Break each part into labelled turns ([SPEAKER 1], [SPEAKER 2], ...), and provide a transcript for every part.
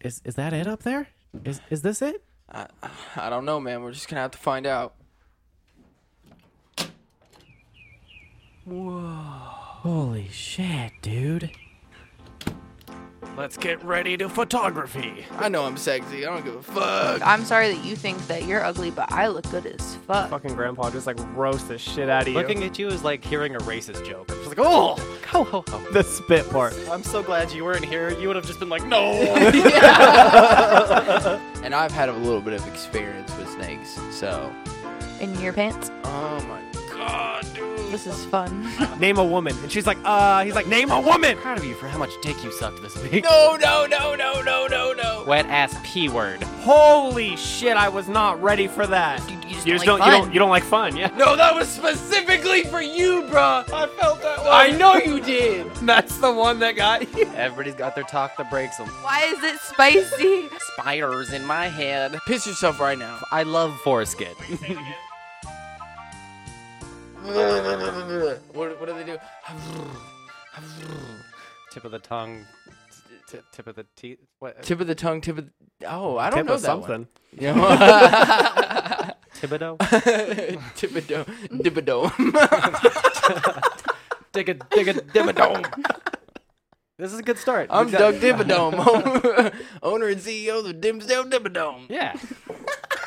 [SPEAKER 1] Is is that it up there? Is is this it?
[SPEAKER 2] I don't know, man. We're just gonna have to find out.
[SPEAKER 1] Holy shit, dude.
[SPEAKER 3] Let's get ready to photography.
[SPEAKER 2] I know I'm sexy. I don't give a fuck.
[SPEAKER 4] I'm sorry that you think that you're ugly, but I look good as fuck.
[SPEAKER 3] Fucking grandpa just like roast the shit out of you.
[SPEAKER 5] Looking at you is like hearing a racist joke. I'm just like, oh, ho, ho, ho.
[SPEAKER 3] the spit part.
[SPEAKER 5] I'm so glad you weren't here. You would have just been like, no.
[SPEAKER 2] And I've had a little bit of experience with snakes, so.
[SPEAKER 4] In your pants?
[SPEAKER 2] Oh my god, dude.
[SPEAKER 4] This is fun.
[SPEAKER 3] Name a woman, and she's like, uh, he's like, name a woman.
[SPEAKER 5] Proud of you for how much dick you sucked this week.
[SPEAKER 2] No, no, no, no, no, no, no.
[SPEAKER 5] Wet ass p word.
[SPEAKER 3] Holy shit, I was not ready for that.
[SPEAKER 4] You just don't
[SPEAKER 3] You just
[SPEAKER 4] like
[SPEAKER 3] don't, you
[SPEAKER 4] fun.
[SPEAKER 3] don't, you don't like fun, yeah.
[SPEAKER 2] No, that was specifically for you, bruh.
[SPEAKER 5] I felt that
[SPEAKER 2] I know you did.
[SPEAKER 3] That's the one that got you.
[SPEAKER 5] Everybody's got their talk that breaks them.
[SPEAKER 4] Why is it spicy?
[SPEAKER 5] Spiders in my head.
[SPEAKER 2] Piss yourself right now.
[SPEAKER 5] I love foreskin.
[SPEAKER 2] what, what do they do?
[SPEAKER 5] tip of the tongue. t- t- Tip of the teeth. What?
[SPEAKER 2] Tip of the tongue, tip of. The... Oh, I don't
[SPEAKER 3] Tip
[SPEAKER 2] know
[SPEAKER 3] of
[SPEAKER 2] that
[SPEAKER 3] something.
[SPEAKER 2] One.
[SPEAKER 5] Thibodeau.
[SPEAKER 2] tip a dome, dip a dome.
[SPEAKER 5] dig a dig a dibadome. This is a good start.
[SPEAKER 2] I'm
[SPEAKER 5] We've got-
[SPEAKER 2] Doug Dibadome, owner and CEO of the Dimsdale Dibadome.
[SPEAKER 5] Yeah.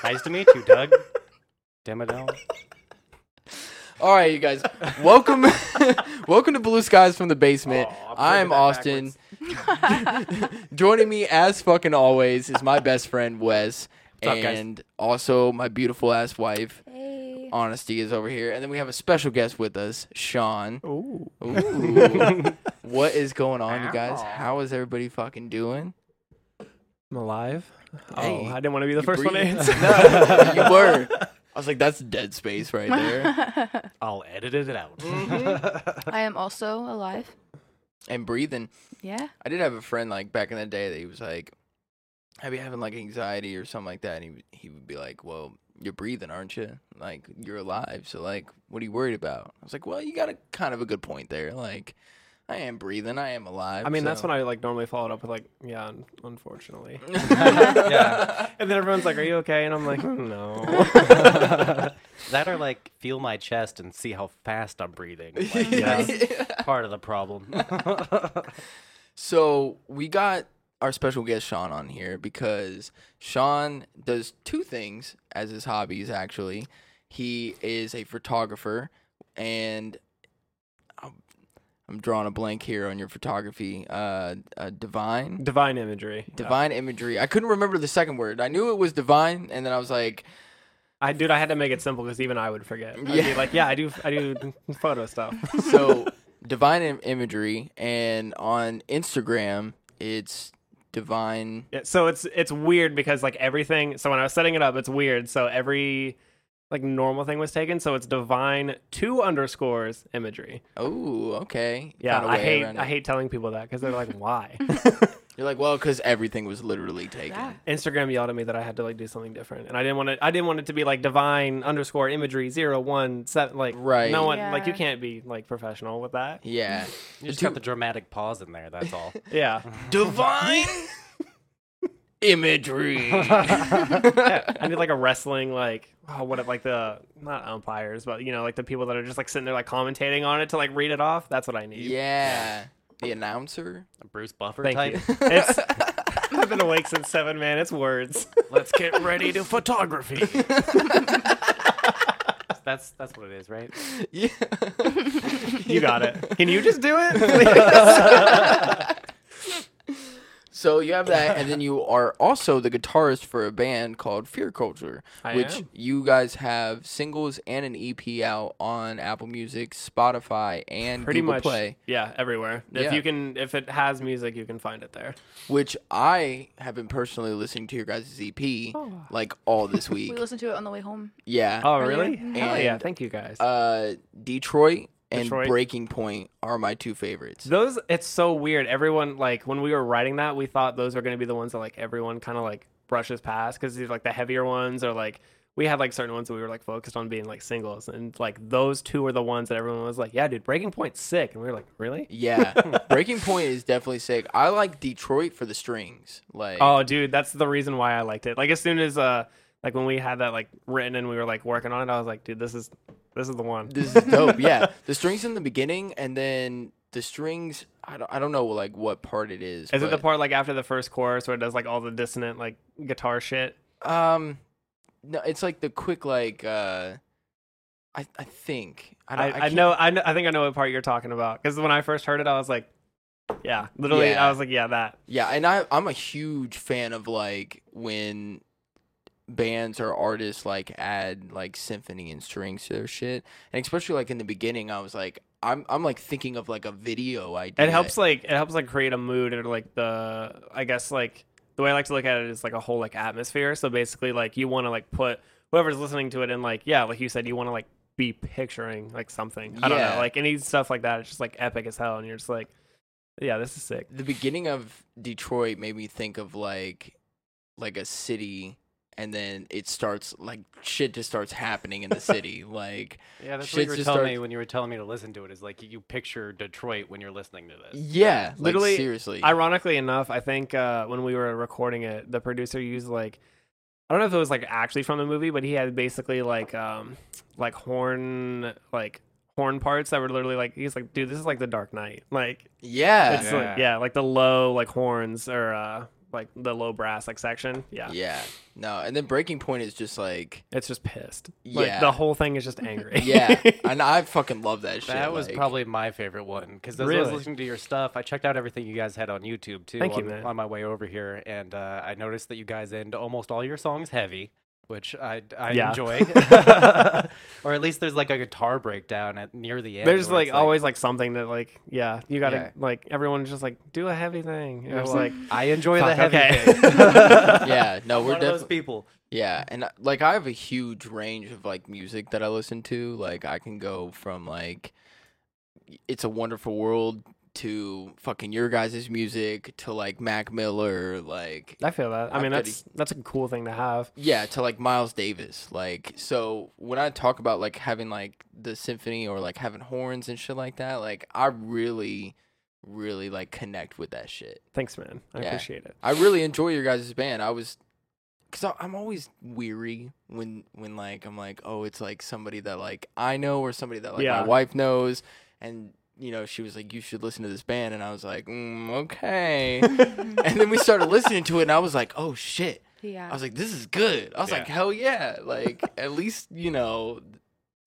[SPEAKER 5] nice to meet you, Doug. Dimmadome.
[SPEAKER 2] All right, you guys, welcome, welcome to Blue Skies from the Basement. I'm Austin. Joining me, as fucking always, is my best friend Wes,
[SPEAKER 3] up, guys?
[SPEAKER 2] and also my beautiful ass wife.
[SPEAKER 4] Hey.
[SPEAKER 2] Honesty is over here, and then we have a special guest with us, Sean. Ooh. what is going on, you guys? How is everybody fucking doing?
[SPEAKER 3] I'm alive.
[SPEAKER 2] Hey,
[SPEAKER 3] oh, I didn't want to be the first one to
[SPEAKER 2] breathing?
[SPEAKER 3] answer.
[SPEAKER 2] No, you were. I was like, that's dead space right there.
[SPEAKER 5] I'll edit it out.
[SPEAKER 4] I am also alive.
[SPEAKER 2] and breathing.
[SPEAKER 4] Yeah.
[SPEAKER 2] I did have a friend like back in the day that he was like, I'd be having like anxiety or something like that. And he, would- he would be like, Well, you're breathing, aren't you? Like, you're alive. So, like, what are you worried about? I was like, Well, you got a kind of a good point there. Like, I am breathing. I am alive.
[SPEAKER 3] I mean, that's when I like normally follow it up with like, yeah, un- unfortunately.
[SPEAKER 5] yeah.
[SPEAKER 3] And then everyone's like, are you okay? And I'm like, "Mm, no.
[SPEAKER 5] That or like feel my chest and see how fast I'm breathing. Like, that's part of the problem.
[SPEAKER 2] So we got our special guest Sean on here because Sean does two things as his hobbies. Actually, he is a photographer, and I'm- I'm drawing a blank here on your photography. Uh, uh divine,
[SPEAKER 3] Divine imagery.
[SPEAKER 2] divine imagery. I couldn't remember the second word. I knew it was divine, and then I was like,
[SPEAKER 3] I dude, I had to make it simple because even I would forget. I'd
[SPEAKER 2] Yeah.
[SPEAKER 3] be like, yeah, I do, I do photo stuff.
[SPEAKER 2] so divine Im- imagery, and on Instagram, it's divine.
[SPEAKER 3] Yeah, so it's it's weird because like everything. So when I was setting it up, it's weird. So every like normal thing was taken. So it's divine two underscores imagery.
[SPEAKER 2] Oh, okay.
[SPEAKER 3] Yeah,
[SPEAKER 2] Found a
[SPEAKER 3] I
[SPEAKER 2] way
[SPEAKER 3] hate
[SPEAKER 2] around
[SPEAKER 3] I
[SPEAKER 2] it.
[SPEAKER 3] hate telling people that because they're like, why?
[SPEAKER 2] You're like, well, because everything was literally taken.
[SPEAKER 4] Yeah.
[SPEAKER 3] Instagram yelled at me that I had to like do something different, and I didn't want to. I didn't want it to be like divine underscore imagery zero one seven. Like
[SPEAKER 2] Right.
[SPEAKER 3] no one
[SPEAKER 4] Yeah.
[SPEAKER 3] like you can't be like professional with that.
[SPEAKER 2] Yeah.
[SPEAKER 5] You just got the dramatic pause in there. That's all.
[SPEAKER 3] Yeah,
[SPEAKER 2] divine imagery.
[SPEAKER 3] I need like a wrestling like oh, what if like the not umpires but you know like the people that are just like sitting there like commentating on it to like read it off. That's what I need.
[SPEAKER 2] yeah. The announcer.
[SPEAKER 5] A Bruce Buffer
[SPEAKER 3] Thank
[SPEAKER 5] type.
[SPEAKER 3] you. It's, I've been awake since seven, man. It's words.
[SPEAKER 5] Let's get ready to photography. that's that's what it is, right?
[SPEAKER 2] Yeah.
[SPEAKER 3] You got it. Can you just do it?
[SPEAKER 2] So you have that, and then you are also the guitarist for a band called Fear Culture,
[SPEAKER 3] I
[SPEAKER 2] which
[SPEAKER 3] am.
[SPEAKER 2] you guys have singles and an EP out on Apple Music, Spotify, and
[SPEAKER 3] Pretty
[SPEAKER 2] Google
[SPEAKER 3] much.
[SPEAKER 2] Play.
[SPEAKER 3] Yeah, everywhere.
[SPEAKER 2] Yeah.
[SPEAKER 3] If you can, if it has music, you can find it there.
[SPEAKER 2] Which I have been personally listening to your guys' EP like all this week.
[SPEAKER 4] We listened to it on the way home.
[SPEAKER 2] yeah.
[SPEAKER 3] Oh, really?
[SPEAKER 2] Hell yeah,
[SPEAKER 3] yeah!
[SPEAKER 2] And-
[SPEAKER 3] Thank you guys.
[SPEAKER 2] uh, Detroit and
[SPEAKER 3] Detroit.
[SPEAKER 2] Breaking Point are my two favorites.
[SPEAKER 3] those it's so weird. Everyone like when we were writing that, we thought those were going to be the ones that like everyone kind of like brushes past because these like the heavier ones are like we had like certain ones that we were like focused on being like singles, and like those two were the ones that everyone was like, "Yeah, dude, Breaking Point's sick," and we were like, "Really?"
[SPEAKER 2] Yeah, Breaking Point is definitely sick. I like Detroit for the strings. Like,
[SPEAKER 3] Oh, dude, that's the reason why I liked it. Like as soon as uh, like when we had that like written and we were like working on it, I was like, dude, this is this is the one.
[SPEAKER 2] this is dope. yeah, the strings in the beginning, and then the strings. I don't, I don't know like what part it is.
[SPEAKER 3] is it the
[SPEAKER 2] but,
[SPEAKER 3] part like after the first chorus where it does like all the dissonant like guitar shit?
[SPEAKER 2] Um, no, it's like the quick like. uh I I think I
[SPEAKER 3] I,
[SPEAKER 2] don't,
[SPEAKER 3] I,
[SPEAKER 2] can't-
[SPEAKER 3] know, I know, I think I know what part you're talking about because when I first heard it, I was like, yeah, literally,
[SPEAKER 2] Yeah.
[SPEAKER 3] I was like, yeah, that.
[SPEAKER 2] Yeah, and I I'm a huge fan of like when bands or artists like add like symphony and strings to their shit. And especially like in the beginning I was like I'm I'm like thinking of like a video idea.
[SPEAKER 3] It helps like it helps like create a mood or like the I guess like the way I like to look at it is like a whole like atmosphere. So basically, like you want to like put whoever's listening to it in like yeah, like you said, you want to like be picturing like something. I don't
[SPEAKER 2] Yeah.
[SPEAKER 3] know, like any stuff like that. It's just like epic as hell, and you're just like, yeah, this is sick.
[SPEAKER 2] the beginning of Detroit made me think of like like a city and then it starts like shit just starts happening in the city. like
[SPEAKER 5] Yeah, that's
[SPEAKER 2] Shit's
[SPEAKER 5] what you were
[SPEAKER 2] just
[SPEAKER 5] telling
[SPEAKER 2] starts-
[SPEAKER 5] me when you were telling me to listen to it. Is like you picture Detroit when you're listening to this.
[SPEAKER 2] yeah, like,
[SPEAKER 3] Literally,
[SPEAKER 2] seriously.
[SPEAKER 3] Ironically enough, I think uh, when we were recording it, the producer used like I don't know if it was like actually from the movie, but he had basically like um like horn like horn parts that were literally like he's like, dude, this is like the Dark Knight. Like
[SPEAKER 2] yeah.
[SPEAKER 3] it's like yeah, like the low like horns or uh like the low brass like section. Yeah.
[SPEAKER 2] Yeah. No, and then Breaking Point is just like
[SPEAKER 3] It's just pissed. Like
[SPEAKER 2] Yeah.
[SPEAKER 3] the whole thing is just angry.
[SPEAKER 2] yeah, and I fucking love that shit.
[SPEAKER 5] That was
[SPEAKER 2] like-
[SPEAKER 5] probably my favorite one because as I was
[SPEAKER 3] Really?
[SPEAKER 5] listening to your stuff, I checked out everything you guys had on YouTube too.
[SPEAKER 3] Thank you,
[SPEAKER 5] on,
[SPEAKER 3] man.
[SPEAKER 5] on my way over here, and uh, I noticed that you guys end almost all your songs heavy, which I, I
[SPEAKER 3] Yeah.
[SPEAKER 5] enjoy. or at least there's like a guitar breakdown at near the end.
[SPEAKER 3] There's
[SPEAKER 5] where
[SPEAKER 3] like,
[SPEAKER 5] it's
[SPEAKER 3] always like something that like yeah you gotta
[SPEAKER 5] Yeah.
[SPEAKER 3] like everyone's just like do a heavy thing. And I
[SPEAKER 5] You're
[SPEAKER 3] was like
[SPEAKER 5] like, I enjoy the
[SPEAKER 3] fuck,
[SPEAKER 5] heavy.
[SPEAKER 3] okay.
[SPEAKER 5] bit."
[SPEAKER 2] yeah, no,
[SPEAKER 5] I'm
[SPEAKER 2] we're
[SPEAKER 5] one of those
[SPEAKER 2] definitely
[SPEAKER 5] people.
[SPEAKER 2] yeah, and uh, like I have a huge range of like music that I listen to. Like I can go from like "It's a Wonderful World" to fucking your guys' music to like Mac Miller, like
[SPEAKER 3] I feel that. I
[SPEAKER 2] I've
[SPEAKER 3] mean,
[SPEAKER 2] got a-
[SPEAKER 3] that's that's a cool thing to have.
[SPEAKER 2] yeah, to like Miles Davis. Like so, when I talk about like having like the symphony or like having horns and shit like that, like I really, really like connect with that shit.
[SPEAKER 3] Thanks, man. I
[SPEAKER 2] Yeah.
[SPEAKER 3] appreciate it.
[SPEAKER 2] I really enjoy your guys' band. I was, cause I, I'm always weary when when like I'm like, oh, it's like somebody that like I know or somebody that like
[SPEAKER 3] Yeah.
[SPEAKER 2] my wife knows, and you know she was like, you should listen to this band, and I was like, mm, okay, and then we started listening to it, and I was like, oh shit,
[SPEAKER 4] Yeah.
[SPEAKER 2] I was like, this is good. I was like, hell yeah, like at least you know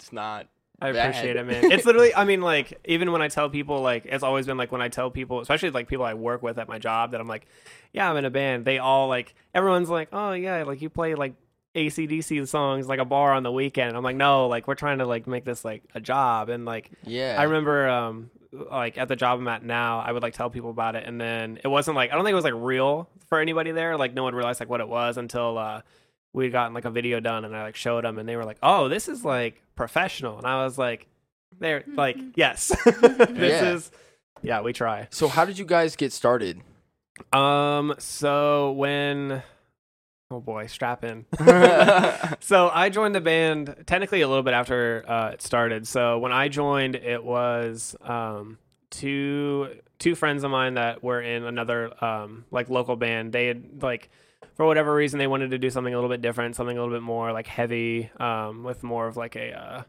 [SPEAKER 2] it's not.
[SPEAKER 3] I
[SPEAKER 2] bad.
[SPEAKER 3] appreciate it, man. It's literally, I mean, like, even when I tell people, like, it's always been like when I tell people, especially like people I work with at my job, that I'm like, yeah, I'm in a band. They all like, everyone's like, oh, yeah, like you play like ACDC songs, like a bar on the weekend. I'm like, no, like, we're trying to like make this like a job. And like,
[SPEAKER 2] yeah.
[SPEAKER 3] I remember um like at the job I'm at now, I would like tell people about it and then it wasn't like I don't think it was like real for anybody there. Like no one realized like what it was until uh we had gotten like a video done and I like showed them and they were like, "Oh, this is like professional." And I was like, "They're like, yes. this
[SPEAKER 2] Yeah.
[SPEAKER 3] is yeah, we try."
[SPEAKER 2] So how did you guys get started?
[SPEAKER 3] Um so when oh boy, strap in. so I joined the band technically a little bit after uh, it started. So when I joined, it was um, two two friends of mine that were in another um, like local band. They had like for whatever reason they wanted to do something a little bit different, something a little bit more like heavy, um, with more of like a uh,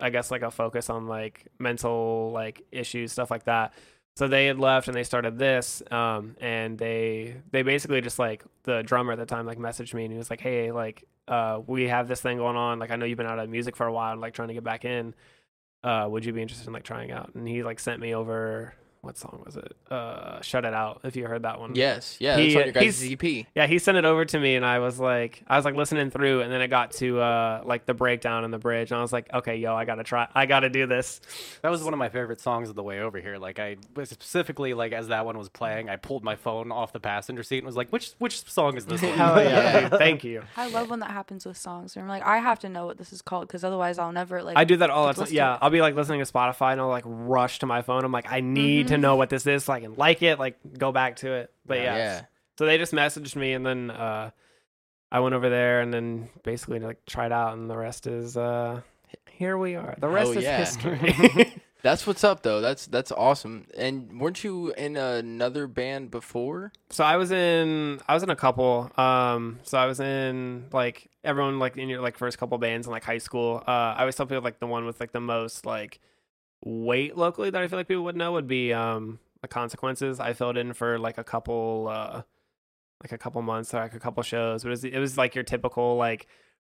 [SPEAKER 3] I guess like a focus on like mental like issues stuff like that. So they had left and they started this, um, and they they basically just like the drummer at the time like messaged me and he was like, hey, like uh, we have this thing going on. Like I know you've been out of music for a while and like trying to get back in. Uh, would you be interested in like trying out? And he like sent me over what song was it? Uh, Shut It Out. If you heard that one,
[SPEAKER 2] yes, yeah,
[SPEAKER 3] He-
[SPEAKER 2] that's on your guys' E
[SPEAKER 3] he's-
[SPEAKER 2] EP.
[SPEAKER 3] yeah, he sent it over to me, and I was like, I was like listening through, and then it got to uh like the breakdown and the bridge, and I was like, okay, yo, I gotta try, I gotta do this.
[SPEAKER 5] That was one of my favorite songs of the way over here. Like I specifically like as that one was playing, I pulled my phone off the passenger seat and was like, "Which which song is this?" one?"
[SPEAKER 3] Hell yeah,
[SPEAKER 2] Yeah.
[SPEAKER 3] dude, thank you.
[SPEAKER 4] I love when that happens with songs. And I'm like, I have to know what this is called because otherwise I'll never like.
[SPEAKER 3] I do that all the
[SPEAKER 4] Like,
[SPEAKER 3] time.
[SPEAKER 4] let's do
[SPEAKER 3] Yeah,
[SPEAKER 4] it.
[SPEAKER 3] I'll be like listening to Spotify, and I'll like rush to my phone. I'm like, I need to know what this is so I can like it, like go back to it. But Mm-hmm. yeah,
[SPEAKER 2] Yeah.
[SPEAKER 3] so they just messaged me, and then uh I went over there and then basically like tried out, and the rest is uh, here we are. The rest
[SPEAKER 2] Hell
[SPEAKER 3] is
[SPEAKER 2] yeah.
[SPEAKER 3] history.
[SPEAKER 2] That's what's up though. That's that's awesome. And weren't you in another band before?
[SPEAKER 3] so I was in I was in a couple. Um, so I was in like everyone like in your like first couple bands in like high school. Uh, I always tell people like the one with like the most like weight locally that I feel like people would know would be um the consequences. I filled in for like a couple uh like a couple months or like a couple shows, but it was, it was like your typical like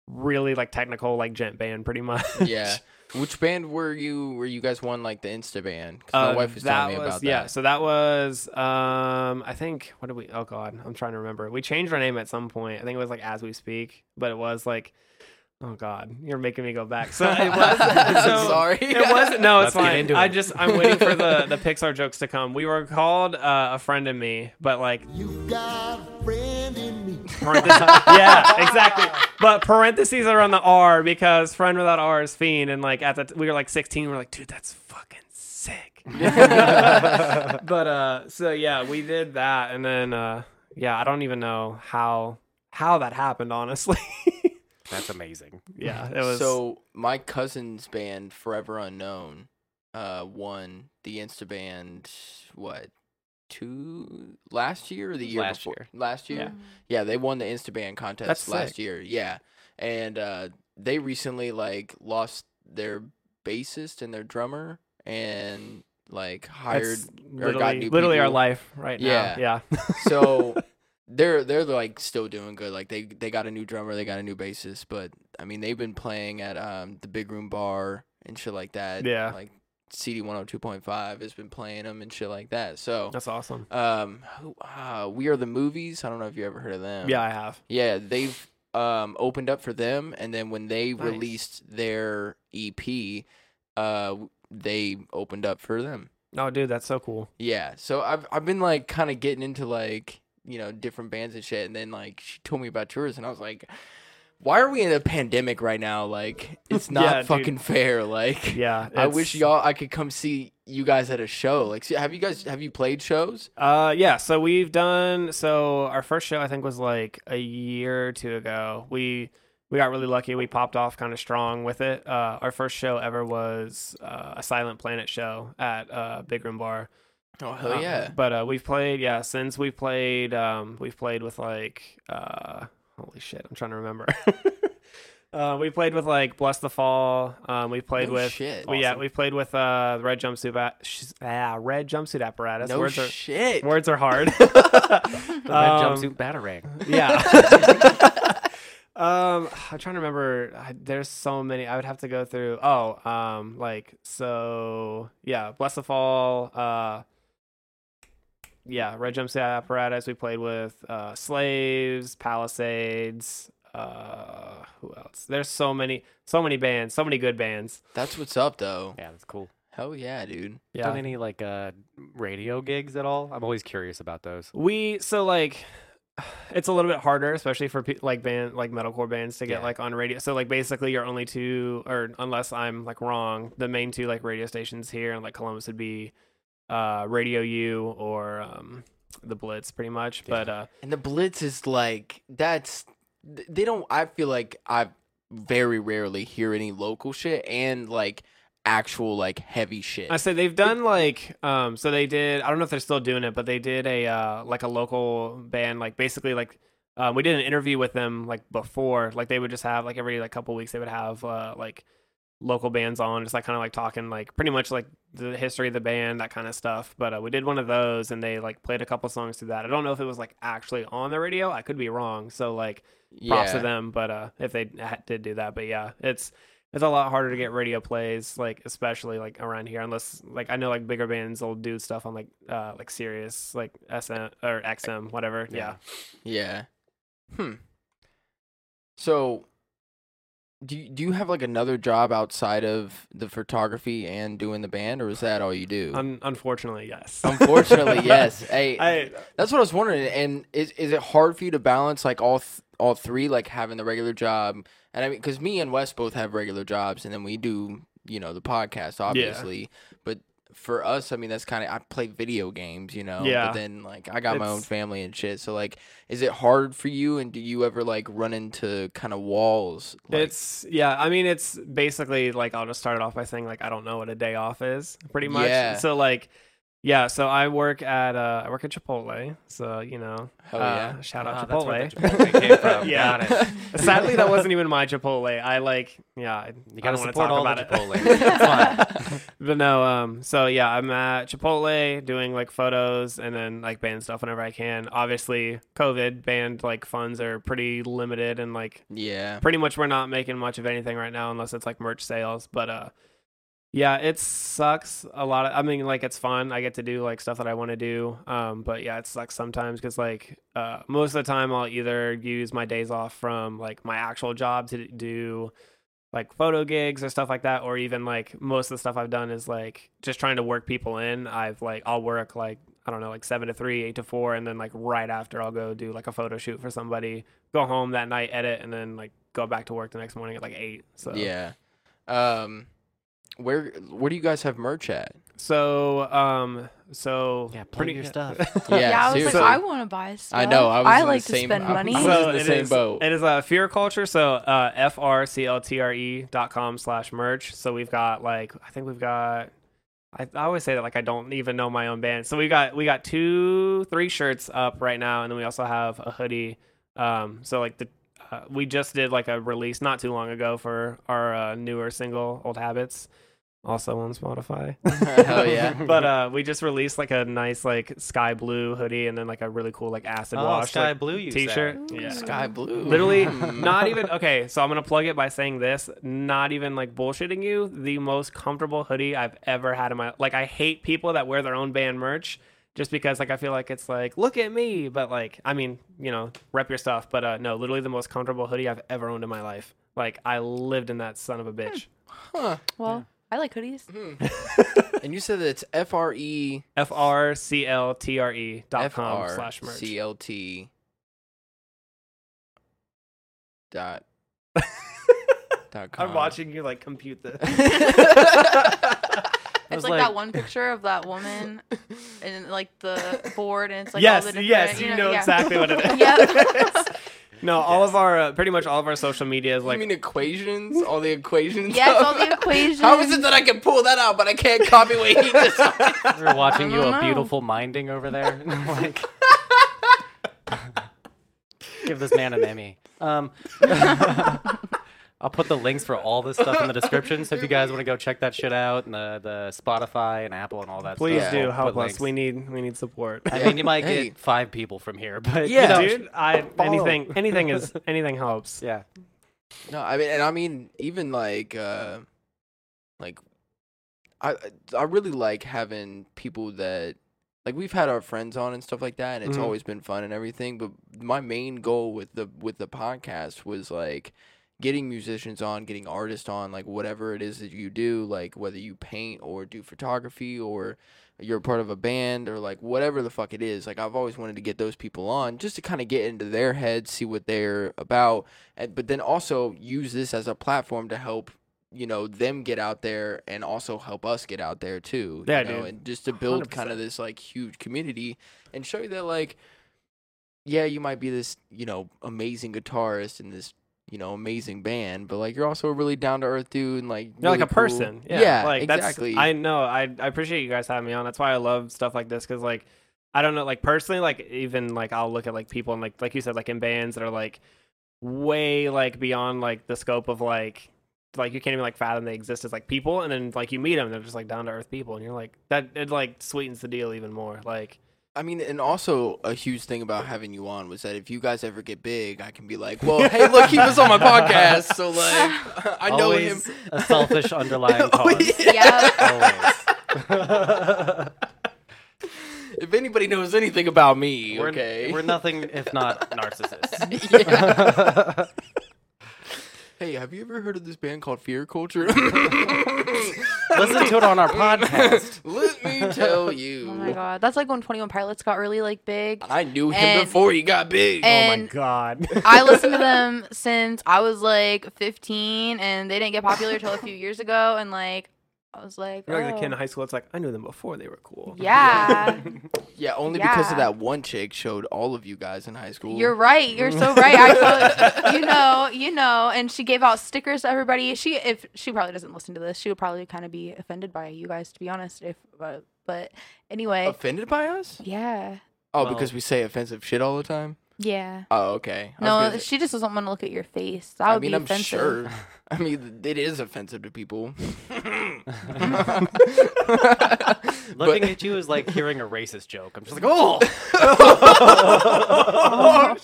[SPEAKER 3] really like technical like gent band pretty much.
[SPEAKER 2] Yeah. Which band were you? Were you guys won like the Insta band? 'Cause my
[SPEAKER 3] Uh,
[SPEAKER 2] wife was
[SPEAKER 3] that
[SPEAKER 2] telling me
[SPEAKER 3] was-
[SPEAKER 2] about
[SPEAKER 3] Yeah,
[SPEAKER 2] that.
[SPEAKER 3] so that was um I think what did we oh god, I'm trying to remember. We changed our name at some point. I think it was like as we speak, but it was like oh god, you're making me go back. So it was so
[SPEAKER 2] Sorry.
[SPEAKER 3] It was no, it's
[SPEAKER 5] Let's get
[SPEAKER 3] fine.
[SPEAKER 5] into
[SPEAKER 3] I
[SPEAKER 5] it.
[SPEAKER 3] just I'm waiting for the the Pixar jokes to come. We were called uh, a friend and me, but like
[SPEAKER 6] You've got a friend in me.
[SPEAKER 3] parentheses. yeah, exactly. But parentheses are on the R because friend without R is fiend. And like at the t- we were like 16, we are like, dude, that's fucking sick. but uh, so yeah, we did that, and then uh, yeah, I don't even know how how that happened, honestly.
[SPEAKER 5] That's amazing.
[SPEAKER 3] yeah, it was
[SPEAKER 2] So my cousin's band, Forever Unknown, uh, won the Insta band. What? Two last year or the year
[SPEAKER 5] Last
[SPEAKER 2] before?
[SPEAKER 5] year.
[SPEAKER 2] Last year. Yeah, they won the Instaband contest
[SPEAKER 3] That's
[SPEAKER 2] last
[SPEAKER 3] sick.
[SPEAKER 2] year. Yeah, and uh, they recently like lost their bassist and their drummer, and like hired.
[SPEAKER 3] that's
[SPEAKER 2] or got
[SPEAKER 3] literally,
[SPEAKER 2] new
[SPEAKER 3] literally our
[SPEAKER 2] people.
[SPEAKER 3] life right
[SPEAKER 2] Yeah.
[SPEAKER 3] now. Yeah,
[SPEAKER 2] So they're they're like still doing good. Like they they got a new drummer, they got a new bassist, but I mean they've been playing at um the Big Room Bar and shit like that.
[SPEAKER 3] Yeah.
[SPEAKER 2] like CD one hundred two point five has been playing them and shit like that. So.
[SPEAKER 3] that's awesome.
[SPEAKER 2] Um, who- uh, we are the movies. I don't know if you ever heard of them.
[SPEAKER 3] Yeah, I have.
[SPEAKER 2] Yeah, they've um, opened up for them, and then when they
[SPEAKER 3] Nice.
[SPEAKER 2] released their EP, uh, they opened up for them.
[SPEAKER 3] Oh, dude, that's so cool.
[SPEAKER 2] Yeah, so I've I've been like kind of getting into like you know different bands and shit, and then like she told me about yours, and I was like, why are we in a pandemic right now? Like it's not
[SPEAKER 3] Yeah, dude.
[SPEAKER 2] fucking fair. Like
[SPEAKER 3] Yeah,
[SPEAKER 2] I wish
[SPEAKER 3] it's-
[SPEAKER 2] y'all I could come see you guys at a show. Like, see, have you guys have you played shows?
[SPEAKER 3] Uh, yeah. So we've done. So our first show I think was like a year or two ago. We we got really lucky. We popped off kind of strong with it. Uh, our first show ever was uh, a Silent Planet show at uh, Big Room Bar.
[SPEAKER 2] Oh hell
[SPEAKER 3] Um,
[SPEAKER 2] yeah!
[SPEAKER 3] But uh, we've played, yeah, since we've played, um, we've played with like, uh, holy shit, I'm trying to remember. uh, we played with like Bless the Fall. Um, we played
[SPEAKER 2] No
[SPEAKER 3] with,
[SPEAKER 2] shit.
[SPEAKER 3] we- yeah,
[SPEAKER 2] Awesome.
[SPEAKER 3] we played with uh, the red jumpsuit, a- sh- ah, red jumpsuit apparatus.
[SPEAKER 2] no
[SPEAKER 3] Words are-
[SPEAKER 2] shit.
[SPEAKER 3] Words are hard.
[SPEAKER 5] The red
[SPEAKER 3] Um,
[SPEAKER 5] jumpsuit batarang.
[SPEAKER 3] yeah. um, I'm trying to remember. I- There's so many. I would have to go through. Oh, um, like so. Yeah, bless the fall. Uh, yeah, red jumpsuit apparatus. We played with uh, slaves, palisades. Uh, who else? There's so many, so many bands, so many good bands.
[SPEAKER 2] That's what's up though.
[SPEAKER 5] Yeah, that's cool.
[SPEAKER 2] Hell yeah, dude.
[SPEAKER 3] Yeah.
[SPEAKER 5] Done any like uh radio gigs at all? I'm always curious about those.
[SPEAKER 3] We so like it's a little bit harder, especially for pe- like band like metalcore bands to get
[SPEAKER 5] Yeah.
[SPEAKER 3] like on radio. So like basically your only two, or unless I'm like wrong, the main two like radio stations here in like Columbus would be uh Radio U or um the Blitz, pretty much. But uh
[SPEAKER 2] And the blitz is like that's th- they don't. I feel like I very rarely hear any local shit and like actual like heavy shit.
[SPEAKER 3] I said they've done like um so they did I don't know if they're still doing it, but they did a uh like a local band like basically like um we did an interview with them like before like they would just have like every like couple weeks they would have uh like local bands on just like kind of like talking like pretty much like the history of the band that kind of stuff but uh, we did one of those and they like played a couple songs through that i don't know if it was like actually on the radio i could be wrong so like props to them but uh if they ha- did do that but yeah it's it's a lot harder to get radio plays like especially like around here unless like i know like bigger bands will do stuff on like uh like sirius like sm or xm whatever yeah,
[SPEAKER 2] Yeah. Hmm. So, do you, do you have like another job outside of the photography and doing the band, or is that all you do?
[SPEAKER 3] Un- unfortunately yes
[SPEAKER 2] Unfortunately, yes. Hey,
[SPEAKER 3] Um, I,
[SPEAKER 2] That's what I was wondering. And is is it hard for you to balance like all th- all three, like having the regular job? And I mean, because me and Wes both have regular jobs, and then we do you know the podcast, obviously. But for us, I mean, that's kind of I play video games, you know.
[SPEAKER 3] Yeah.
[SPEAKER 2] But then like I got my own
[SPEAKER 3] It's-
[SPEAKER 2] family and shit. So like, is it hard for you? And do you ever like run into kind of walls? Like,
[SPEAKER 3] it's yeah. I mean, it's basically like I'll just start it off by saying like I don't know what a day off is, pretty much.
[SPEAKER 2] Yeah.
[SPEAKER 3] So like, yeah. So I work at uh, I work at Chipotle. So you know,
[SPEAKER 2] Hell
[SPEAKER 3] uh,
[SPEAKER 2] yeah.
[SPEAKER 3] shout out
[SPEAKER 5] that's where
[SPEAKER 3] Chipotle.
[SPEAKER 5] the Chipotle came from.
[SPEAKER 3] Yeah.
[SPEAKER 5] Got it.
[SPEAKER 3] Sadly, that wasn't even my Chipotle. I like, yeah, I,
[SPEAKER 5] You
[SPEAKER 3] I
[SPEAKER 5] gotta
[SPEAKER 3] don't wanna
[SPEAKER 5] support
[SPEAKER 3] talk
[SPEAKER 5] all the
[SPEAKER 3] about it.
[SPEAKER 5] Chipotle. It's fine.
[SPEAKER 3] But no, um, so yeah, I'm at Chipotle doing like photos and then like band stuff whenever I can. Obviously, COVID band like funds are pretty limited and like
[SPEAKER 2] yeah.
[SPEAKER 3] pretty much we're not making much of anything right now unless it's like merch sales. But uh, yeah, it sucks a lot. Of, I mean, like it's fun. I get to do like stuff that I want to do. Um, but yeah, it sucks sometimes because like uh, most of the time I'll either use my days off from like my actual job to do like photo gigs or stuff like that, or even like most of the stuff I've done is like just trying to work people in. I've like I'll work like I don't know like seven to three, eight to four, and then like right after I'll go do like a photo shoot for somebody, go home that night, edit, and then like go back to work the next morning at like eight. So
[SPEAKER 2] Yeah. Um, where where do you guys have merch at?
[SPEAKER 3] So, um, so
[SPEAKER 1] Yeah, plug
[SPEAKER 3] pretty-
[SPEAKER 1] your stuff.
[SPEAKER 2] Yeah.
[SPEAKER 4] yeah, I was
[SPEAKER 2] seriously.
[SPEAKER 4] like, I want to buy stuff.
[SPEAKER 2] I know, I was in the
[SPEAKER 4] like
[SPEAKER 2] same-
[SPEAKER 4] to spend
[SPEAKER 2] I was- I
[SPEAKER 4] money.
[SPEAKER 2] was-
[SPEAKER 3] So
[SPEAKER 2] in the
[SPEAKER 3] it
[SPEAKER 2] same
[SPEAKER 3] is-
[SPEAKER 2] boat.
[SPEAKER 3] It is a fear culture. So, uh, f r c l t r e dot com slash merch. So we've got like I think we've got. I, I always say that like I don't even know my own band. So we got we got two three shirts up right now, and then we also have a hoodie. Um, so like the uh, we just did like a release not too long ago for our uh, newer single "Old Habits," also on Spotify.
[SPEAKER 2] Hell yeah.
[SPEAKER 3] but uh we just released like a nice like sky blue hoodie and then like a really cool like acid
[SPEAKER 5] Oh,
[SPEAKER 3] wash
[SPEAKER 5] sky
[SPEAKER 3] like,
[SPEAKER 5] blue, you said.
[SPEAKER 3] t-shirt yeah
[SPEAKER 2] Sky blue.
[SPEAKER 3] literally not even okay so i'm gonna plug it by saying this not even like bullshitting you the most comfortable hoodie i've ever had in my like i hate people that wear their own band merch just because like i feel like it's like look at me but like i mean you know rep your stuff but uh no literally the most comfortable hoodie i've ever owned in my life like i lived in that son of
[SPEAKER 2] Hmm.
[SPEAKER 3] a bitch
[SPEAKER 4] Well, I like hoodies.
[SPEAKER 2] And you said that it's F R E
[SPEAKER 3] F R C L T R E dot
[SPEAKER 2] F
[SPEAKER 3] com
[SPEAKER 2] R
[SPEAKER 3] slash merch.
[SPEAKER 2] C L T dot dot com.
[SPEAKER 3] I'm watching you like compute this.
[SPEAKER 4] It's
[SPEAKER 5] was
[SPEAKER 4] like,
[SPEAKER 5] like-
[SPEAKER 4] that one picture of that woman and like the board, and it's like all
[SPEAKER 3] yes,
[SPEAKER 4] the
[SPEAKER 3] yes,
[SPEAKER 4] different-
[SPEAKER 3] you know
[SPEAKER 4] yeah.
[SPEAKER 3] exactly what it is.
[SPEAKER 4] Yep.
[SPEAKER 3] No, all of our uh, pretty much all of our social media is
[SPEAKER 2] I
[SPEAKER 3] like
[SPEAKER 2] mean equations? All the equations?
[SPEAKER 4] Yeah, it's
[SPEAKER 2] of-
[SPEAKER 4] all the equations.
[SPEAKER 2] How is it that I can pull that out, but I can't copy what he just
[SPEAKER 5] We We're watching you
[SPEAKER 4] don't
[SPEAKER 5] a
[SPEAKER 4] know.
[SPEAKER 5] beautiful minding over there. like, give this man an Emmy. Um, I'll put the links for all this stuff in the description, so if you guys want to go check that shit out, and the, the Spotify and Apple and all that.
[SPEAKER 3] please
[SPEAKER 5] stuff,
[SPEAKER 3] do
[SPEAKER 5] I'll
[SPEAKER 3] help
[SPEAKER 5] put
[SPEAKER 3] us.
[SPEAKER 5] links.
[SPEAKER 3] We need we need support.
[SPEAKER 5] I mean, you might
[SPEAKER 2] Hey.
[SPEAKER 5] get five people from here, but you
[SPEAKER 2] Yeah.
[SPEAKER 5] know,
[SPEAKER 3] Dude, I anything anything is anything helps.
[SPEAKER 5] yeah.
[SPEAKER 2] No, I mean, and I mean, even like, uh, like, I I really like having people that like we've had our friends on and stuff like that, and it's
[SPEAKER 3] Mhm.
[SPEAKER 2] always been fun and everything. But my main goal with the with the podcast was like getting musicians on, getting artists on, like whatever it is that you do, like whether you paint or do photography or you're a part of a band or like whatever the fuck it is. Like I've always wanted to get those people on just to kind of get into their heads, see what they're about, and, but then also use this as a platform to help you know them get out there and also help us get out there too.
[SPEAKER 3] Yeah,
[SPEAKER 2] you know,
[SPEAKER 3] dude.
[SPEAKER 2] and just to build kind of this like huge community and show you that like yeah, you might be this you know amazing guitarist and this you know amazing band, but like you're also a really down to earth dude and like
[SPEAKER 3] You're
[SPEAKER 2] really
[SPEAKER 3] like a
[SPEAKER 2] cool-
[SPEAKER 3] person. Yeah, like
[SPEAKER 2] exactly.
[SPEAKER 3] That's, I know. I I appreciate you guys having me on. That's why I love stuff like this because like I don't know. Like personally, like even like I'll look at like people and like like you said, like in bands that are like way like beyond like the scope of like like you can't even like fathom they exist as like people, and then like you meet them, and they're just like down to earth people, and you're like that. It like sweetens the deal even more. Like
[SPEAKER 2] I mean, and also a huge thing about having you on was that if you guys ever get big, I can be like, well, hey, look, he was on my podcast, so like, I know him.
[SPEAKER 5] Always A selfish underlying
[SPEAKER 2] Oh,
[SPEAKER 5] cause.
[SPEAKER 2] yeah.
[SPEAKER 4] Yep.
[SPEAKER 5] Always.
[SPEAKER 2] If anybody knows anything about me,
[SPEAKER 5] We're,
[SPEAKER 2] okay.
[SPEAKER 5] we're nothing if not narcissists.
[SPEAKER 2] hey, have you ever heard of this band called Fear Culture?
[SPEAKER 5] Listen to it on our podcast.
[SPEAKER 2] Let me tell
[SPEAKER 4] Oh my
[SPEAKER 2] you,
[SPEAKER 4] god, that's like when Twenty One Pilots got really like big.
[SPEAKER 2] I knew him
[SPEAKER 4] And-
[SPEAKER 2] before he got big.
[SPEAKER 4] And
[SPEAKER 3] oh God.
[SPEAKER 4] I listened to them since I was like 15, and they didn't get popular until a few years ago. And like, I was like,
[SPEAKER 3] You're like the kid in
[SPEAKER 4] "Oh,
[SPEAKER 3] high school. It's like I knew them before they were cool.
[SPEAKER 4] yeah,
[SPEAKER 2] Oh, Yeah, only because of
[SPEAKER 4] Yeah.
[SPEAKER 2] that one chick showed all of you guys in high school.
[SPEAKER 4] you're right. You're so right. I feel you know, you know. And she gave out stickers to everybody. She, if she probably doesn't listen to this, she would probably kind of be offended by you guys, to be honest. If, but, but anyway,
[SPEAKER 2] offended by us?
[SPEAKER 4] yeah,
[SPEAKER 2] Oh,
[SPEAKER 5] Well-
[SPEAKER 2] because we say offensive shit all the time.
[SPEAKER 4] yeah.
[SPEAKER 2] Oh, okay. I was
[SPEAKER 4] No,
[SPEAKER 2] gonna say-
[SPEAKER 4] she just doesn't want to look at your face. That would
[SPEAKER 2] I mean,
[SPEAKER 4] be
[SPEAKER 2] I'm
[SPEAKER 4] offensive.
[SPEAKER 2] sure. I mean, it is offensive to people.
[SPEAKER 5] Looking at you is like hearing a racist joke. I'm just like, oh.
[SPEAKER 2] Oh,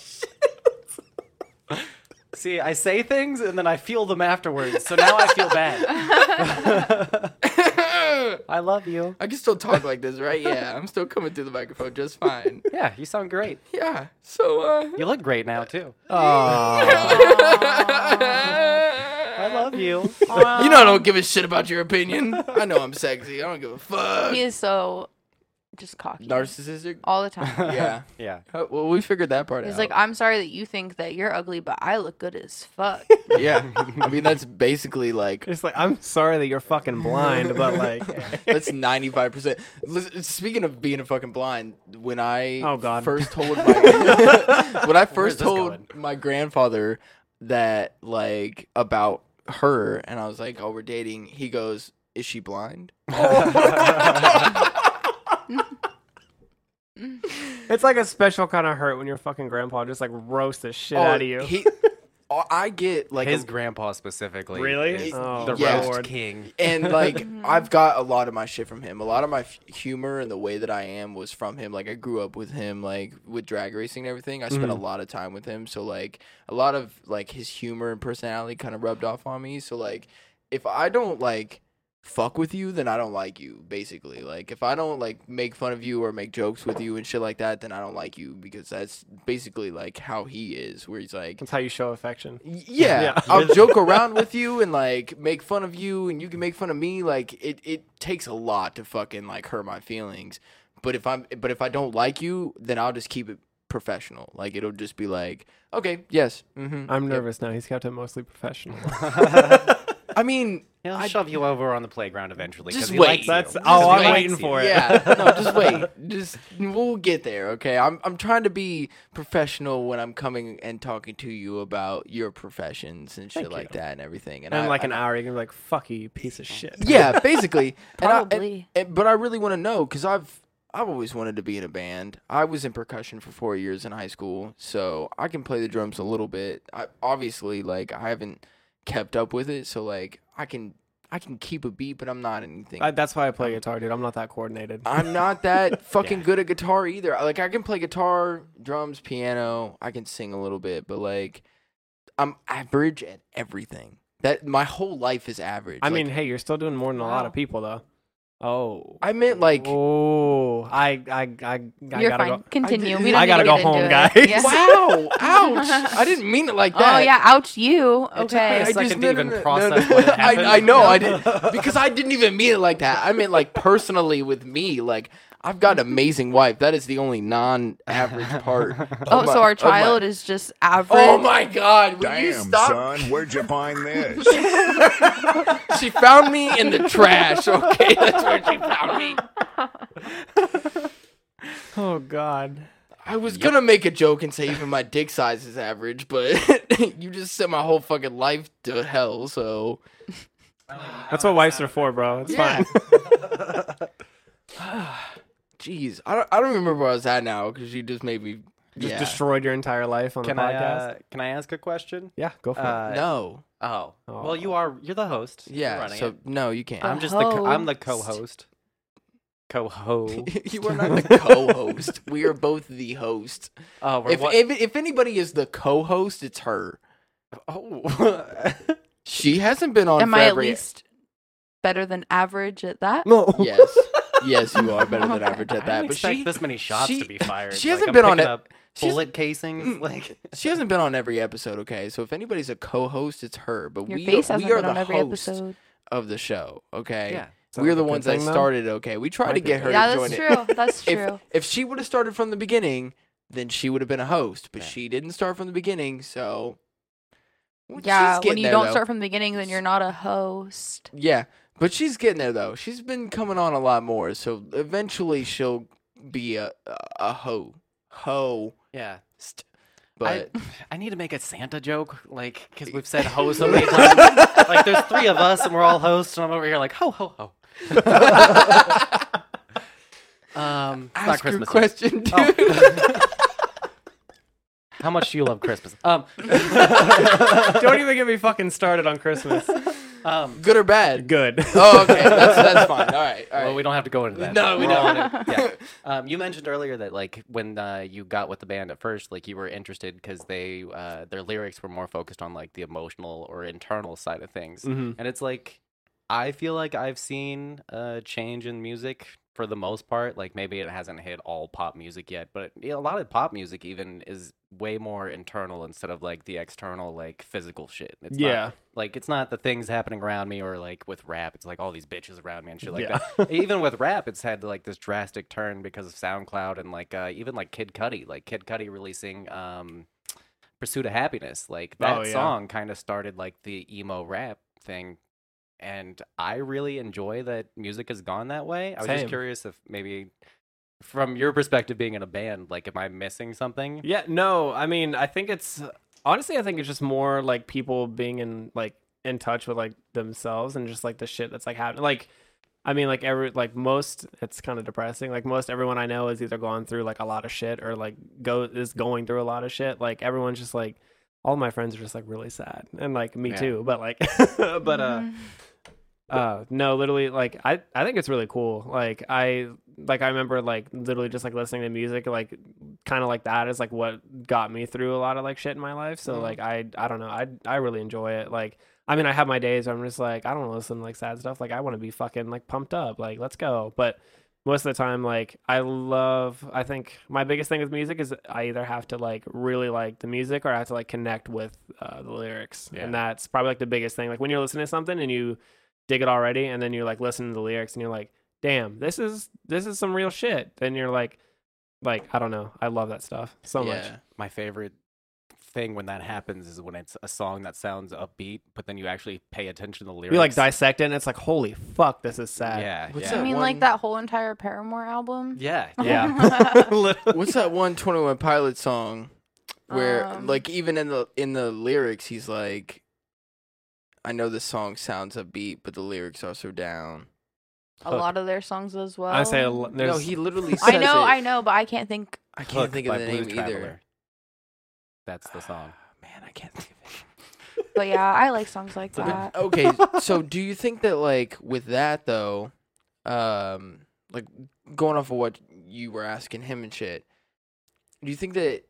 [SPEAKER 5] See, I say things and then I feel them afterwards. So now I feel bad. I love you.
[SPEAKER 2] I can still talk like this, right? Yeah, I'm still coming through the microphone just fine.
[SPEAKER 5] Yeah, you sound great.
[SPEAKER 2] Yeah. So, uh,
[SPEAKER 5] You look great now too. I love you.
[SPEAKER 2] you know, I don't give a shit about your opinion. I know I'm sexy. I don't give a fuck.
[SPEAKER 4] He is so just cocky
[SPEAKER 2] Narcissistic.
[SPEAKER 4] all the time.
[SPEAKER 2] Yeah.
[SPEAKER 5] yeah.
[SPEAKER 2] Uh, Well, we figured that part
[SPEAKER 4] He's
[SPEAKER 2] out.
[SPEAKER 4] like, I'm sorry that you think that you're ugly, but I look good as fuck.
[SPEAKER 2] yeah. I mean, that's basically like
[SPEAKER 3] It's like I'm sorry that you're fucking blind, but like
[SPEAKER 2] That's ninety five percent. Speaking of being a fucking blind, when I
[SPEAKER 3] Oh, God.
[SPEAKER 2] first told my when I first
[SPEAKER 5] this
[SPEAKER 2] told
[SPEAKER 5] going?
[SPEAKER 2] my grandfather that like about her, and I was like, "Oh, we're dating." He goes, "Is she blind?"
[SPEAKER 3] it's like a special kind of hurt when your fucking grandpa just like roasts the shit out of you.
[SPEAKER 2] Oh, He, oh, I get like
[SPEAKER 5] His
[SPEAKER 2] a-
[SPEAKER 5] grandpa specifically.
[SPEAKER 3] Really?
[SPEAKER 5] is
[SPEAKER 3] Oh,
[SPEAKER 5] the
[SPEAKER 2] yeah.
[SPEAKER 5] roast
[SPEAKER 3] Lord.
[SPEAKER 5] king.
[SPEAKER 2] and like I've got a lot of my shit from him. A lot of my f- humor and the way that I am was from him. Like I grew up with him, like with drag racing and everything. I spent a lot of time with him, so like a lot of like his humor and personality kind of rubbed off on me. So like if I don't like fuck with you, then I don't like you. Basically, like if I don't like make fun of you or make jokes with you and shit like that, then I don't like you because that's basically like how he is. Where he's like,
[SPEAKER 3] That's how you show affection.
[SPEAKER 2] yeah,
[SPEAKER 3] Yeah.
[SPEAKER 2] I'll joke around with you and like make fun of you, and you can make fun of me. Like it, it takes a lot to fucking like hurt my feelings. But if I'm, but if I don't like you, then I'll just keep it professional. Like it'll just be like, okay, yes, mm-hmm.
[SPEAKER 3] I'm nervous now. He's kept it mostly professional.
[SPEAKER 2] I mean,
[SPEAKER 5] He'll shove you over on the playground eventually. 'cause
[SPEAKER 2] Just
[SPEAKER 5] he
[SPEAKER 2] wait.
[SPEAKER 5] Likes you.
[SPEAKER 3] That's-
[SPEAKER 5] Just
[SPEAKER 3] oh, I'm
[SPEAKER 5] likes
[SPEAKER 3] waiting
[SPEAKER 5] you.
[SPEAKER 3] for it.
[SPEAKER 2] yeah, no, just wait, just we'll get there. Okay, I'm, I'm trying to be professional when I'm coming and talking to you about your professions and shit like that and everything. And,
[SPEAKER 3] And in
[SPEAKER 2] I,
[SPEAKER 3] like
[SPEAKER 2] I-
[SPEAKER 3] an hour, you're gonna be like, "Fuck you, you piece of shit."
[SPEAKER 2] yeah, basically. And I- and-
[SPEAKER 4] Probably.
[SPEAKER 2] and- but I really want to know because I've I've always wanted to be in a band. I was in percussion for four years in high school, so I can play the drums a little bit. I obviously like I haven't kept up with it, so like I can I can keep a beat, but I'm not anything.
[SPEAKER 3] I, that's why I play guitar, dude. I'm not that coordinated.
[SPEAKER 2] I'm not that fucking good at guitar either. I- Like I can play guitar, drums, piano. I can sing a little bit, but like I'm average at everything. That my whole life is average.
[SPEAKER 3] I
[SPEAKER 2] Like,
[SPEAKER 3] mean, hey, you're still doing more than a lot of people, though. Oh,
[SPEAKER 2] I meant like
[SPEAKER 3] oh, I, I, I, I
[SPEAKER 4] you're
[SPEAKER 3] gotta
[SPEAKER 4] fine.
[SPEAKER 3] go.
[SPEAKER 4] Continue.
[SPEAKER 2] I
[SPEAKER 4] we
[SPEAKER 2] did-
[SPEAKER 4] don't
[SPEAKER 3] I
[SPEAKER 4] need to
[SPEAKER 3] gotta
[SPEAKER 4] get
[SPEAKER 3] go home,
[SPEAKER 4] into
[SPEAKER 3] guys.
[SPEAKER 4] it. Yeah.
[SPEAKER 2] Wow! Ouch! I didn't mean it like that.
[SPEAKER 4] Oh yeah, ouch you.
[SPEAKER 5] It took me a
[SPEAKER 4] Okay.
[SPEAKER 5] second
[SPEAKER 2] just-
[SPEAKER 5] to
[SPEAKER 2] no, no,
[SPEAKER 5] even
[SPEAKER 2] no, no,
[SPEAKER 5] process
[SPEAKER 2] no.
[SPEAKER 5] what had happened.
[SPEAKER 2] I, I know I did because I didn't even mean it like that. I meant like personally with me. Like I've got an amazing wife. That is the only non-average part. of
[SPEAKER 4] Oh,
[SPEAKER 2] my-
[SPEAKER 4] so our
[SPEAKER 2] of my-
[SPEAKER 4] child is just average.
[SPEAKER 2] Oh my God! Will you
[SPEAKER 6] Damn,
[SPEAKER 2] stop?
[SPEAKER 6] son, where'd you find this?
[SPEAKER 2] She found me in the trash. Okay, that's where she found me.
[SPEAKER 3] Oh God.
[SPEAKER 2] I was gonna make a joke and say even my dick size is average, but you just sent my whole fucking life to hell. So
[SPEAKER 3] That's what wives are for, bro. It's
[SPEAKER 2] Yeah.
[SPEAKER 3] fine.
[SPEAKER 2] Jeez, I don't, I don't remember where I was at now because you just made me.
[SPEAKER 3] Just
[SPEAKER 2] yeah.
[SPEAKER 3] destroyed your entire life on
[SPEAKER 5] Can
[SPEAKER 3] the
[SPEAKER 5] I,
[SPEAKER 3] podcast.
[SPEAKER 5] uh, can I ask a question?
[SPEAKER 3] yeah, go for
[SPEAKER 5] Uh,
[SPEAKER 2] no.
[SPEAKER 5] Oh. Well, you are you're the host. You're
[SPEAKER 2] Yeah.
[SPEAKER 5] running
[SPEAKER 2] So
[SPEAKER 5] it.
[SPEAKER 2] no, you can't.
[SPEAKER 5] I'm
[SPEAKER 4] The
[SPEAKER 5] just the co- I'm the
[SPEAKER 4] host.
[SPEAKER 5] co-host. Co-ho.
[SPEAKER 2] you are not the co-host. we are both the host.
[SPEAKER 5] Oh, we're
[SPEAKER 2] If,
[SPEAKER 5] what?
[SPEAKER 2] if if anybody is the co-host, it's her.
[SPEAKER 5] oh.
[SPEAKER 2] She hasn't been on.
[SPEAKER 4] Am
[SPEAKER 2] for
[SPEAKER 4] I at
[SPEAKER 2] every- e-,
[SPEAKER 4] least better than average at that?
[SPEAKER 3] no.
[SPEAKER 2] Yes. Yes, you are better than average at that.
[SPEAKER 5] I didn't
[SPEAKER 2] But
[SPEAKER 5] expect
[SPEAKER 2] she
[SPEAKER 5] this many shots
[SPEAKER 2] she-
[SPEAKER 5] to be fired.
[SPEAKER 2] she
[SPEAKER 5] Like,
[SPEAKER 2] hasn't
[SPEAKER 5] I'm
[SPEAKER 2] been on it-
[SPEAKER 5] picking up
[SPEAKER 2] she's-
[SPEAKER 5] bullet casings. Like
[SPEAKER 2] she hasn't been on every episode. Okay, so if anybody's a co-host, it's her. But
[SPEAKER 4] Your
[SPEAKER 2] we
[SPEAKER 4] face
[SPEAKER 2] are,
[SPEAKER 4] hasn't
[SPEAKER 2] we are
[SPEAKER 4] been
[SPEAKER 2] the
[SPEAKER 4] on every
[SPEAKER 2] host
[SPEAKER 4] episode.
[SPEAKER 2] of the show. Okay.
[SPEAKER 5] Yeah.
[SPEAKER 2] We're
[SPEAKER 3] like a
[SPEAKER 2] the
[SPEAKER 3] good
[SPEAKER 2] ones that
[SPEAKER 3] thing, though?
[SPEAKER 2] started. Okay. We tried
[SPEAKER 3] Might
[SPEAKER 2] to
[SPEAKER 3] be
[SPEAKER 2] get
[SPEAKER 3] good.
[SPEAKER 2] her
[SPEAKER 4] Yeah,
[SPEAKER 2] to join
[SPEAKER 4] that's
[SPEAKER 2] it.
[SPEAKER 4] true. That's
[SPEAKER 2] If,
[SPEAKER 4] true.
[SPEAKER 2] if she would have started from the beginning, then she would have been a host. But she didn't start from the beginning, so Well,
[SPEAKER 4] yeah,
[SPEAKER 2] she's
[SPEAKER 4] when
[SPEAKER 2] getting
[SPEAKER 4] you
[SPEAKER 2] there,
[SPEAKER 4] don't
[SPEAKER 2] though.
[SPEAKER 4] start from the beginning, then you're not a host.
[SPEAKER 2] Yeah, But she's getting there though. She's been coming on a lot more, so eventually she'll be a a, a hoe. Hoe.
[SPEAKER 5] Yeah.
[SPEAKER 2] But
[SPEAKER 5] I, I need to make a Santa joke, like, because we've said ho so many times. like, there's three of us, and we're all hosts, and I'm over here like ho ho ho. um, it's not
[SPEAKER 2] ask your
[SPEAKER 5] Christmas. yet.
[SPEAKER 2] question, dude.
[SPEAKER 5] Oh. How much do you love Christmas? Um,
[SPEAKER 3] Don't even get me fucking started on Christmas.
[SPEAKER 5] um.
[SPEAKER 2] Good or bad?
[SPEAKER 3] Good.
[SPEAKER 2] Oh, okay. That's that's fine. All right. All right.
[SPEAKER 5] Well, we don't have to go into that.
[SPEAKER 2] No, we
[SPEAKER 5] We're all in it. Yeah. Um, you mentioned earlier that like when uh, you got with the band at first, like you were interested because they uh, their lyrics were more focused on like the emotional or internal side of things,
[SPEAKER 3] Mm-hmm.
[SPEAKER 5] and it's like I feel like I've seen a change in music for the most part. Like maybe it hasn't hit all pop music yet, but you know, a lot of pop music even is way more internal instead of like the external like physical shit. It's not-
[SPEAKER 3] Yeah.
[SPEAKER 5] like it's not the things happening around me or like with rap. It's like all these bitches around me and shit like that. even with rap, it's had like this drastic turn because of SoundCloud and like uh, even like Kid Cudi, like Kid Cudi releasing um, "Pursuit of Happiness." Like that
[SPEAKER 3] Oh, yeah.
[SPEAKER 5] song kind of started like the emo rap thing and I really enjoy that music has gone that way. I was
[SPEAKER 3] Same.
[SPEAKER 5] just curious if maybe from your perspective being in a band, like am I missing something?
[SPEAKER 3] Yeah, no, I mean, I think it's honestly, I think it's just more like people being in like in touch with like themselves and just like the shit that's like happening. Like, I mean, like every like most, it's kind of depressing. Like most everyone I know is either going through like a lot of shit or like go is going through a lot of shit. Like everyone's just like, all my friends are just like really sad and like me
[SPEAKER 5] Yeah.
[SPEAKER 3] too. But like, but uh.
[SPEAKER 4] Mm-hmm.
[SPEAKER 3] Uh no, literally like I I think it's really cool. Like I like I remember like literally just like listening to music like kind of like that is like what got me through a lot of like shit in my life. So like I I don't know. I I really enjoy it. Like I mean I have my days where I'm just like I don't want to listen to like sad stuff. Like I want to be fucking like pumped up. Like let's go. But most of the time like I love I think my biggest thing with music is I either have to like really like the music or I have to like connect with uh, the lyrics.
[SPEAKER 5] Yeah.
[SPEAKER 3] And that's probably like the biggest thing. Like when you're listening to something and you dig it already and then you're like listening to the lyrics and you're like damn this is this is some real shit and you're like like i don't know i love that stuff so much
[SPEAKER 2] Yeah.
[SPEAKER 5] My favorite thing when that happens is when it's a song that sounds upbeat, but then you actually pay attention to the lyrics.
[SPEAKER 3] you like dissect it and it's like holy fuck this is sad
[SPEAKER 5] Yeah.
[SPEAKER 2] What's
[SPEAKER 4] I
[SPEAKER 5] yeah.
[SPEAKER 2] that
[SPEAKER 4] mean,
[SPEAKER 2] one-
[SPEAKER 4] like that whole entire Paramore album.
[SPEAKER 5] Yeah.
[SPEAKER 3] yeah
[SPEAKER 2] What's that one Twenty One Pilot song where
[SPEAKER 4] Um,
[SPEAKER 2] like even in the in the lyrics he's like I know the song sounds upbeat, but the lyrics are so down.
[SPEAKER 4] A lot of their songs as well.
[SPEAKER 3] i say a lo- there's
[SPEAKER 2] no, he literally says
[SPEAKER 4] I know,
[SPEAKER 2] it.
[SPEAKER 4] I know, but I can't think.
[SPEAKER 2] I can't
[SPEAKER 5] Hook
[SPEAKER 2] think of
[SPEAKER 5] by
[SPEAKER 2] the
[SPEAKER 5] Blues
[SPEAKER 2] name either.
[SPEAKER 5] Traveler. That's the song.
[SPEAKER 2] Man, I can't think of it.
[SPEAKER 4] But yeah, I like songs like
[SPEAKER 2] But-
[SPEAKER 4] that.
[SPEAKER 2] okay, so do you think that like with that though, um, like going off of what you were asking him and shit, do you think that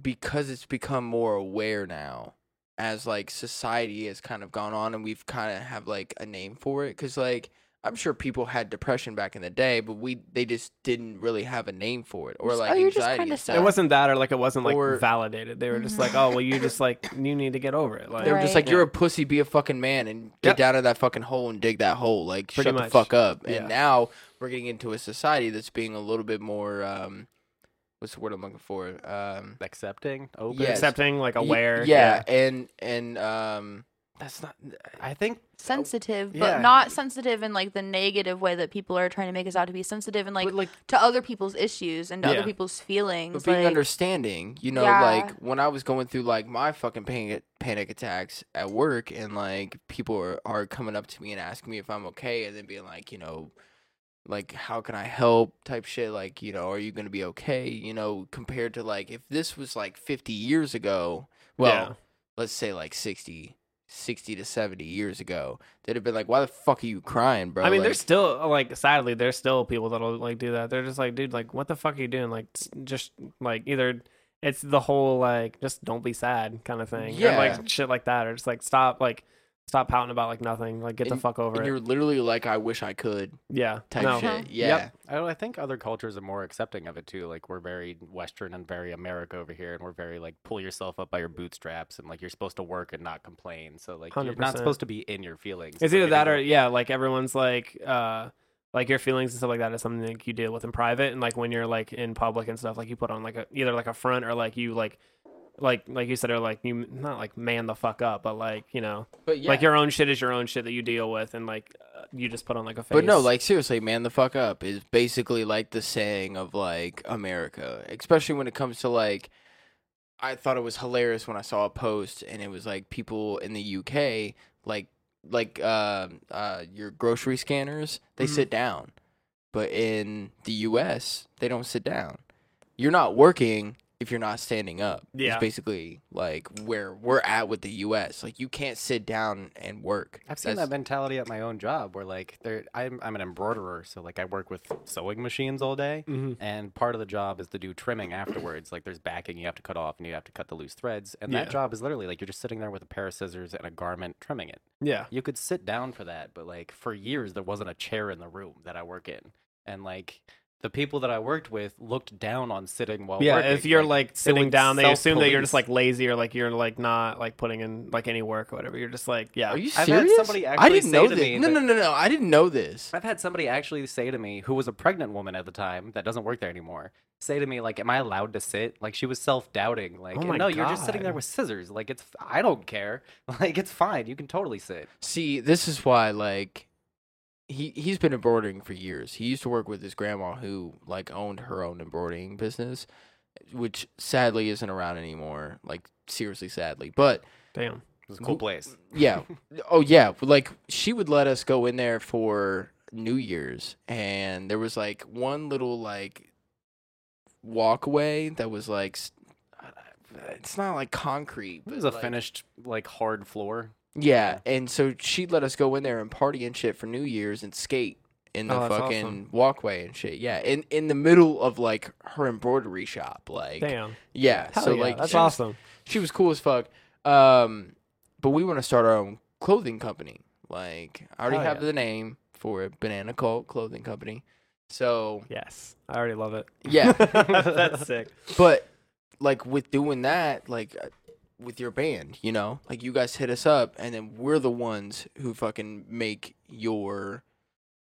[SPEAKER 2] because it's become more aware now, as like society has kind of gone on and we've kind of have like a name for it, because like I'm sure people had depression back in the day, but we they just didn't really have a name for it or
[SPEAKER 4] Just,
[SPEAKER 2] like
[SPEAKER 4] "Oh, you're just
[SPEAKER 2] anxiety.
[SPEAKER 4] kinda
[SPEAKER 2] and stuff.
[SPEAKER 3] it wasn't that or like it wasn't like
[SPEAKER 2] Or-
[SPEAKER 3] validated they were just like
[SPEAKER 4] Mhm.
[SPEAKER 3] oh well you just like you need to get over it like
[SPEAKER 2] They were just
[SPEAKER 4] Right.
[SPEAKER 2] like, "You're a pussy, be a fucking man, and get
[SPEAKER 3] Yep.
[SPEAKER 2] down to that fucking hole and dig that hole." Like,
[SPEAKER 3] Pretty
[SPEAKER 2] shut the
[SPEAKER 3] much.
[SPEAKER 2] fuck up. And
[SPEAKER 3] Yeah.
[SPEAKER 2] now we're getting into a society that's being a little bit more, um, what's the word I'm looking for? Um,
[SPEAKER 5] Accepting, Oh, open.
[SPEAKER 2] Yes.
[SPEAKER 3] accepting like
[SPEAKER 2] y-
[SPEAKER 3] aware
[SPEAKER 2] Yeah, and and um, that's not.
[SPEAKER 5] I think
[SPEAKER 4] sensitive, but
[SPEAKER 5] Yeah.
[SPEAKER 4] not sensitive in like the negative way that people are trying to make us out to be. Sensitive and like,
[SPEAKER 2] But, like-
[SPEAKER 4] to other people's issues and to
[SPEAKER 3] Yeah.
[SPEAKER 4] other people's feelings.
[SPEAKER 2] But being
[SPEAKER 4] like,
[SPEAKER 2] understanding, you know,
[SPEAKER 4] Yeah.
[SPEAKER 2] like when I was going through like my fucking panic panic attacks at work, and like people are, are coming up to me and asking me if I'm okay, and then being like, you know, like how can I help type shit, like you know, are you gonna be okay, you know, compared to like if this was like 50 years ago, well,
[SPEAKER 3] Yeah.
[SPEAKER 2] let's say like 60. 60 to 70 years ago, they'd have been like, Why the fuck are you crying, bro?
[SPEAKER 3] I mean,
[SPEAKER 2] like,
[SPEAKER 3] there's still like sadly, there's still people that'll like do that. They're just like, dude, like, what the fuck are you doing? Like, s- just like either it's the whole like just don't be sad kind of thing, or,
[SPEAKER 2] Yeah.
[SPEAKER 3] like shit like that, or just like stop like stop pouting about like nothing, like get the
[SPEAKER 2] And-
[SPEAKER 3] fuck over
[SPEAKER 2] and
[SPEAKER 3] it.
[SPEAKER 2] you're literally like, I wish I could
[SPEAKER 3] Yeah,
[SPEAKER 2] type
[SPEAKER 3] no.
[SPEAKER 2] shit. Yeah.
[SPEAKER 3] Yep.
[SPEAKER 5] I, I think other cultures are more accepting of it too. Like we're very Western and very America over here, and we're very like pull yourself up by your bootstraps and like you're supposed to work and not complain. So like you are not
[SPEAKER 3] 100%.
[SPEAKER 5] supposed to be in your feelings.
[SPEAKER 3] It's
[SPEAKER 5] like,
[SPEAKER 3] either
[SPEAKER 5] it
[SPEAKER 3] that
[SPEAKER 5] is a-
[SPEAKER 3] or yeah, like everyone's like uh like your feelings and stuff like that is something like you deal with in private and like when you're like in public and stuff, like you put on like a either like a front or like you like like like you said are like you not like man the fuck up but like you know
[SPEAKER 2] But yeah.
[SPEAKER 3] like your own shit is your own shit that you deal with and like uh, you just put on like a face
[SPEAKER 2] But no, like seriously, man, the fuck up is basically like the saying of like America, especially when it comes to like. I thought it was hilarious when I saw a post and it was like people in the UK, like like uh, uh, your grocery scanners, they
[SPEAKER 5] Mm-hmm.
[SPEAKER 2] sit down, but in the US, they don't sit down. You're not working if you're not standing up.
[SPEAKER 3] Yeah.
[SPEAKER 2] it's basically like where we're at with the US. Like you can't sit down and work.
[SPEAKER 5] I've seen
[SPEAKER 2] That's-
[SPEAKER 5] that mentality at my own job where like there I'm I'm an embroiderer, so like I work with sewing machines all day
[SPEAKER 3] Mm-hmm.
[SPEAKER 5] and part of the job is to do trimming afterwards. Like there's backing you have to cut off and you have to cut the loose threads. And
[SPEAKER 3] Yeah.
[SPEAKER 5] that job is literally like you're just sitting there with a pair of scissors and a garment trimming it.
[SPEAKER 3] yeah
[SPEAKER 5] You could sit down for that, but like for years there wasn't a chair in the room that I work in. And like the people that I worked with looked down on sitting while
[SPEAKER 3] yeah
[SPEAKER 5] working.
[SPEAKER 3] if you're like,
[SPEAKER 5] they
[SPEAKER 3] sitting
[SPEAKER 5] would
[SPEAKER 3] down they assume that you're just
[SPEAKER 5] self-police.
[SPEAKER 3] like lazy or like you're like not like putting in like any work or whatever you're just like yeah
[SPEAKER 2] Are you
[SPEAKER 5] I've had
[SPEAKER 2] serious?
[SPEAKER 5] somebody
[SPEAKER 2] I
[SPEAKER 5] actually
[SPEAKER 2] didn't
[SPEAKER 5] say
[SPEAKER 2] know
[SPEAKER 5] to
[SPEAKER 2] this.
[SPEAKER 5] me
[SPEAKER 2] no,
[SPEAKER 5] that-
[SPEAKER 2] no, no, no. I didn't know this.
[SPEAKER 5] I've had somebody actually say to me, who was a pregnant woman at the time that doesn't work there anymore, say to me, like, am I allowed to sit? Like, she was self doubting. Like,
[SPEAKER 3] Oh my
[SPEAKER 5] no, you're just sitting there
[SPEAKER 3] God.
[SPEAKER 5] with scissors. Like, it's, I don't care. Like, it's fine. You can totally sit.
[SPEAKER 2] See, this is why like he he's been embroidering for years. He used to work with his grandma who like owned her own embroidering business, which sadly isn't around anymore. Like seriously, sadly, but
[SPEAKER 3] damn
[SPEAKER 5] It was a cool
[SPEAKER 2] Who-
[SPEAKER 5] place.
[SPEAKER 2] yeah. oh yeah, like she would let us go in there for New Year's and there was like one little like walkway that was like s- uh, it's not like concrete.
[SPEAKER 5] It
[SPEAKER 2] but,
[SPEAKER 5] was a
[SPEAKER 2] like-
[SPEAKER 5] finished, like, hard floor.
[SPEAKER 2] Yeah, and so she'd let us go in there and party and shit for New Year's and skate in the
[SPEAKER 3] Oh, that's
[SPEAKER 2] fucking
[SPEAKER 3] awesome.
[SPEAKER 2] walkway and shit. Yeah, in in the middle of like her embroidery shop, like
[SPEAKER 3] damn
[SPEAKER 2] yeah.
[SPEAKER 3] Hell
[SPEAKER 2] so
[SPEAKER 3] yeah,
[SPEAKER 2] like
[SPEAKER 3] that's
[SPEAKER 2] she was-
[SPEAKER 3] awesome
[SPEAKER 2] she was cool as fuck. Um, but we want to start our own clothing company. Like I already
[SPEAKER 3] Hell
[SPEAKER 2] have
[SPEAKER 3] yeah.
[SPEAKER 2] the name for it, Banana Cult Clothing Company. So
[SPEAKER 3] yes i already love it
[SPEAKER 2] yeah,
[SPEAKER 3] that's sick
[SPEAKER 2] but like with doing that like uh, with your band you know like you guys hit us up and then we're the ones who fucking make your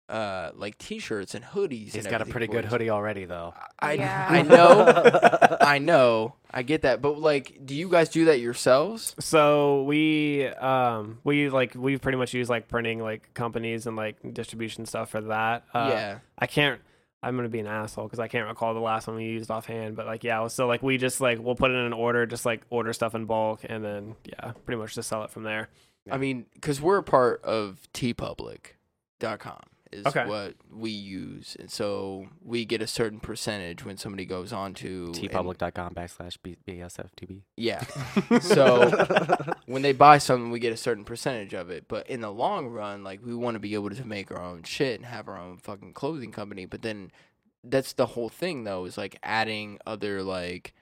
[SPEAKER 2] uh like t-shirts and hoodies
[SPEAKER 5] He's
[SPEAKER 2] and
[SPEAKER 5] got a
[SPEAKER 2] everything
[SPEAKER 5] pretty
[SPEAKER 2] for
[SPEAKER 5] good
[SPEAKER 2] us.
[SPEAKER 5] hoodie already, though.
[SPEAKER 2] i,
[SPEAKER 4] Yeah.
[SPEAKER 2] I know i know i get that but like do you guys do that yourselves
[SPEAKER 3] So we um we like we pretty much use like printing like companies and like distribution stuff for that. Uh,
[SPEAKER 2] yeah
[SPEAKER 3] I can't. I'm gonna be an asshole because I can't recall the last one we used offhand. But like yeah, so like we just like we'll put it in an order, just like order stuff in bulk, and then yeah, pretty much just sell it from there.
[SPEAKER 2] i mean because we're a part of tpublic.com is
[SPEAKER 3] Okay.
[SPEAKER 2] what we use and so we get a certain percentage when somebody goes on to and-
[SPEAKER 5] tpublic.com backslash B- BSFTB.
[SPEAKER 2] yeah So- when they buy something, we get a certain percentage of it. But in the long run, like we want to be able to make our own shit and have our own fucking clothing company. But then that's the whole thing, though, is like adding other like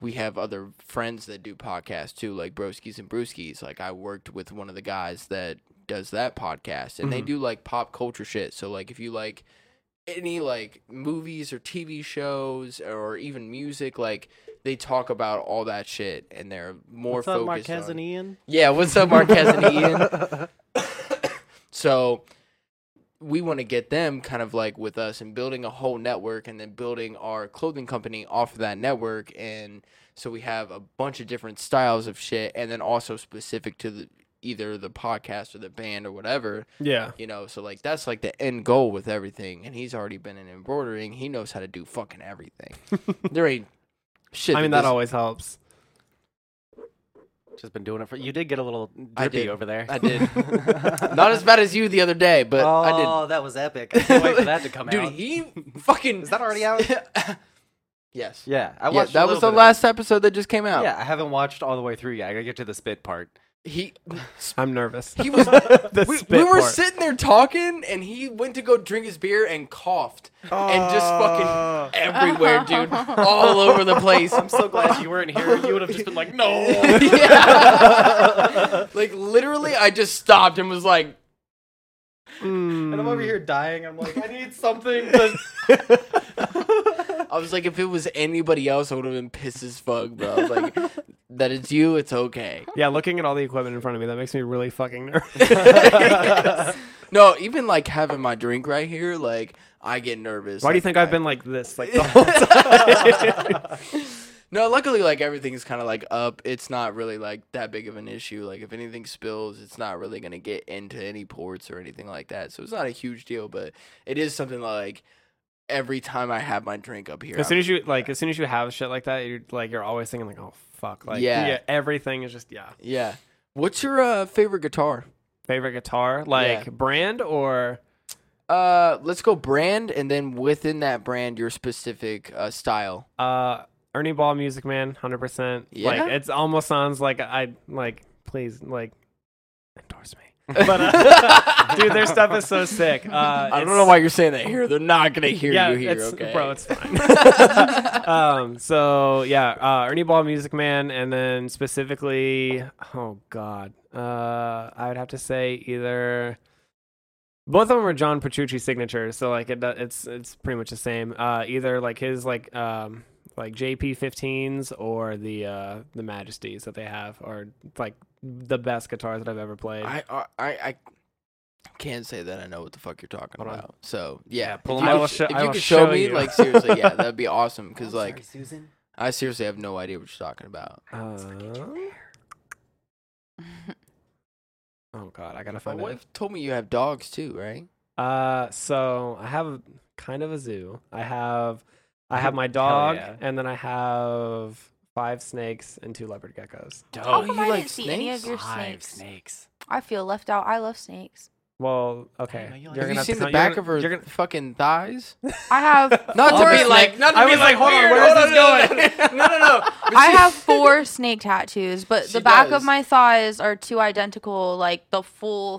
[SPEAKER 2] we have other friends that do podcasts too, like Broskies and Brewskis. Like I worked with one of the guys that does that podcast, and they
[SPEAKER 3] Mhm.
[SPEAKER 2] do like pop culture shit. So like if you like any like movies or TV shows or even music, like they talk about all that shit, and they're more focused on.
[SPEAKER 5] Ian?
[SPEAKER 2] Yeah, what's up, Marquez and Ian? so we want to get them kind of like with us and building a whole network and then building our clothing company off of that network and so we have a bunch of different styles of shit and then also specific to the either the podcast or the band or whatever
[SPEAKER 3] Yeah.
[SPEAKER 2] you know so like that's like the end goal with everything and he's already been in embroidering he knows how to do fucking everything there ain't shit
[SPEAKER 3] I mean that
[SPEAKER 2] doesn't-
[SPEAKER 3] always helps.
[SPEAKER 5] Just been doing it for. You did get a little drippy
[SPEAKER 2] I did.
[SPEAKER 5] over there.
[SPEAKER 2] I did. not as bad as you the other day but
[SPEAKER 5] oh,
[SPEAKER 2] i did
[SPEAKER 5] that was epic. I can't wait for that to come
[SPEAKER 2] Dude,
[SPEAKER 5] out.
[SPEAKER 2] he fucking
[SPEAKER 5] Is that already out?
[SPEAKER 2] yes.
[SPEAKER 5] Yeah, I
[SPEAKER 2] Yeah,
[SPEAKER 5] watched. a
[SPEAKER 2] that was
[SPEAKER 5] little
[SPEAKER 2] the
[SPEAKER 5] bit of it.
[SPEAKER 2] last episode that just came out.
[SPEAKER 5] Yeah, I haven't watched all the way through yet. I gotta get to the spit part.
[SPEAKER 2] He
[SPEAKER 3] I'm nervous.
[SPEAKER 2] he was
[SPEAKER 3] The
[SPEAKER 2] we, we
[SPEAKER 3] spit
[SPEAKER 2] were
[SPEAKER 3] part.
[SPEAKER 2] sitting there talking and he went to go drink his beer and coughed and just fucking everywhere, dude. All over the place.
[SPEAKER 5] I'm so glad you weren't here. You would have just been like, no.
[SPEAKER 2] Yeah. like literally I just stopped and was like
[SPEAKER 5] And I'm over here dying. I'm like, I need something. To...
[SPEAKER 2] I was like if it was anybody else I would have been pissed as fuck, bro. I was like that it's you, it's okay.
[SPEAKER 3] Yeah, looking at all the equipment in front of me, that makes me really fucking nervous.
[SPEAKER 2] No, even like having my drink right here, like I get nervous.
[SPEAKER 3] Why do you
[SPEAKER 2] Like,
[SPEAKER 3] think I've
[SPEAKER 2] I-
[SPEAKER 3] been like this? Like the whole time?
[SPEAKER 2] No, luckily, like everything's kind of like up. It's not really like that big of an issue. Like if anything spills, it's not really gonna get into any ports or anything like that. So it's not a huge deal, but it is something like every time I have my drink up here.
[SPEAKER 3] As
[SPEAKER 2] I'm-
[SPEAKER 3] soon as you like, as soon as you have shit like that, you're like, you're always thinking like, oh fuck, like
[SPEAKER 2] Yeah.
[SPEAKER 3] everything is just yeah.
[SPEAKER 2] yeah. What's your uh, favorite guitar?
[SPEAKER 3] Favorite guitar, like
[SPEAKER 2] Yeah.
[SPEAKER 3] brand or
[SPEAKER 2] Uh, let's go brand, and then within that brand, your specific uh, style.
[SPEAKER 3] uh Ernie Ball Music Man, hundred percent.
[SPEAKER 2] Yeah?
[SPEAKER 3] Like it's almost sounds like I like please like endorse me. But uh, dude, their stuff is so sick. Uh,
[SPEAKER 2] I don't
[SPEAKER 3] it's-
[SPEAKER 2] know why you're saying that here. They're not gonna hear
[SPEAKER 3] yeah,
[SPEAKER 2] you here,
[SPEAKER 3] it's,
[SPEAKER 2] okay?
[SPEAKER 3] bro, it's fine. um, so yeah, uh, Ernie Ball, Music Man, and then specifically, oh god, uh, I would have to say either. Both of them are John Petrucci signatures, so like it, do- it's it's pretty much the same. Uh, either like his like um like JP 15s or the uh the Majesties that they have are like the best guitars that I've ever played.
[SPEAKER 2] I, I I can't say that I know what the fuck you're talking
[SPEAKER 3] Hold on.
[SPEAKER 2] about. So yeah,
[SPEAKER 5] Yeah, pull
[SPEAKER 2] if
[SPEAKER 5] them
[SPEAKER 2] you could
[SPEAKER 5] out. I will
[SPEAKER 2] sh-
[SPEAKER 3] sho-
[SPEAKER 2] if
[SPEAKER 3] I
[SPEAKER 2] you
[SPEAKER 3] will
[SPEAKER 2] could show
[SPEAKER 3] show
[SPEAKER 2] me,
[SPEAKER 3] you.
[SPEAKER 2] like seriously, yeah, that'd be awesome. Because
[SPEAKER 5] I'm
[SPEAKER 2] like
[SPEAKER 5] sorry, Susan.
[SPEAKER 2] I seriously have no idea what you're talking about.
[SPEAKER 3] Uh, oh god, I gotta
[SPEAKER 2] My
[SPEAKER 3] find it.
[SPEAKER 2] wife told me you have dogs too, right?
[SPEAKER 3] Uh, so I have kind of a zoo. I have, I have my dog,
[SPEAKER 5] yeah.
[SPEAKER 3] and then I have five snakes and two leopard geckos.
[SPEAKER 4] How
[SPEAKER 2] Oh,
[SPEAKER 4] come
[SPEAKER 2] you
[SPEAKER 4] I
[SPEAKER 2] like
[SPEAKER 4] didn't see any of
[SPEAKER 2] snakes?
[SPEAKER 4] your
[SPEAKER 5] Five
[SPEAKER 4] snakes?
[SPEAKER 5] snakes.
[SPEAKER 4] I feel left out. I love snakes.
[SPEAKER 3] Well, okay.
[SPEAKER 5] know you
[SPEAKER 3] you're gonna
[SPEAKER 5] like
[SPEAKER 2] have you
[SPEAKER 3] have to
[SPEAKER 2] seen the
[SPEAKER 3] tell- you're
[SPEAKER 2] back
[SPEAKER 3] gonna-
[SPEAKER 2] of her
[SPEAKER 3] You're gonna.
[SPEAKER 2] fucking thighs?
[SPEAKER 4] I have
[SPEAKER 2] Not to
[SPEAKER 4] four-
[SPEAKER 2] be like, not to
[SPEAKER 3] I
[SPEAKER 5] Oh,
[SPEAKER 2] be
[SPEAKER 3] was
[SPEAKER 2] like,
[SPEAKER 3] like, hold on,
[SPEAKER 2] weird,
[SPEAKER 3] where is
[SPEAKER 2] hold
[SPEAKER 3] this
[SPEAKER 2] on, no, no, no, no, no. But
[SPEAKER 4] I
[SPEAKER 2] she-
[SPEAKER 4] have four snake tattoos, but
[SPEAKER 2] She
[SPEAKER 4] the back
[SPEAKER 2] does.
[SPEAKER 4] of my thighs are two identical, like the full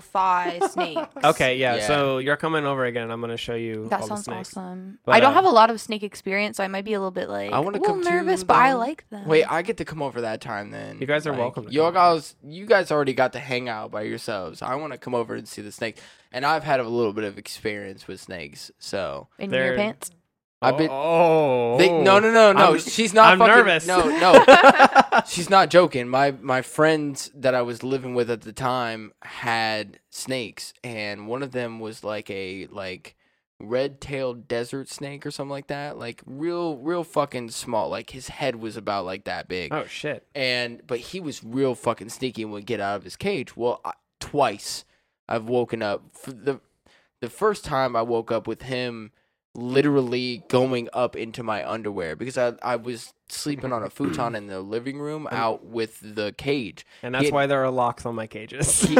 [SPEAKER 4] thigh snakes.
[SPEAKER 3] Okay, yeah,
[SPEAKER 2] Yeah.
[SPEAKER 3] So you're coming over again. and I'm gonna show you
[SPEAKER 4] That
[SPEAKER 3] all the
[SPEAKER 4] sounds
[SPEAKER 3] snakes.
[SPEAKER 4] awesome.
[SPEAKER 3] But,
[SPEAKER 4] I don't
[SPEAKER 3] uh,
[SPEAKER 4] have a lot of snake experience, so I might be a little bit like
[SPEAKER 2] I
[SPEAKER 4] a
[SPEAKER 2] wanna
[SPEAKER 4] little
[SPEAKER 2] come to
[SPEAKER 4] nervous, but I
[SPEAKER 2] them.
[SPEAKER 4] like them.
[SPEAKER 2] Wait, I get to come over that time then.
[SPEAKER 3] You guys are welcome to
[SPEAKER 2] You
[SPEAKER 3] come
[SPEAKER 2] guys, you guys already got to hang out by yourselves. I want to come over and see the snake, and I've had a little bit of experience with snakes, so
[SPEAKER 4] in
[SPEAKER 3] they're-
[SPEAKER 4] your pants.
[SPEAKER 2] I've been.
[SPEAKER 3] Oh,
[SPEAKER 2] They, no, no, no, no.
[SPEAKER 3] I'm-
[SPEAKER 2] she's not.
[SPEAKER 3] I'm
[SPEAKER 2] fucking,
[SPEAKER 3] nervous.
[SPEAKER 2] No, no. she's not joking. My my friends that I was living with at the time had snakes, and one of them was like a like red-tailed desert snake or something like that. Like real, real fucking small. Like his head was about like that big
[SPEAKER 3] Oh shit.
[SPEAKER 2] and but he was real fucking sneaky and would get out of his cage. Well, I, twice I've woken up. For the the first time I woke up with him literally going up into my underwear because I I was sleeping on a futon in the living room out with the cage.
[SPEAKER 3] And that's
[SPEAKER 2] He-
[SPEAKER 3] why there are locks on my cages.
[SPEAKER 2] He,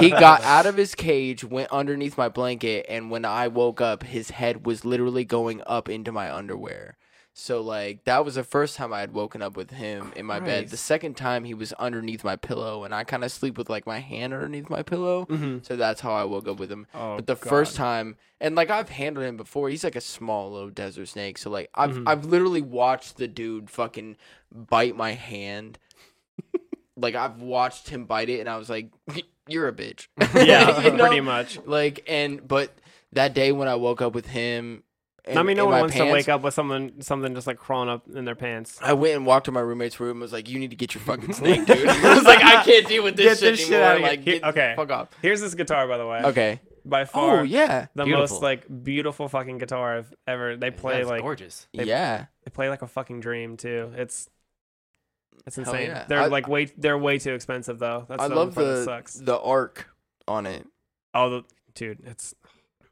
[SPEAKER 2] he got out of his cage, went underneath my blanket, and when I woke up, his head was literally going up into my underwear. So like that was the first time I had woken up with him in my bed. The
[SPEAKER 3] Christ.
[SPEAKER 2] second time he was underneath my pillow, and I kind of sleep with like my hand underneath my pillow,
[SPEAKER 3] Mhm.
[SPEAKER 2] so that's how I woke up with him.
[SPEAKER 3] Oh,
[SPEAKER 2] but the
[SPEAKER 3] God.
[SPEAKER 2] first time, and like I've handled him before, he's like a small little desert snake. So like I've
[SPEAKER 3] Mm-hmm.
[SPEAKER 2] I've literally watched the dude fucking bite my hand. like I've watched him bite it, and I was like, "You're a bitch."
[SPEAKER 3] yeah,
[SPEAKER 2] You know?
[SPEAKER 3] pretty much.
[SPEAKER 2] Like and but that day when I woke up with him,
[SPEAKER 3] I mean, no one wants to wake up with someone something just like crawling up in their pants.
[SPEAKER 2] I went and walked to my roommate's room. and Was like, you need to get your fucking snake, dude. I was like, I can't deal with this
[SPEAKER 3] Get
[SPEAKER 2] shit
[SPEAKER 3] this shit
[SPEAKER 2] anymore.
[SPEAKER 3] outta here.
[SPEAKER 2] like,
[SPEAKER 3] Here-
[SPEAKER 2] get the
[SPEAKER 3] okay.
[SPEAKER 2] fuck off.
[SPEAKER 3] Here's this guitar, by the way.
[SPEAKER 2] Okay.
[SPEAKER 3] By far,
[SPEAKER 2] Oh yeah,
[SPEAKER 3] the
[SPEAKER 5] Beautiful.
[SPEAKER 3] most like beautiful fucking guitar I've ever. They play
[SPEAKER 5] That's
[SPEAKER 3] like
[SPEAKER 5] gorgeous.
[SPEAKER 3] They-
[SPEAKER 2] yeah.
[SPEAKER 3] they play like a fucking dream too. It's it's
[SPEAKER 2] Hell
[SPEAKER 3] insane.
[SPEAKER 2] yeah.
[SPEAKER 3] They're
[SPEAKER 2] I-
[SPEAKER 3] like way they're way too expensive though. That's
[SPEAKER 2] I
[SPEAKER 3] the
[SPEAKER 2] love
[SPEAKER 3] only part that
[SPEAKER 2] the
[SPEAKER 3] sucks.
[SPEAKER 2] the arc on it.
[SPEAKER 3] Oh, the, dude, it's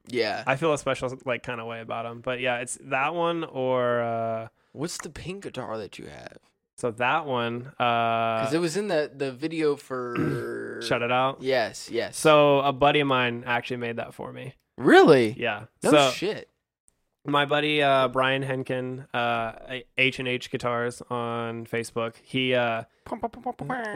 [SPEAKER 2] Yeah.
[SPEAKER 3] I feel a special like kind of way about them. But yeah, it's that one or uh
[SPEAKER 2] What's the pink guitar that you have?
[SPEAKER 3] so that one
[SPEAKER 2] Because
[SPEAKER 3] uh
[SPEAKER 2] it was in the the video for.
[SPEAKER 3] shut it out.
[SPEAKER 2] Yes. Yes.
[SPEAKER 3] So a buddy of mine actually made that for me.
[SPEAKER 2] really.
[SPEAKER 3] Yeah.
[SPEAKER 2] No
[SPEAKER 3] so
[SPEAKER 2] shit.
[SPEAKER 3] my buddy uh, Brian Henkin, uh H and H Guitars on Facebook. He uh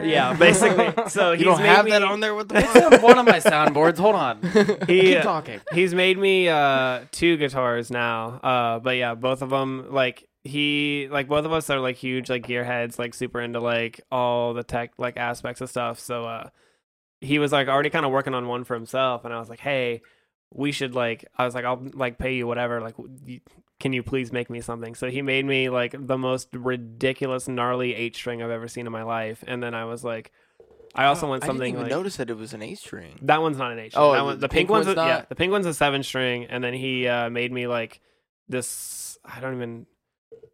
[SPEAKER 3] yeah, basically. So he's
[SPEAKER 2] You don't
[SPEAKER 3] made
[SPEAKER 2] have
[SPEAKER 3] me,
[SPEAKER 2] that on there with
[SPEAKER 5] It's
[SPEAKER 2] the.
[SPEAKER 5] on one of my soundboards. Hold on.
[SPEAKER 3] He,
[SPEAKER 5] Keep talking.
[SPEAKER 3] he's made me uh two guitars now uh but yeah both of them like he like both of us are like huge like gearheads like super into like all the tech like aspects of stuff so uh he was like already kind of working on one for himself and i was like hey we should like i was like i'll like pay you whatever like w- you- can you please make me something so he made me like the most ridiculous gnarly eight string i've ever seen in my life and then i was like i also want
[SPEAKER 2] I didn't
[SPEAKER 3] something
[SPEAKER 2] even
[SPEAKER 3] like
[SPEAKER 2] notice that it was an A string.
[SPEAKER 3] that one's not an H.
[SPEAKER 2] Oh,
[SPEAKER 3] Oh, that one, the, pink, one's, a, yeah,
[SPEAKER 2] not?
[SPEAKER 3] the pink one's a seven string, and then he uh, made me like this. I don't even.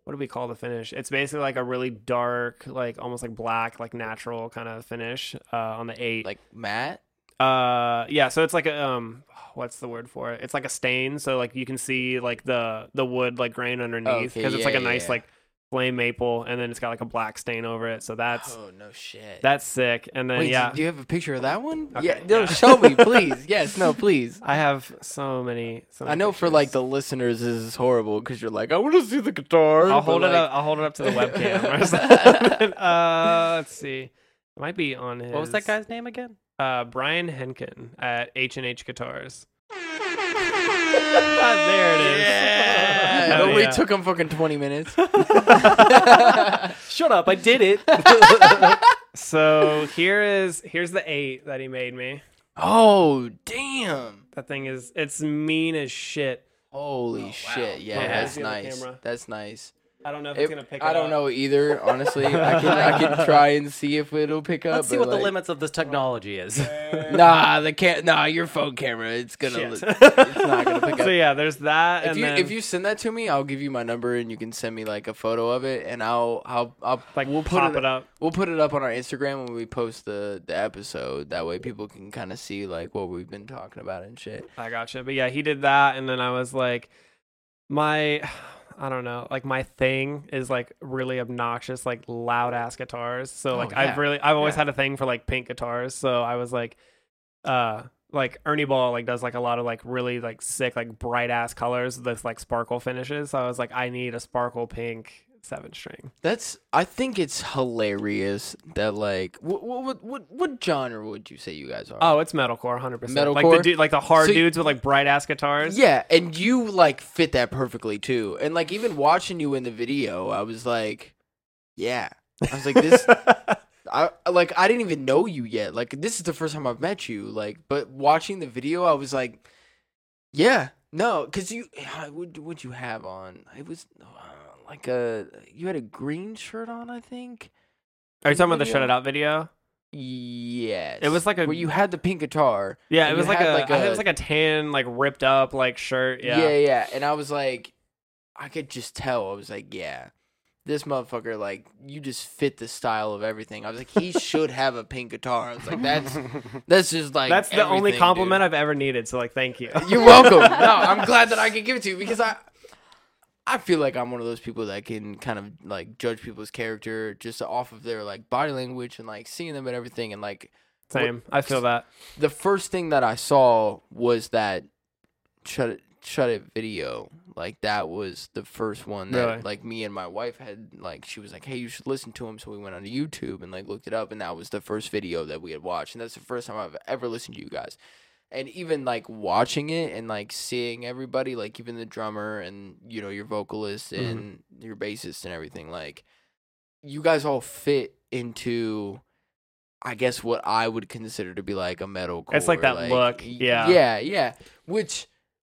[SPEAKER 3] what do we call the finish? It's basically like a really dark, like almost like black, like natural kind of finish uh, on the eight.
[SPEAKER 2] Like Matt.
[SPEAKER 3] uh, yeah. So it's like a um, what's the word for it? It's like a stain. So like you can see like the the wood like grain underneath
[SPEAKER 2] Okay,
[SPEAKER 3] because it's like
[SPEAKER 2] yeah,
[SPEAKER 3] a
[SPEAKER 2] yeah,
[SPEAKER 3] nice
[SPEAKER 2] yeah.
[SPEAKER 3] like flame maple, and then it's got like a black stain over it. So that's
[SPEAKER 2] oh no shit.
[SPEAKER 3] that's sick. And then
[SPEAKER 2] Wait,
[SPEAKER 3] yeah,
[SPEAKER 2] do you have a picture of that one?
[SPEAKER 3] Okay,
[SPEAKER 2] yeah, no,
[SPEAKER 3] yeah.
[SPEAKER 2] show me, please. Yes, no, please.
[SPEAKER 3] I have so many. So many
[SPEAKER 2] I know for
[SPEAKER 3] pictures.
[SPEAKER 2] like the listeners, this is horrible because you're like, I want to see the guitar.
[SPEAKER 3] I'll
[SPEAKER 2] but,
[SPEAKER 3] hold it
[SPEAKER 2] like-
[SPEAKER 3] up. I'll hold it up to the webcam. or something. uh, let's see. It might be on his.
[SPEAKER 5] What was that guy's name again?
[SPEAKER 3] Uh, Brian Henkin at H and H Guitars. Ah, there it is.
[SPEAKER 2] Yeah, it
[SPEAKER 3] Hell
[SPEAKER 2] only
[SPEAKER 3] Oh, yeah.
[SPEAKER 2] took him fucking 20 minutes.
[SPEAKER 5] Shut up! I did it.
[SPEAKER 3] So here is here's the eight that he made me.
[SPEAKER 2] oh, damn.
[SPEAKER 3] That thing is it's mean as shit.
[SPEAKER 2] Holy shit. Yeah,
[SPEAKER 3] Oh,
[SPEAKER 2] that's
[SPEAKER 3] yeah. Yeah.
[SPEAKER 2] nice.
[SPEAKER 3] Camera.
[SPEAKER 2] That's nice.
[SPEAKER 3] I don't know if
[SPEAKER 2] It-
[SPEAKER 3] it's gonna pick.
[SPEAKER 2] I
[SPEAKER 3] it
[SPEAKER 2] don't
[SPEAKER 3] up.
[SPEAKER 2] know either, honestly. I can, I can try and see if it'll pick up.
[SPEAKER 5] Let's see
[SPEAKER 2] but,
[SPEAKER 5] what the
[SPEAKER 2] like-
[SPEAKER 5] limits of this technology is.
[SPEAKER 2] Nah, the can nah, your phone camera. It's gonna
[SPEAKER 3] Shit.
[SPEAKER 2] look, it's not gonna pick up.
[SPEAKER 3] So yeah, there's that.
[SPEAKER 2] if
[SPEAKER 3] and
[SPEAKER 2] you
[SPEAKER 3] then,
[SPEAKER 2] if you send that to me, I'll give you my number and you can send me like a photo of it and I'll I'll I'll
[SPEAKER 3] like
[SPEAKER 2] we'll
[SPEAKER 3] pop
[SPEAKER 2] put
[SPEAKER 3] it up.
[SPEAKER 2] We'll put it up on our Instagram when we post the the episode. That way people can kind of see like what we've been talking about and shit.
[SPEAKER 3] I gotcha. But yeah, he did that, and then I was like, my, I don't know, like my thing is like really obnoxious, like loud ass guitars. So like I've
[SPEAKER 2] Oh, yeah.
[SPEAKER 3] really, I've always
[SPEAKER 2] Yeah.
[SPEAKER 3] had a thing for like pink guitars. So I was like, uh, like Ernie Ball like does like a lot of like really like sick like bright ass colors with this like sparkle finishes. So I was like, I need a sparkle pink seven string.
[SPEAKER 2] That's I think it's hilarious that like what what what what genre would you say you guys are?
[SPEAKER 3] Oh, it's metalcore, hundred percent. Like the
[SPEAKER 2] Metalcore?
[SPEAKER 3] dude, like the hard
[SPEAKER 2] So you-
[SPEAKER 3] dudes with like bright ass guitars.
[SPEAKER 2] Yeah, and you like fit that perfectly too. And like even watching you in the video, I was like, yeah. I was like this I like I didn't even know you yet. Like this is the first time I've met you. Like but watching the video, I was like, yeah. No, cuz you what would you have on? It was uh, like a you had a green shirt on, I think.
[SPEAKER 3] Are you talking about the
[SPEAKER 2] Video.
[SPEAKER 3] shut it out video?
[SPEAKER 2] Yes.
[SPEAKER 3] It was like a-
[SPEAKER 2] where you had the pink guitar.
[SPEAKER 3] Yeah,
[SPEAKER 2] And
[SPEAKER 3] it
[SPEAKER 2] you
[SPEAKER 3] was like
[SPEAKER 2] had,
[SPEAKER 3] a,
[SPEAKER 2] like,
[SPEAKER 3] I think
[SPEAKER 2] a-
[SPEAKER 3] it was like a tan, like ripped up, like shirt. Yeah.
[SPEAKER 2] yeah, And I was like, I could just tell. I was like, yeah, this motherfucker, like, you just fit the style of everything. I was like, he should have a pink guitar. I was like, that's that's just like
[SPEAKER 3] That's the only
[SPEAKER 2] everything,
[SPEAKER 3] compliment I've ever needed. So like, thank you.
[SPEAKER 2] dude. You're welcome. no, I'm glad that I could give it to you because I. I feel like I'm one of those people that can kind of like judge people's character just off of their like body language and like seeing them and everything and like
[SPEAKER 3] Same. I feel that.
[SPEAKER 2] the first thing that I saw was that shut it shut it video like that was the first one that
[SPEAKER 3] Really?
[SPEAKER 2] like me and my wife had like she was like hey you should listen to him so we went on youtube and like looked it up and that was the first video that we had watched and that's the first time i've ever listened to you guys and even like watching it and like seeing everybody like even the drummer and you know your vocalist
[SPEAKER 3] Mhm.
[SPEAKER 2] and your bassist and everything like you guys all fit into I guess what I would consider to be like a metal.
[SPEAKER 3] It's like that look, yeah.
[SPEAKER 2] yeah, yeah. Which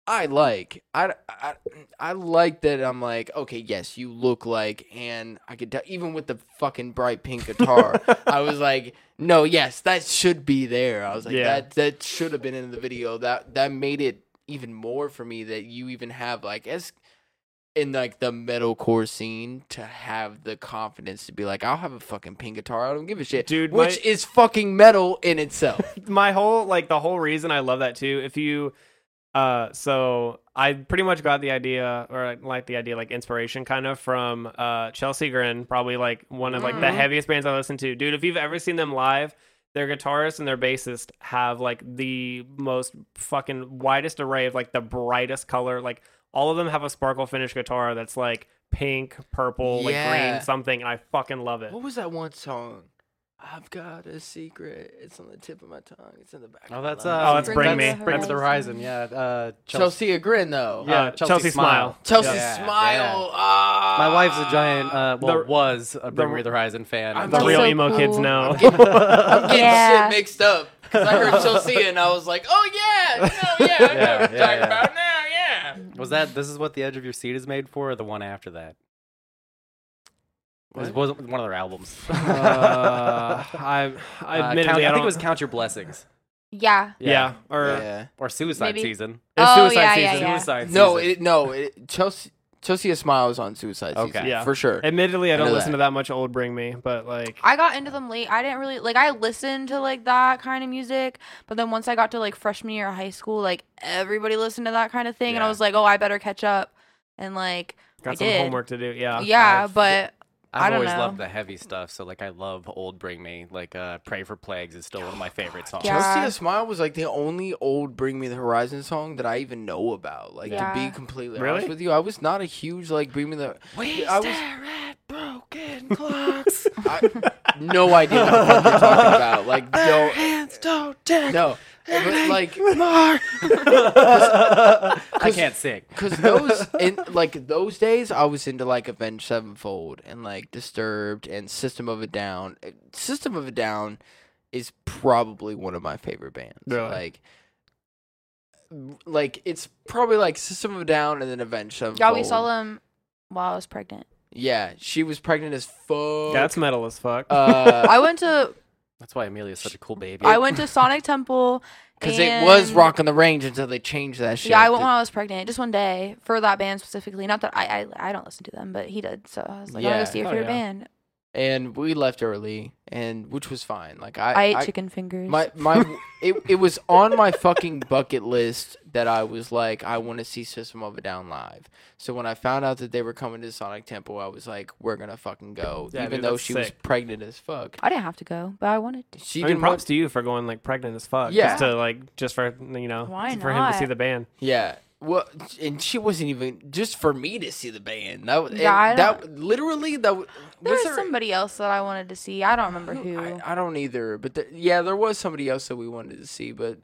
[SPEAKER 2] I like. I, I I like that. I'm like, okay, yes, you look like, and I could tell. Even with the fucking bright pink guitar, I was like, no, yes, that should be there. I was like,
[SPEAKER 3] Yeah.
[SPEAKER 2] that that should have been in the video. That that made it even more for me that you even have like as in like the metalcore scene to have the confidence to be like, I'll have a fucking pink guitar. I don't give a shit,
[SPEAKER 3] Dude,
[SPEAKER 2] Which
[SPEAKER 3] my-
[SPEAKER 2] is fucking metal in itself.
[SPEAKER 3] My whole like the whole reason I love that too. If you, uh, so I pretty much got the idea or like, like the idea like inspiration kind of from uh Chelsea Grin, probably like one of like the
[SPEAKER 4] Mhm.
[SPEAKER 3] heaviest bands I listen to. Dude, if you've ever seen them live. Their guitarist and their bassist have like the most fucking widest array of like the brightest color. Like all of them have a sparkle finish guitar that's like pink, purple, like
[SPEAKER 2] Yeah. Oh
[SPEAKER 3] green, something. And I fucking love it.
[SPEAKER 2] what was that one song? I've got a secret. It's on the tip of my tongue. It's in the back.
[SPEAKER 5] Oh,
[SPEAKER 2] of my
[SPEAKER 5] that's
[SPEAKER 2] lungs.
[SPEAKER 5] uh,
[SPEAKER 3] Oh, that's Bring Me.
[SPEAKER 5] that's Bring Me the Horizon. Yeah, uh, Chelsea.
[SPEAKER 2] Chelsea a grin though.
[SPEAKER 5] Yeah,
[SPEAKER 3] Uh,
[SPEAKER 5] Chelsea,
[SPEAKER 3] Chelsea
[SPEAKER 5] smile.
[SPEAKER 3] Smile.
[SPEAKER 2] Chelsea
[SPEAKER 5] Yeah.
[SPEAKER 2] smile.
[SPEAKER 5] Yeah.
[SPEAKER 2] Ah.
[SPEAKER 5] My wife's a giant. Uh, well,
[SPEAKER 3] The-
[SPEAKER 5] was a Bring
[SPEAKER 3] the-
[SPEAKER 5] Me the Horizon fan.
[SPEAKER 2] I'm
[SPEAKER 3] The
[SPEAKER 2] That's
[SPEAKER 3] real
[SPEAKER 4] so
[SPEAKER 3] emo kids
[SPEAKER 4] cool.
[SPEAKER 3] know.
[SPEAKER 2] I'm getting
[SPEAKER 4] Yeah.
[SPEAKER 2] shit mixed up because I heard Chelsea and I was like, oh yeah, no, yeah, I know what
[SPEAKER 5] Yeah,
[SPEAKER 2] you're
[SPEAKER 5] yeah,
[SPEAKER 2] talking
[SPEAKER 5] yeah.
[SPEAKER 2] about now. Yeah.
[SPEAKER 5] was that? This is what the edge of your seat is made for, or the one after that? This
[SPEAKER 2] What?
[SPEAKER 5] wasn't one of their albums.
[SPEAKER 3] uh, I'm,
[SPEAKER 5] Uh,
[SPEAKER 3] I admittedly, I,
[SPEAKER 5] count- I
[SPEAKER 3] don't,
[SPEAKER 5] think it was Count Your Blessings
[SPEAKER 4] Yeah.
[SPEAKER 3] yeah, or
[SPEAKER 5] or Suicide
[SPEAKER 4] Maybe-
[SPEAKER 5] Season.
[SPEAKER 3] it's
[SPEAKER 4] Oh,
[SPEAKER 3] suicide
[SPEAKER 4] yeah, yeah,
[SPEAKER 3] season.
[SPEAKER 4] yeah.
[SPEAKER 5] Suicide
[SPEAKER 2] No,
[SPEAKER 5] Season.
[SPEAKER 2] it, no, it, Chelsea. Chelsea Smile is on Suicide
[SPEAKER 5] Okay.
[SPEAKER 2] Season.
[SPEAKER 3] Yeah.
[SPEAKER 2] For sure.
[SPEAKER 3] Admittedly, I
[SPEAKER 2] know
[SPEAKER 3] don't listen
[SPEAKER 2] that.
[SPEAKER 3] to that much old Bring Me, but like,
[SPEAKER 4] I got into them late. I didn't really like I listened to like that kind of music, but then once I got to like freshman year of high school, like everybody listened to that kind of thing and I
[SPEAKER 5] Yeah.
[SPEAKER 4] was like, "Oh, I better catch up." And like
[SPEAKER 3] got
[SPEAKER 4] I
[SPEAKER 3] some
[SPEAKER 4] did.
[SPEAKER 3] homework to do. Yeah.
[SPEAKER 4] yeah,
[SPEAKER 5] I've-
[SPEAKER 4] but
[SPEAKER 5] I've
[SPEAKER 4] I don't
[SPEAKER 5] always
[SPEAKER 4] know.
[SPEAKER 5] loved the heavy stuff, so like I love old Bring Me. Like uh, Pray for Plagues is still one of my favorite songs.
[SPEAKER 4] Yeah.
[SPEAKER 2] Chelsea Smile was like the only old Bring Me the Horizon song that I even know about. Like
[SPEAKER 4] Yeah.
[SPEAKER 2] to be completely
[SPEAKER 3] Really?
[SPEAKER 2] honest with you, I was not a huge like Bring Me the I was broken clocks. I, no idea what the fuck you're talking about. Like don't hands don't take No. But like
[SPEAKER 5] I can't sing.
[SPEAKER 2] Cause those in like those days, I was into like Avenged Sevenfold and like Disturbed and System of a Down. Uh, System of a Down is probably one of my favorite bands.
[SPEAKER 3] Really?
[SPEAKER 2] Like, m- like it's probably like System of a Down and then Avenged Sevenfold.
[SPEAKER 4] y'all we saw them while I was pregnant.
[SPEAKER 2] Yeah, she was pregnant as fuck. Uh,
[SPEAKER 3] That's metal as fuck. Uh,
[SPEAKER 2] because
[SPEAKER 4] I went to
[SPEAKER 5] That's why Amelia's such a cool baby.
[SPEAKER 4] I went to Sonic Temple
[SPEAKER 2] it was
[SPEAKER 4] and-
[SPEAKER 2] Rock on the Range until they changed that shit.
[SPEAKER 4] Yeah, I went
[SPEAKER 2] The-
[SPEAKER 4] when I was pregnant, just one day for that band specifically. Not that I I, I don't listen to them, but he did, so I was like, "I'll
[SPEAKER 2] Yeah.
[SPEAKER 4] go see your
[SPEAKER 3] Oh,
[SPEAKER 4] favorite
[SPEAKER 3] yeah.
[SPEAKER 4] band."
[SPEAKER 2] and we left early, and which was fine. Like I,
[SPEAKER 4] I, ate
[SPEAKER 2] I-
[SPEAKER 4] chicken fingers.
[SPEAKER 2] My my it, it was on my fucking bucket list that I was like I want to see System of a Down live. So when I found out that they were coming to Sonic Temple, I was like we're going to fucking go
[SPEAKER 3] Yeah,
[SPEAKER 2] even
[SPEAKER 3] dude,
[SPEAKER 2] though
[SPEAKER 3] that's
[SPEAKER 2] she was
[SPEAKER 3] sick.
[SPEAKER 2] pregnant as fuck.
[SPEAKER 4] I didn't have to go, but I wanted to.
[SPEAKER 2] She
[SPEAKER 3] I mean,
[SPEAKER 2] didn't
[SPEAKER 3] props
[SPEAKER 2] want,
[SPEAKER 3] to you for going like pregnant as fuck.
[SPEAKER 2] Yeah.
[SPEAKER 3] Just to like, just for you know,
[SPEAKER 4] Why
[SPEAKER 3] for him to see
[SPEAKER 4] not?
[SPEAKER 3] the band.
[SPEAKER 2] Yeah. Well, and she wasn't even just for me to see the band. That was
[SPEAKER 4] Yeah, I
[SPEAKER 2] and that literally that was
[SPEAKER 4] There
[SPEAKER 2] was
[SPEAKER 4] was somebody else that I wanted to see. I don't remember who.
[SPEAKER 2] I, I don't either, but there, yeah, there was somebody else that we wanted to see, but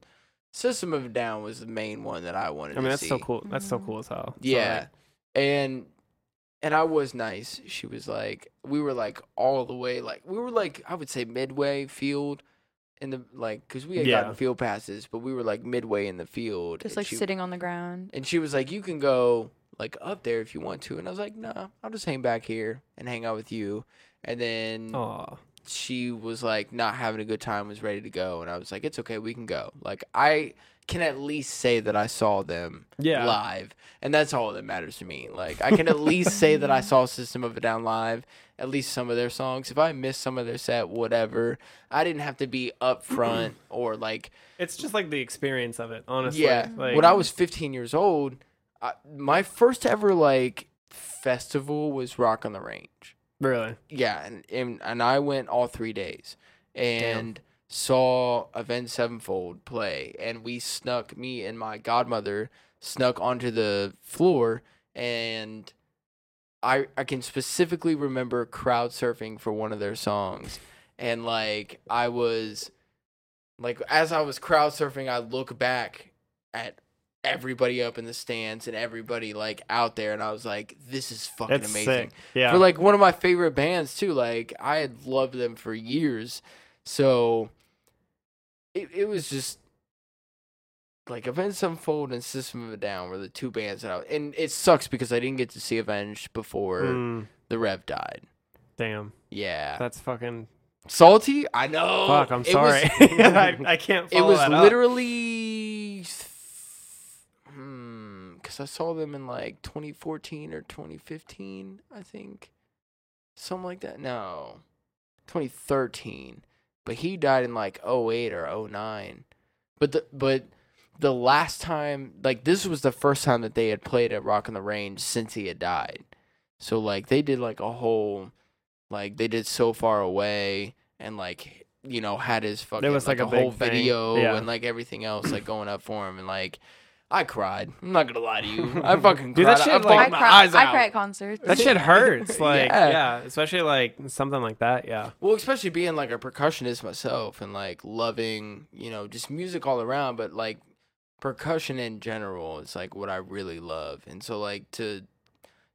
[SPEAKER 2] System of a Down was the main one that I wanted
[SPEAKER 3] I mean,
[SPEAKER 2] to
[SPEAKER 3] that's
[SPEAKER 2] see.
[SPEAKER 3] so cool. That's
[SPEAKER 4] Mm.
[SPEAKER 3] so cool as hell. So, like,
[SPEAKER 2] Yeah. and and I was nice. She was like we were like all the way like we were like I would say midway field in the like cuz we had
[SPEAKER 3] Yeah.
[SPEAKER 2] gotten field passes, but we were like midway in the field.
[SPEAKER 4] just
[SPEAKER 2] and
[SPEAKER 4] like
[SPEAKER 2] she,
[SPEAKER 4] sitting on the ground.
[SPEAKER 2] And she was like you can go like up there if you want to. And I was like, "Nah, I'll just hang back here and hang out with you." And then
[SPEAKER 3] aw.
[SPEAKER 2] she was like not having a good time, was ready to go, and I was like, "It's okay, we can go." Like I can at least say that I saw them
[SPEAKER 3] Yeah.
[SPEAKER 2] live, and that's all that matters to me. Like I can at least say that I saw System of a Down live, at least some of their songs. If I missed some of their set, whatever, I didn't have to be up front or like
[SPEAKER 3] It's just like the experience of it, honestly.
[SPEAKER 2] yeah.
[SPEAKER 3] Like,
[SPEAKER 2] when I was 15 years old, I, my first ever like festival was Rock on the Range
[SPEAKER 3] really.
[SPEAKER 2] yeah, and, and and I went all three days and saw Event Sevenfold play, and we snuck me and my godmother snuck onto the floor, and I I can specifically remember crowd surfing for one of their songs, and like I was, like as I was crowd surfing, I look back at. Everybody up in the stands and everybody like out there, and I was like, "This is fucking
[SPEAKER 3] It's
[SPEAKER 2] amazing."
[SPEAKER 3] sick. Yeah.
[SPEAKER 2] for like one of my favorite bands too. Like I had loved them for years, so it it was just like Avenged Unfold and System of a Down were the two bands that I and it sucks because I didn't get to see Avenged before
[SPEAKER 3] Mm,
[SPEAKER 2] the Rev died.
[SPEAKER 3] damn.
[SPEAKER 2] Yeah,
[SPEAKER 3] That's fucking.
[SPEAKER 2] salty. I know.
[SPEAKER 3] fuck. I'm
[SPEAKER 2] It was-
[SPEAKER 3] sorry. I, I can't.
[SPEAKER 2] it
[SPEAKER 3] follow
[SPEAKER 2] was
[SPEAKER 3] that up.
[SPEAKER 2] literally hmm because i saw them in like 2014 or 2015 i think something like that no 2013 but he died in like 08 or 09 but the but the last time like this was the first time that they had played at rock on the range since he had died so like they did like a whole like they did so far away and like you know had his fucking
[SPEAKER 3] was, like, a
[SPEAKER 2] whole
[SPEAKER 3] big thing.
[SPEAKER 2] video
[SPEAKER 3] Yeah.
[SPEAKER 2] and like everything else like going up for him and like I cried. I'm not gonna lie to you. I fucking cried.
[SPEAKER 3] Dude, that shit,
[SPEAKER 2] I
[SPEAKER 3] like-
[SPEAKER 2] bawled
[SPEAKER 4] I
[SPEAKER 2] my
[SPEAKER 4] cry.
[SPEAKER 2] eyes
[SPEAKER 4] I
[SPEAKER 2] out.
[SPEAKER 4] cry at concerts.
[SPEAKER 3] That shit hurts. Like,
[SPEAKER 2] Yeah.
[SPEAKER 3] yeah. especially like something like that. Yeah.
[SPEAKER 2] Well, especially being like a percussionist myself and like loving, you know, just music all around, but like percussion in general is like what I really love. And so like to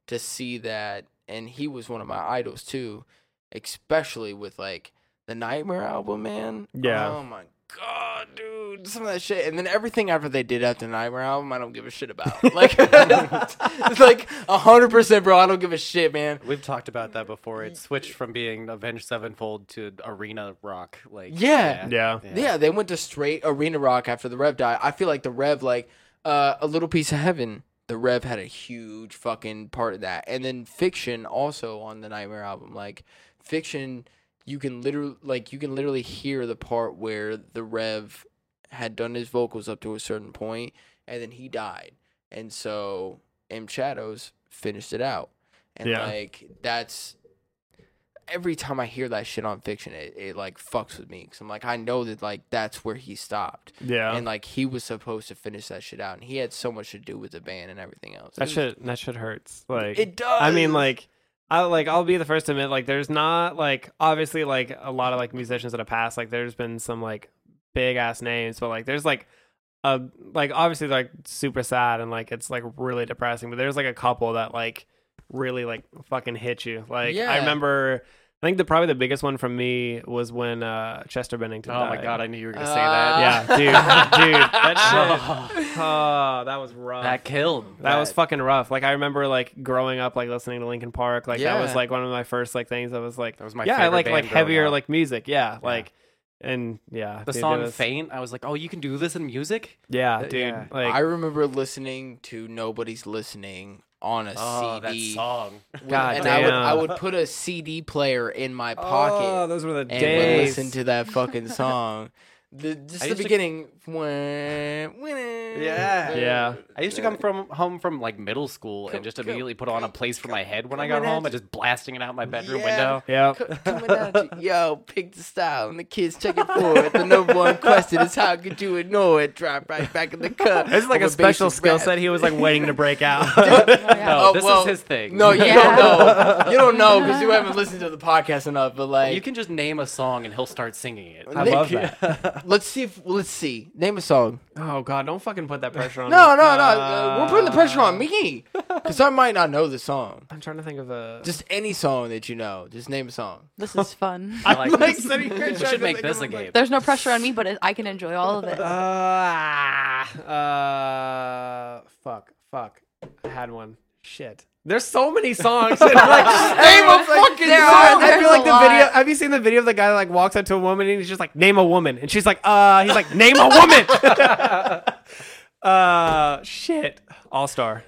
[SPEAKER 2] to see that and he was one of my idols too, especially with like the Nightmare album, man.
[SPEAKER 3] Yeah.
[SPEAKER 2] Oh my god, dude. Some of that shit. And then everything after they did after the Nightmare album, I don't give a shit about. Like it's like hundred percent, bro, I don't give a shit, man.
[SPEAKER 5] We've talked about that before. It switched from being Avenged Sevenfold to arena rock. Like
[SPEAKER 2] Yeah.
[SPEAKER 3] Yeah.
[SPEAKER 2] Yeah. they went to straight arena rock after the Rev died. I feel like the Rev, like uh, a little piece of heaven, The Rev had a huge fucking part of that, and then Fiction also on the Nightmare album. Like Fiction, you can literally like you can literally hear the part where the Rev had done his vocals up to a certain point, and then he died, and so M Shadows finished it out, and
[SPEAKER 3] Yeah.
[SPEAKER 2] like that's every time I hear that shit on Fiction, it, it like fucks with me because I'm like I know that like that's where he stopped.
[SPEAKER 3] Yeah.
[SPEAKER 2] And like he was supposed to finish that shit out, and he had so much to do with the band and everything else.
[SPEAKER 3] That
[SPEAKER 2] It was-
[SPEAKER 3] shit that shit hurts. Like
[SPEAKER 2] It does.
[SPEAKER 3] I mean, like, I like I'll be the first to admit, like, there's not like obviously like a lot of like musicians that have passed. Like, there's been some like big ass names, but like there's like a like obviously like super sad and like it's like really depressing. But there's like a couple that like really like fucking hit you. Like
[SPEAKER 2] Yeah.
[SPEAKER 3] I remember. I think the probably the biggest one from me was when uh Chester Bennington.
[SPEAKER 5] Oh my
[SPEAKER 3] died.
[SPEAKER 5] god, I knew you were gonna say that.
[SPEAKER 3] Yeah, dude, dude, that shit. Oh, that was rough.
[SPEAKER 5] That killed.
[SPEAKER 3] That was fucking rough. Like I remember like growing up like listening to Linkin Park. Like that was
[SPEAKER 2] Yeah.
[SPEAKER 3] like one of my first like things that was like
[SPEAKER 5] That was my
[SPEAKER 3] yeah, I
[SPEAKER 5] favorite
[SPEAKER 3] like like
[SPEAKER 5] band growing
[SPEAKER 3] heavier
[SPEAKER 5] up.
[SPEAKER 3] like music. Yeah, like and yeah,
[SPEAKER 5] The
[SPEAKER 3] dude, it
[SPEAKER 5] song
[SPEAKER 3] was-
[SPEAKER 5] "Faint." I was like, "Oh, you can do this in music."
[SPEAKER 3] Yeah,
[SPEAKER 5] Uh,
[SPEAKER 3] dude.
[SPEAKER 5] yeah.
[SPEAKER 3] Like
[SPEAKER 2] I remember listening to "Nobody's Listening" on a
[SPEAKER 5] Oh, that
[SPEAKER 2] CD.
[SPEAKER 5] song.
[SPEAKER 2] with-
[SPEAKER 3] God
[SPEAKER 2] and I would, I
[SPEAKER 3] damn.
[SPEAKER 2] would put a CD player in my
[SPEAKER 3] oh,
[SPEAKER 2] pocket
[SPEAKER 3] those were the
[SPEAKER 2] and would
[SPEAKER 3] days.
[SPEAKER 2] listen to that fucking song. The,
[SPEAKER 5] I
[SPEAKER 2] just the
[SPEAKER 5] used to-
[SPEAKER 2] beginning. Yeah.
[SPEAKER 5] Yeah.
[SPEAKER 3] yeah,
[SPEAKER 5] I used to come from home from like middle school and just immediately put on a place for my head when I got
[SPEAKER 2] coming at
[SPEAKER 5] home and
[SPEAKER 2] you.
[SPEAKER 5] just blasting it out my bedroom
[SPEAKER 2] Yeah.
[SPEAKER 5] window.
[SPEAKER 3] yeah.
[SPEAKER 2] Co- coming at you. Yo, pick the style and the kids check it forward. The number one question is how could you ignore it? Drop right back in the cup.
[SPEAKER 3] It's like
[SPEAKER 2] of
[SPEAKER 3] a special
[SPEAKER 2] basic
[SPEAKER 3] skill
[SPEAKER 2] rap.
[SPEAKER 3] set. He was like waiting to break out.
[SPEAKER 4] Yeah.
[SPEAKER 5] No,
[SPEAKER 2] Oh,
[SPEAKER 5] this
[SPEAKER 2] well,
[SPEAKER 5] is his thing.
[SPEAKER 2] No, you
[SPEAKER 4] Yeah.
[SPEAKER 2] don't know. You don't know because you haven't listened to the podcast enough. But like,
[SPEAKER 5] you can just name a song and he'll start singing it.
[SPEAKER 3] I love that.
[SPEAKER 2] let's see if let's see. Name a song.
[SPEAKER 3] Oh god, don't fucking put that pressure on.
[SPEAKER 2] No, no,
[SPEAKER 3] me.
[SPEAKER 2] no. uh, we're putting the pressure on me because I might not know the song.
[SPEAKER 3] I'm trying to think of a.
[SPEAKER 2] Just any song that you know. Just name a song.
[SPEAKER 4] This is fun.
[SPEAKER 5] I like
[SPEAKER 2] Like,
[SPEAKER 5] this.
[SPEAKER 2] sitting here
[SPEAKER 5] We
[SPEAKER 2] trying to
[SPEAKER 5] should make
[SPEAKER 2] think
[SPEAKER 5] this
[SPEAKER 2] of
[SPEAKER 5] a game.
[SPEAKER 4] There's no pressure on me, but it, I can enjoy all of it.
[SPEAKER 3] Uh, uh, fuck, fuck. I had one. Shit. There's so many songs. and, like,
[SPEAKER 2] Name a fucking
[SPEAKER 4] There
[SPEAKER 2] song.
[SPEAKER 4] are.
[SPEAKER 3] I
[SPEAKER 4] There's
[SPEAKER 3] feel like
[SPEAKER 4] a
[SPEAKER 3] the
[SPEAKER 4] lot.
[SPEAKER 3] video. Have you seen the video of the guy that like walks up to a woman and he's just like, "Name a woman," and she's like, "Uh," he's like, "Name a woman." uh, shit. All star.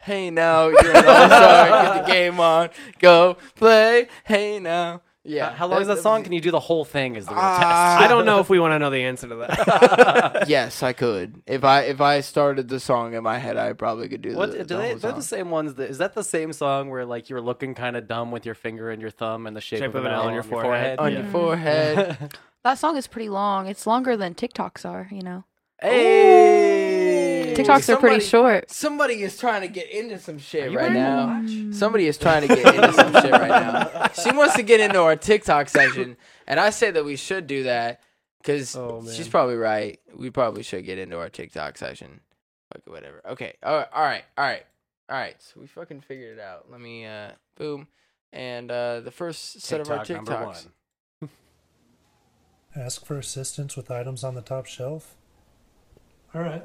[SPEAKER 2] Hey now, you're an all-star. Get the game on. Go play. Hey now. Yeah.
[SPEAKER 5] How long is that song? Can you do the whole thing? Is the real
[SPEAKER 2] Ah.
[SPEAKER 3] I don't know if we want to know the answer to that.
[SPEAKER 2] yes, I could. If I if I started the song in my head, I probably could do
[SPEAKER 5] test. What
[SPEAKER 2] the,
[SPEAKER 5] do
[SPEAKER 2] the
[SPEAKER 5] they?
[SPEAKER 2] whole
[SPEAKER 5] They're the
[SPEAKER 2] song.
[SPEAKER 5] same ones. That, is that the same song where like you're looking kind of dumb with your finger and your thumb and the shape, of an L on your forehead?
[SPEAKER 2] on your forehead.
[SPEAKER 4] That song is pretty long. It's longer than TikToks are, you know.
[SPEAKER 2] Hey,
[SPEAKER 4] TikToks are pretty
[SPEAKER 2] Somebody-
[SPEAKER 4] short.
[SPEAKER 2] Somebody is trying to get into some shit right
[SPEAKER 5] wearing a
[SPEAKER 2] now. Somebody is trying to get into some shit right now. She wants to get into our TikTok session, and I say that we should do that because
[SPEAKER 3] Oh,
[SPEAKER 2] she's
[SPEAKER 3] man.
[SPEAKER 2] probably right. We probably should get into our TikTok session. Fuck it, whatever. Okay. All right. All right. All right. All right. So we fucking figured it out. Let me. uh Boom. And uh the first set of our
[SPEAKER 5] TikTok number
[SPEAKER 2] TikToks.
[SPEAKER 5] one.
[SPEAKER 7] Ask for assistance with items on the top shelf. All right.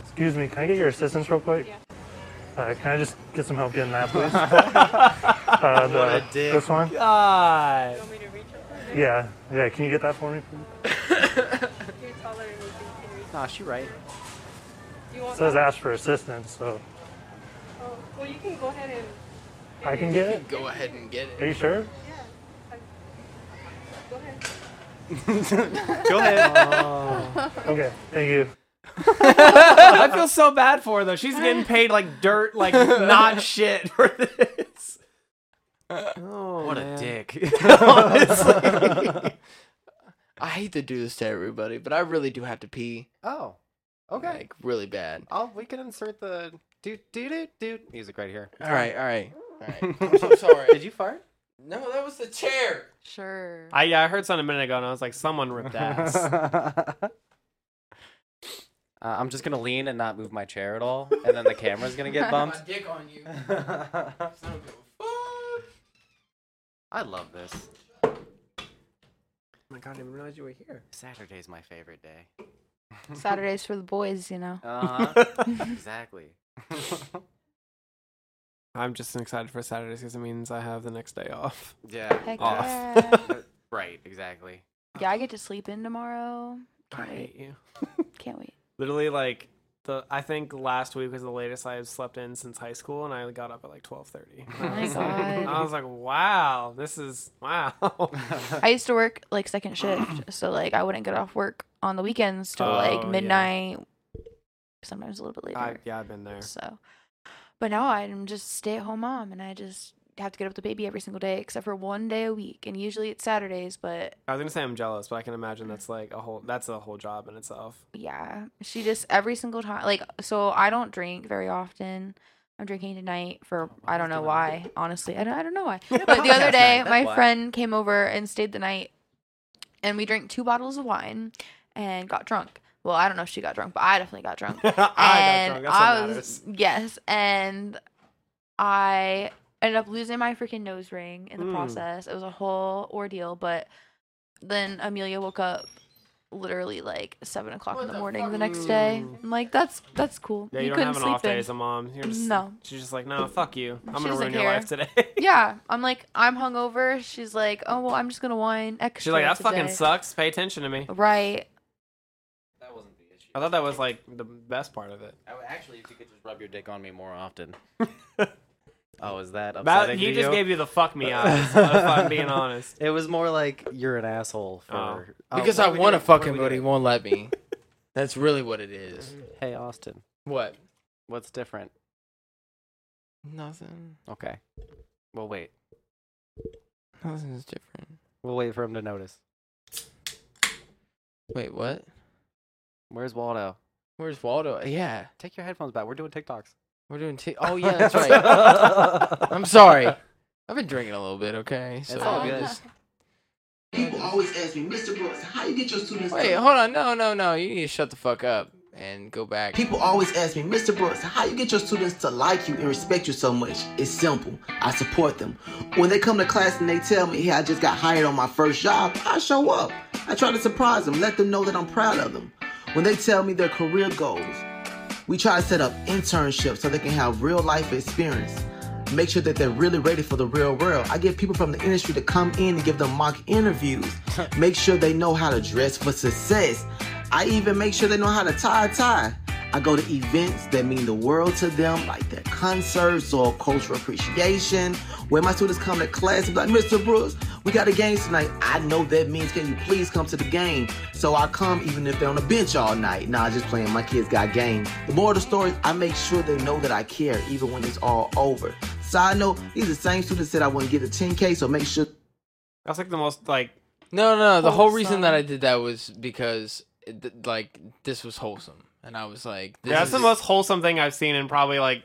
[SPEAKER 7] Excuse me, can I get your assistance real quick? Uh, can I just get some help getting that, please? uh, the, This one?
[SPEAKER 3] God.
[SPEAKER 7] Yeah, yeah. Can you get that for me, please?
[SPEAKER 5] Nah, she right.
[SPEAKER 7] It says ask for assistance, so
[SPEAKER 8] Well, you can go ahead and.
[SPEAKER 7] I can get it.
[SPEAKER 2] Go ahead and get
[SPEAKER 7] Are
[SPEAKER 2] it.
[SPEAKER 7] you sure?
[SPEAKER 3] Go ahead.
[SPEAKER 7] Okay, thank you.
[SPEAKER 3] I feel so bad for her though. She's getting paid like dirt, like not shit for this. Oh,
[SPEAKER 5] What
[SPEAKER 3] man.
[SPEAKER 5] a dick.
[SPEAKER 2] I hate to do this to everybody, but I really do have to pee.
[SPEAKER 5] oh, okay.
[SPEAKER 2] Like really bad.
[SPEAKER 5] Oh, we can insert the do do do do music right here.
[SPEAKER 2] All right, all right, all right. I'm so sorry.
[SPEAKER 5] Did you fart?
[SPEAKER 2] No, that was the chair.
[SPEAKER 4] Sure.
[SPEAKER 3] I yeah, I heard something a minute ago, and I was like, someone ripped ass.
[SPEAKER 5] uh, I'm just gonna lean and not move my chair at all, and then the camera's gonna get
[SPEAKER 2] My
[SPEAKER 5] bumped.
[SPEAKER 2] dick on you.
[SPEAKER 5] I
[SPEAKER 2] Son of a fuck.
[SPEAKER 5] love this.
[SPEAKER 3] Oh my god, I didn't realize you were here.
[SPEAKER 5] Saturday's my favorite day.
[SPEAKER 4] Saturdays for the boys, you know.
[SPEAKER 5] Uh-huh. exactly.
[SPEAKER 3] I'm just excited for Saturdays because it means I have the next day off.
[SPEAKER 5] yeah.
[SPEAKER 4] Heck
[SPEAKER 3] Off.
[SPEAKER 4] yeah.
[SPEAKER 5] Right. Exactly.
[SPEAKER 4] yeah, I get to sleep in tomorrow.
[SPEAKER 3] I
[SPEAKER 4] Can't wait.
[SPEAKER 3] hate you.
[SPEAKER 4] Can't wait.
[SPEAKER 3] Literally, like the I think last week was the latest I had slept in since high school, and I got up at like twelve thirty.
[SPEAKER 4] Oh
[SPEAKER 3] I was like, I was like, wow, this is wow.
[SPEAKER 4] I used to work like second shift, so like I wouldn't get off work on the weekends till
[SPEAKER 3] Oh,
[SPEAKER 4] like
[SPEAKER 3] yeah.
[SPEAKER 4] midnight, sometimes a little bit later.
[SPEAKER 3] I, yeah, I've been there.
[SPEAKER 4] So, but now I'm just stay at home mom, and I just have to get up the baby every single day except for one day a week, and usually it's Saturdays. But
[SPEAKER 3] I was gonna say I'm jealous, but I can imagine that's like a whole that's a whole job in itself.
[SPEAKER 4] yeah, she just every single time like so I don't drink very often. I'm drinking tonight
[SPEAKER 5] Oh,
[SPEAKER 4] for I don't know why. Honestly, I don't I don't know why. But the other
[SPEAKER 5] Podcast
[SPEAKER 4] day,
[SPEAKER 5] night, that's
[SPEAKER 4] my
[SPEAKER 5] why.
[SPEAKER 4] friend came over and stayed the night, and we drank two bottles of wine and got drunk. Well, I don't know if she got drunk, but I definitely got drunk.
[SPEAKER 3] I got drunk.
[SPEAKER 4] and
[SPEAKER 3] That's what
[SPEAKER 4] I
[SPEAKER 3] matters.
[SPEAKER 4] was yes, and I ended up losing my freaking nose ring in the
[SPEAKER 3] Mm.
[SPEAKER 4] process. It was a whole ordeal, but then Amelia woke up literally like seven o'clock in the, morning the next day. I'm like, that's that's cool.
[SPEAKER 3] Mm. Yeah, you,
[SPEAKER 4] you,
[SPEAKER 3] don't
[SPEAKER 4] couldn't
[SPEAKER 3] have an
[SPEAKER 4] sleep
[SPEAKER 3] off
[SPEAKER 4] in.
[SPEAKER 3] day as a mom. You're just,
[SPEAKER 4] No.
[SPEAKER 3] She's just like, no, fuck you. I'm gonna
[SPEAKER 4] doesn't
[SPEAKER 3] ruin your life today.
[SPEAKER 4] Yeah, I'm like, I'm hungover. She's like, oh well, I'm just gonna whine extra.
[SPEAKER 3] She's like, that fucking
[SPEAKER 4] today."
[SPEAKER 3] sucks. Pay attention to me.
[SPEAKER 4] Right.
[SPEAKER 5] That wasn't the issue.
[SPEAKER 3] I thought that was like the best part of it.
[SPEAKER 5] I would- actually, if you could just rub your dick on me more often. oh, is that
[SPEAKER 3] That,
[SPEAKER 5] upsetting
[SPEAKER 3] he
[SPEAKER 5] to
[SPEAKER 3] just
[SPEAKER 5] you?
[SPEAKER 3] gave you the fuck me eyes. if I'm being honest.
[SPEAKER 5] It was more like you're an asshole for
[SPEAKER 2] because I want to fuck him, but he won't let me. That's really what it is.
[SPEAKER 5] Hey, Austin,
[SPEAKER 2] What?
[SPEAKER 5] what's different?
[SPEAKER 2] Nothing.
[SPEAKER 5] Okay. We'll wait.
[SPEAKER 2] Nothing's different.
[SPEAKER 5] We'll wait for him to notice.
[SPEAKER 2] Wait, what?
[SPEAKER 5] Where's Waldo?
[SPEAKER 2] Where's Waldo? Yeah,
[SPEAKER 5] Take your headphones back. We're doing TikToks.
[SPEAKER 2] we're doing. T- oh yeah, that's right. I'm sorry. I've been drinking a little bit. Okay. So
[SPEAKER 5] It's all good.
[SPEAKER 9] People always ask me, Mr. Brooks, how you get your students?
[SPEAKER 2] Wait,
[SPEAKER 9] to-"
[SPEAKER 2] hold on. No, no, no. You need to shut the fuck up and go back.
[SPEAKER 9] People always ask me, Mr. Brooks, how you get your students to like you and respect you so much? It's simple. I support them. When they come to class and they tell me, hey, I just got hired on my first job, I show up. I try to surprise them, let them know that I'm proud of them. When they tell me their career goals, we try to set up internships so they can have real life experience. Make sure that they're really ready for the real world. I get people from the industry to come in and give them mock interviews. Make sure they know how to dress for success. I even make sure they know how to tie a tie. I go to events that mean the world to them, like their concerts or cultural appreciation. When my students come to class and be like, Mr. Brooks, we got a game tonight. I know that means can you please come to the game? So I come even if they're on the bench all night. Nah, just playing. My kids got game. The moral of the story, is I make sure they know that I care even when it's all over. Side note, these are the same students that I want to get to 10K, so make sure
[SPEAKER 3] That's like the most like
[SPEAKER 2] No, no, the whole reason that I did that was because, it, th- like, this was wholesome, and I was like, this
[SPEAKER 3] yeah, that's
[SPEAKER 2] is,
[SPEAKER 3] the most wholesome thing I've seen in probably like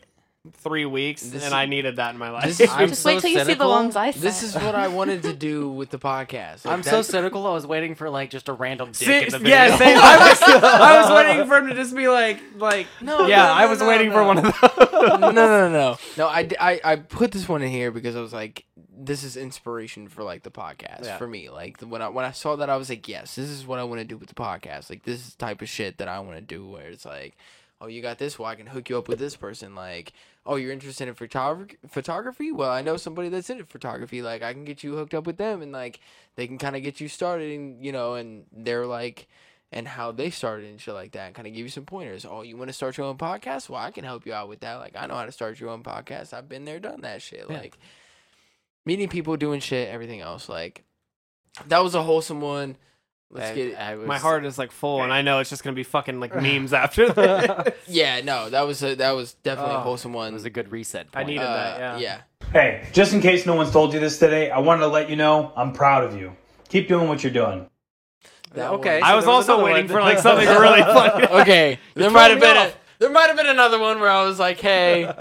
[SPEAKER 3] three weeks,
[SPEAKER 2] This
[SPEAKER 3] and
[SPEAKER 2] is-
[SPEAKER 3] I needed that in my life.
[SPEAKER 2] This is, I'm
[SPEAKER 4] Just
[SPEAKER 2] so
[SPEAKER 4] wait till you see the
[SPEAKER 2] cynical.
[SPEAKER 4] ones I sent.
[SPEAKER 2] This is what I wanted to do with the podcast.
[SPEAKER 5] I'm
[SPEAKER 2] Like,
[SPEAKER 5] so
[SPEAKER 2] that-
[SPEAKER 5] cynical. I was waiting for like just a random dick
[SPEAKER 3] See-
[SPEAKER 5] in the video.
[SPEAKER 3] yeah, same. I was, I was waiting for him to just be like, like,
[SPEAKER 2] No,
[SPEAKER 3] yeah,
[SPEAKER 2] no,
[SPEAKER 3] I
[SPEAKER 2] no,
[SPEAKER 3] was
[SPEAKER 2] no,
[SPEAKER 3] waiting for
[SPEAKER 2] no.
[SPEAKER 3] one of those.
[SPEAKER 2] no, no, no, no. No, I, d- I- I put this one in here because I was like, this is inspiration for like the podcast
[SPEAKER 5] Yeah.
[SPEAKER 2] for me. Like the- when I when I saw that, I was like, yes, this is what I want to do with the podcast. Like this is the type of shit that I want to do. Where it's like, oh, you got this. Well, I can hook you up with this person. Like, oh, you're interested in photography? Photography? Well, I know somebody that's into photography. Like, I can get you hooked up with them, and like they can kind of get you started. And you know, and they're like and how they started and shit like that and kind of give you some pointers. Oh, you want to start your own podcast? Well, I can help you out with that. Like, I know how to start your own podcast. I've been there, done that shit. Like, meeting people, doing shit, everything else. Like, that was a wholesome one. Let's
[SPEAKER 5] I-
[SPEAKER 2] get it.
[SPEAKER 5] I was,
[SPEAKER 3] my heart is like full, and I know it's just gonna be fucking like memes after that.
[SPEAKER 2] yeah, no, that was a, that was definitely
[SPEAKER 3] Oh,
[SPEAKER 2] a wholesome one.
[SPEAKER 5] It was a good reset.
[SPEAKER 3] I
[SPEAKER 5] Point.
[SPEAKER 3] needed that.
[SPEAKER 2] Uh,
[SPEAKER 3] Yeah.
[SPEAKER 2] yeah.
[SPEAKER 10] Hey, just in case no one's told you this today, I wanted to let you know I'm proud of you. Keep doing what you're doing.
[SPEAKER 2] That
[SPEAKER 5] Okay.
[SPEAKER 2] one-
[SPEAKER 3] I was
[SPEAKER 5] there was
[SPEAKER 3] also
[SPEAKER 5] another
[SPEAKER 3] waiting
[SPEAKER 5] one.
[SPEAKER 3] for like something really funny.
[SPEAKER 2] okay. There might have
[SPEAKER 3] me
[SPEAKER 2] been a,
[SPEAKER 3] off.
[SPEAKER 2] there might have been another one where I was like, hey,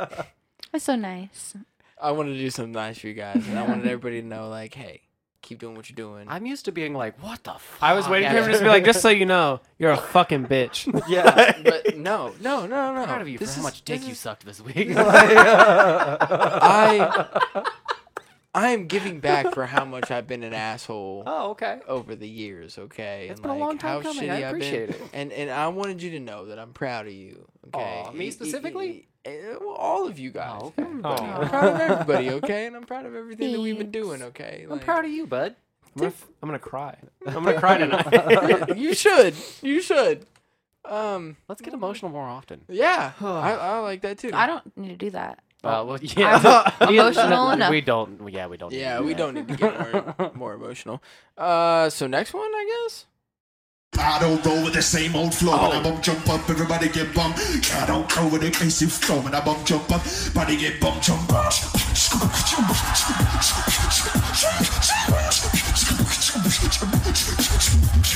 [SPEAKER 4] That's so nice.
[SPEAKER 2] I wanted to do something nice for you guys, and I wanted everybody to know, like, hey, keep doing what you're doing.
[SPEAKER 5] I'm used to being like, what the fuck?
[SPEAKER 3] I was waiting for him to just be like, just so you know, you're a fucking bitch.
[SPEAKER 5] yeah.
[SPEAKER 2] but no, no, no, no.
[SPEAKER 5] I'm proud of you for
[SPEAKER 2] This
[SPEAKER 5] how
[SPEAKER 2] is-
[SPEAKER 5] much dick
[SPEAKER 2] this
[SPEAKER 5] you
[SPEAKER 2] is-
[SPEAKER 5] sucked this week.
[SPEAKER 2] I I am giving back for how much I've been an asshole
[SPEAKER 5] oh, okay.
[SPEAKER 2] over the years. Okay, it's
[SPEAKER 5] been a long time coming. I appreciate it.
[SPEAKER 2] And and I wanted you to know that I'm proud of you. Okay,
[SPEAKER 5] Aw, me
[SPEAKER 2] E- e-
[SPEAKER 5] specifically?
[SPEAKER 2] e- e- well, all of you guys.
[SPEAKER 5] Oh, okay.
[SPEAKER 2] Everybody.
[SPEAKER 3] Aw.
[SPEAKER 2] I'm proud of everybody. Okay, and I'm proud of everything that we've been doing. Okay,
[SPEAKER 5] I'm proud of you, bud.
[SPEAKER 3] I'm gonna, I'm gonna cry. I'm gonna cry tonight.
[SPEAKER 2] you should. You should. Um.
[SPEAKER 5] Let's get emotional more often.
[SPEAKER 2] Yeah, I, I like that too.
[SPEAKER 4] I don't need to do that.
[SPEAKER 5] Uh, well, yeah.
[SPEAKER 4] I'm emotional enough.
[SPEAKER 5] We don't. Yeah, we don't.
[SPEAKER 2] Yeah, we
[SPEAKER 5] need to do that.
[SPEAKER 2] don't need to get more, more emotional. Uh, so next one, I guess.
[SPEAKER 11] I don't roll with the same old flow. When I bump, jump up, everybody get bumped. I don't go with the crazy flow. When I bump, jump up, body get bumped, jump up.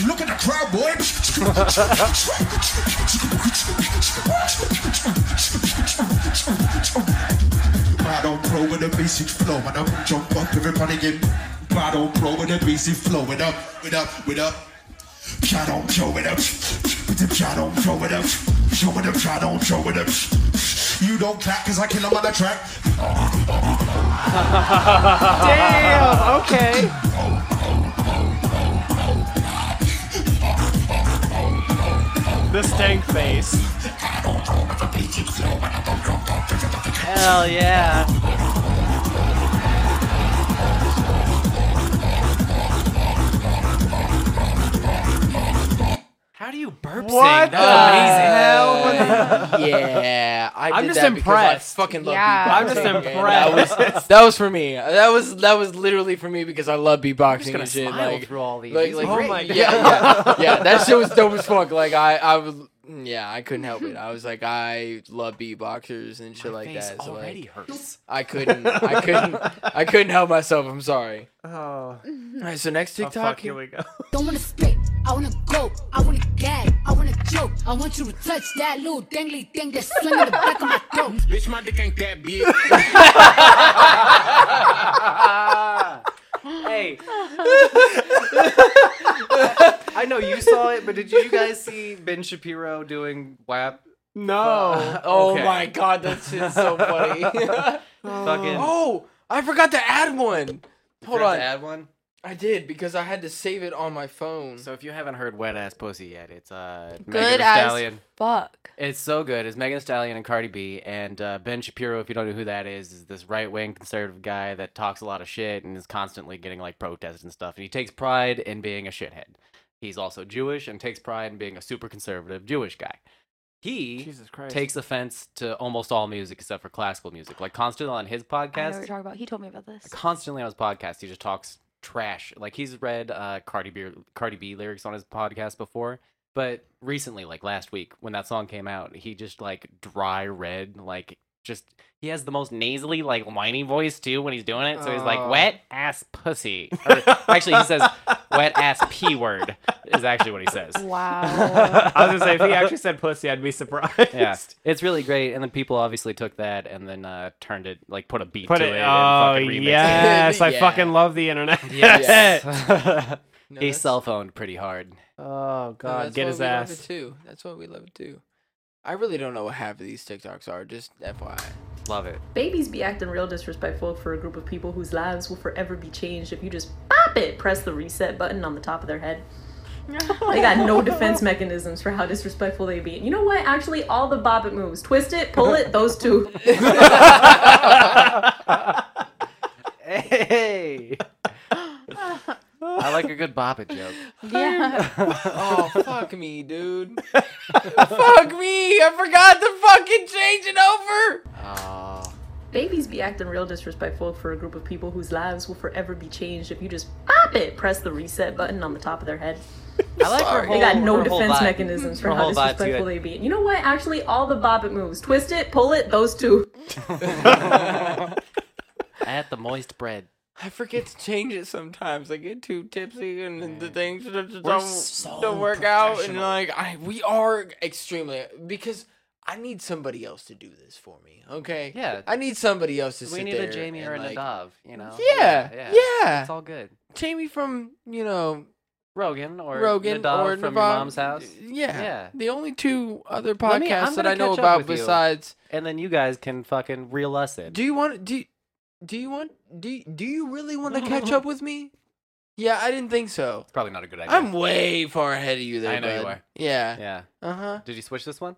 [SPEAKER 11] Look at the crowd, boy. I don't roll with the basic flow. When I bump, jump up, everybody get. I don't roll with the basic flow. When up, with up, with up. I don't throw it up. I don't throw it up. Throw it up. I don't throw it up. You don't clap because I kill him on the track.
[SPEAKER 3] Damn. Okay. The stank face.
[SPEAKER 5] Hell yeah.
[SPEAKER 1] How do you burp
[SPEAKER 3] What
[SPEAKER 1] sing? That's amazing.
[SPEAKER 2] yeah, I
[SPEAKER 3] I'm
[SPEAKER 2] did
[SPEAKER 3] just
[SPEAKER 2] that because
[SPEAKER 3] impressed.
[SPEAKER 2] I fucking love
[SPEAKER 4] Yeah.
[SPEAKER 2] beatboxing.
[SPEAKER 4] I'm
[SPEAKER 3] just
[SPEAKER 2] okay?
[SPEAKER 3] impressed.
[SPEAKER 2] That was, that was for me. That was that was literally for me because I love beatboxing
[SPEAKER 5] gonna
[SPEAKER 2] and shit.
[SPEAKER 5] smile
[SPEAKER 2] like,
[SPEAKER 5] through all these.
[SPEAKER 2] Like,
[SPEAKER 5] These
[SPEAKER 2] like,
[SPEAKER 5] are
[SPEAKER 3] great. Oh my
[SPEAKER 2] yeah, yeah, yeah. That shit was dope as fuck. Like I, I was, yeah, I couldn't help it. I was like, I love beatboxers and shit like
[SPEAKER 5] Face
[SPEAKER 2] that. So
[SPEAKER 5] already
[SPEAKER 2] like,
[SPEAKER 5] hurts.
[SPEAKER 2] I couldn't, I couldn't, I couldn't help myself. I'm sorry.
[SPEAKER 3] Oh,
[SPEAKER 2] All right, so next
[SPEAKER 3] oh,
[SPEAKER 2] TikTok.
[SPEAKER 3] fuck, here we go.
[SPEAKER 12] Don't wanna spit, I wanna go, I wanna gag, I wanna choke. I want you to touch that little dangly thing that's slung in the back of my throat.
[SPEAKER 11] Bitch, my dick ain't that big.
[SPEAKER 5] Hey. I know you saw it, but did you guys see Ben Shapiro doing WAP?
[SPEAKER 3] No.
[SPEAKER 2] Oh
[SPEAKER 5] Okay.
[SPEAKER 2] my god, that shit's so funny.
[SPEAKER 5] Fucking.
[SPEAKER 2] oh, I forgot to add one. Hold
[SPEAKER 5] forgot
[SPEAKER 2] on.
[SPEAKER 5] To add one.
[SPEAKER 2] I did because I had to save it on my phone.
[SPEAKER 5] So if you haven't heard "Wet Ass Pussy" yet, it's uh Megan
[SPEAKER 4] Good
[SPEAKER 5] Thee
[SPEAKER 4] as
[SPEAKER 5] Stallion.
[SPEAKER 4] fuck.
[SPEAKER 5] It's so good. It's Megan Thee Stallion and Cardi B and uh, Ben Shapiro. If you don't know who that is, is this right wing conservative guy that talks a lot of shit and is constantly getting like protests and stuff. And he takes pride in being a shithead. He's also Jewish and takes pride in being a super conservative Jewish guy. He
[SPEAKER 3] Jesus Christ.
[SPEAKER 5] takes offense to almost all music except for classical music. Like constantly on his
[SPEAKER 4] I know what
[SPEAKER 5] podcast,
[SPEAKER 4] you're talking about. He told me about this.
[SPEAKER 5] constantly on his podcast, he just talks trash. Like he's read uh, Cardi B Cardi B lyrics on his podcast before, but recently, like last week when that song came out, he just like dry read like just he has the most nasally like whiny voice too when he's doing it. So he's like
[SPEAKER 2] Oh.
[SPEAKER 5] wet ass pussy. Or, actually, he says wet ass p word is actually what he says.
[SPEAKER 4] Wow.
[SPEAKER 3] I was gonna say if he actually said pussy, I'd be surprised.
[SPEAKER 5] Yeah, it's really great. And then people obviously took that and then uh, turned it, like put a beat
[SPEAKER 3] Put
[SPEAKER 5] to
[SPEAKER 3] it.
[SPEAKER 5] it.
[SPEAKER 3] oh
[SPEAKER 5] and fucking remixed it.
[SPEAKER 3] yes, I
[SPEAKER 2] Yeah.
[SPEAKER 3] fucking love the internet.
[SPEAKER 2] Yes. No,
[SPEAKER 5] he
[SPEAKER 2] that's-
[SPEAKER 5] cell phoned pretty hard.
[SPEAKER 3] oh
[SPEAKER 2] no,
[SPEAKER 3] god,
[SPEAKER 2] that's
[SPEAKER 3] get
[SPEAKER 2] why
[SPEAKER 3] his
[SPEAKER 2] we love it
[SPEAKER 3] ass.
[SPEAKER 2] too. That's what we love too. I really don't know what half of these TikToks are. Just FYI.
[SPEAKER 5] Love it.
[SPEAKER 13] Babies be acting real disrespectful for a group of people whose lives will forever be changed if you just pop it, press the reset button on the top of their head. They got no defense mechanisms for how disrespectful they be. You know what? Actually, all the bob it moves, twist it, pull it, those two.
[SPEAKER 5] Hey. I like a good bop it joke.
[SPEAKER 4] yeah.
[SPEAKER 2] Oh fuck me, dude. fuck me. I forgot to fucking change it over.
[SPEAKER 5] Oh,
[SPEAKER 13] Babies be acting real disrespectful for a group of people whose lives will forever be changed if you just pop it, press the reset button on the top of their head.
[SPEAKER 5] I like her
[SPEAKER 13] They got no
[SPEAKER 5] her whole
[SPEAKER 13] defense
[SPEAKER 5] vibe.
[SPEAKER 13] mechanisms for
[SPEAKER 5] Her
[SPEAKER 13] how
[SPEAKER 5] whole vibe's
[SPEAKER 13] disrespectful
[SPEAKER 5] good.
[SPEAKER 13] they be. You know what? Actually, all the bob it moves, twist it, pull it, those two.
[SPEAKER 5] Add the moist bread.
[SPEAKER 2] I forget to change it sometimes. I get too tipsy and then the things just don't,
[SPEAKER 5] so
[SPEAKER 2] don't work out. And
[SPEAKER 5] professional.
[SPEAKER 2] like I, we are extremely because. I need somebody else to do this for me, okay?
[SPEAKER 5] Yeah.
[SPEAKER 2] I need somebody else to sit
[SPEAKER 5] we need
[SPEAKER 2] there
[SPEAKER 5] a Jamie
[SPEAKER 2] and,
[SPEAKER 5] or a
[SPEAKER 2] like,
[SPEAKER 5] Nadav, you know?
[SPEAKER 2] Yeah, yeah.
[SPEAKER 5] It's all good.
[SPEAKER 2] Jamie from you know
[SPEAKER 5] Rogan or
[SPEAKER 2] Rogan
[SPEAKER 5] Nadav
[SPEAKER 2] or
[SPEAKER 5] from
[SPEAKER 2] Navab-
[SPEAKER 5] your mom's house.
[SPEAKER 2] Yeah,
[SPEAKER 5] Yeah.
[SPEAKER 2] The only two other
[SPEAKER 5] Let me- I'm
[SPEAKER 2] podcasts that
[SPEAKER 5] gonna
[SPEAKER 2] I know
[SPEAKER 5] catch up
[SPEAKER 2] about
[SPEAKER 5] with you.
[SPEAKER 2] besides.
[SPEAKER 5] And then you guys can fucking reel us in.
[SPEAKER 2] Do you want do Do you want do Do you really want to catch up with me? Yeah, I didn't think so.
[SPEAKER 5] Probably not a good idea.
[SPEAKER 2] I'm way far ahead of you there.
[SPEAKER 5] I know you
[SPEAKER 2] bud.
[SPEAKER 5] are.
[SPEAKER 2] Yeah.
[SPEAKER 5] yeah.
[SPEAKER 2] Uh huh.
[SPEAKER 5] Did you switch this one?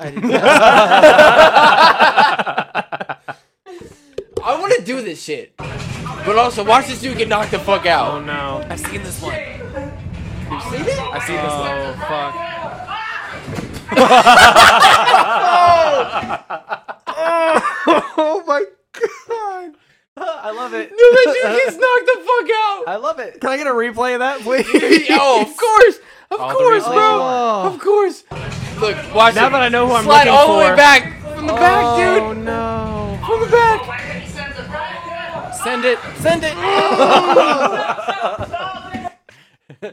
[SPEAKER 2] I, want to do this shit, but also watch this dude get knocked the fuck
[SPEAKER 3] Oh
[SPEAKER 2] out.
[SPEAKER 3] no.
[SPEAKER 5] I've seen this one. I see this. Oh fuck.
[SPEAKER 3] oh my god.
[SPEAKER 5] I love it.
[SPEAKER 3] No, that dude gets knocked the fuck out.
[SPEAKER 5] I love it.
[SPEAKER 3] Can I get a replay of that, please?
[SPEAKER 2] oh, of course, of
[SPEAKER 3] All the
[SPEAKER 2] course,
[SPEAKER 3] replays
[SPEAKER 2] bro,
[SPEAKER 3] you want.
[SPEAKER 2] of course. Look, watch
[SPEAKER 3] Now
[SPEAKER 2] it.
[SPEAKER 3] that I know who I'm
[SPEAKER 2] Slide
[SPEAKER 3] looking
[SPEAKER 2] all the
[SPEAKER 3] for.
[SPEAKER 2] way back from the back, dude.
[SPEAKER 3] Oh no.
[SPEAKER 2] From the back. Send it. Send it.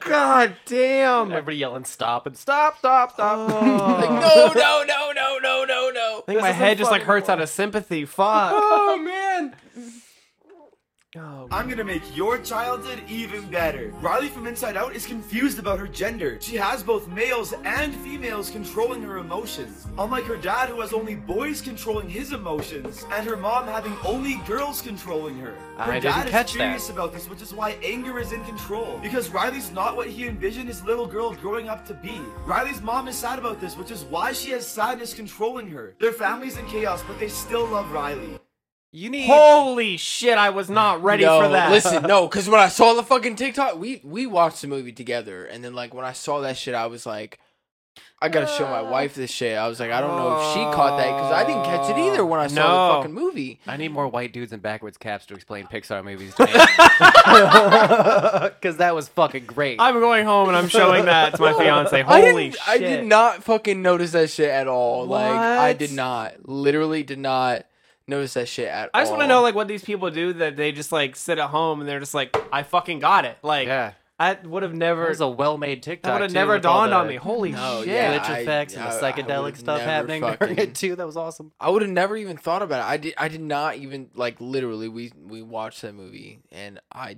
[SPEAKER 3] God damn.
[SPEAKER 5] Everybody yelling, stop and stop, stop, stop.
[SPEAKER 2] Like, no, Oh, no, no, no, no, no, no.
[SPEAKER 3] I think my head just like hurts out of sympathy. Fuck.
[SPEAKER 2] Oh man.
[SPEAKER 14] I'm gonna make your childhood even better. Riley from Inside Out is confused about her gender. She has both males and females controlling her emotions. Unlike her dad, who has only boys controlling his emotions, and her mom having only girls controlling her. Her
[SPEAKER 5] I didn't
[SPEAKER 14] dad
[SPEAKER 5] catch
[SPEAKER 14] is
[SPEAKER 5] that.
[SPEAKER 14] furious about this, which is why anger is in control. Because Riley's not what he envisioned his little girl growing up to be. Riley's mom is sad about this, which is why she has sadness controlling her. Their family's in chaos, but they still love Riley.
[SPEAKER 5] You need.
[SPEAKER 3] Holy shit! I was not ready
[SPEAKER 2] no,
[SPEAKER 3] for that.
[SPEAKER 2] Listen, no, because when I saw the fucking TikTok, we we watched the movie together, and then like when I saw that shit, I was like, I gotta show
[SPEAKER 3] Uh,
[SPEAKER 2] my wife this shit. I was like, I don't know if she caught that because I didn't catch it either when I saw
[SPEAKER 5] No.
[SPEAKER 2] the fucking movie.
[SPEAKER 5] I need more white dudes in backwards caps to explain Pixar movies to me. Because that was fucking great.
[SPEAKER 3] I'm going home and I'm showing that to my fiance.
[SPEAKER 2] I
[SPEAKER 3] Holy
[SPEAKER 2] didn't-
[SPEAKER 3] shit!
[SPEAKER 2] I did not fucking notice that shit at all. Like I
[SPEAKER 3] What?
[SPEAKER 2] did not, literally did not notice that shit at all.
[SPEAKER 3] I just want to know like what these people do that they just like sit at home and they're just like, I fucking got it. Like,
[SPEAKER 5] Yeah.
[SPEAKER 3] that would have never.
[SPEAKER 5] That was a well-made TikTok.
[SPEAKER 3] That would have
[SPEAKER 5] too,
[SPEAKER 3] never
[SPEAKER 5] with all
[SPEAKER 3] dawned
[SPEAKER 5] the
[SPEAKER 3] on me. Holy
[SPEAKER 5] Oh,
[SPEAKER 3] shit!
[SPEAKER 5] glitch
[SPEAKER 2] I-
[SPEAKER 5] effects and the
[SPEAKER 2] I- I would've
[SPEAKER 5] psychedelic stuff
[SPEAKER 2] never
[SPEAKER 5] happening during
[SPEAKER 2] fucking-
[SPEAKER 5] it too. That was awesome.
[SPEAKER 2] I would have never even thought about it. I did. I did not even like literally. We we watched that movie, and I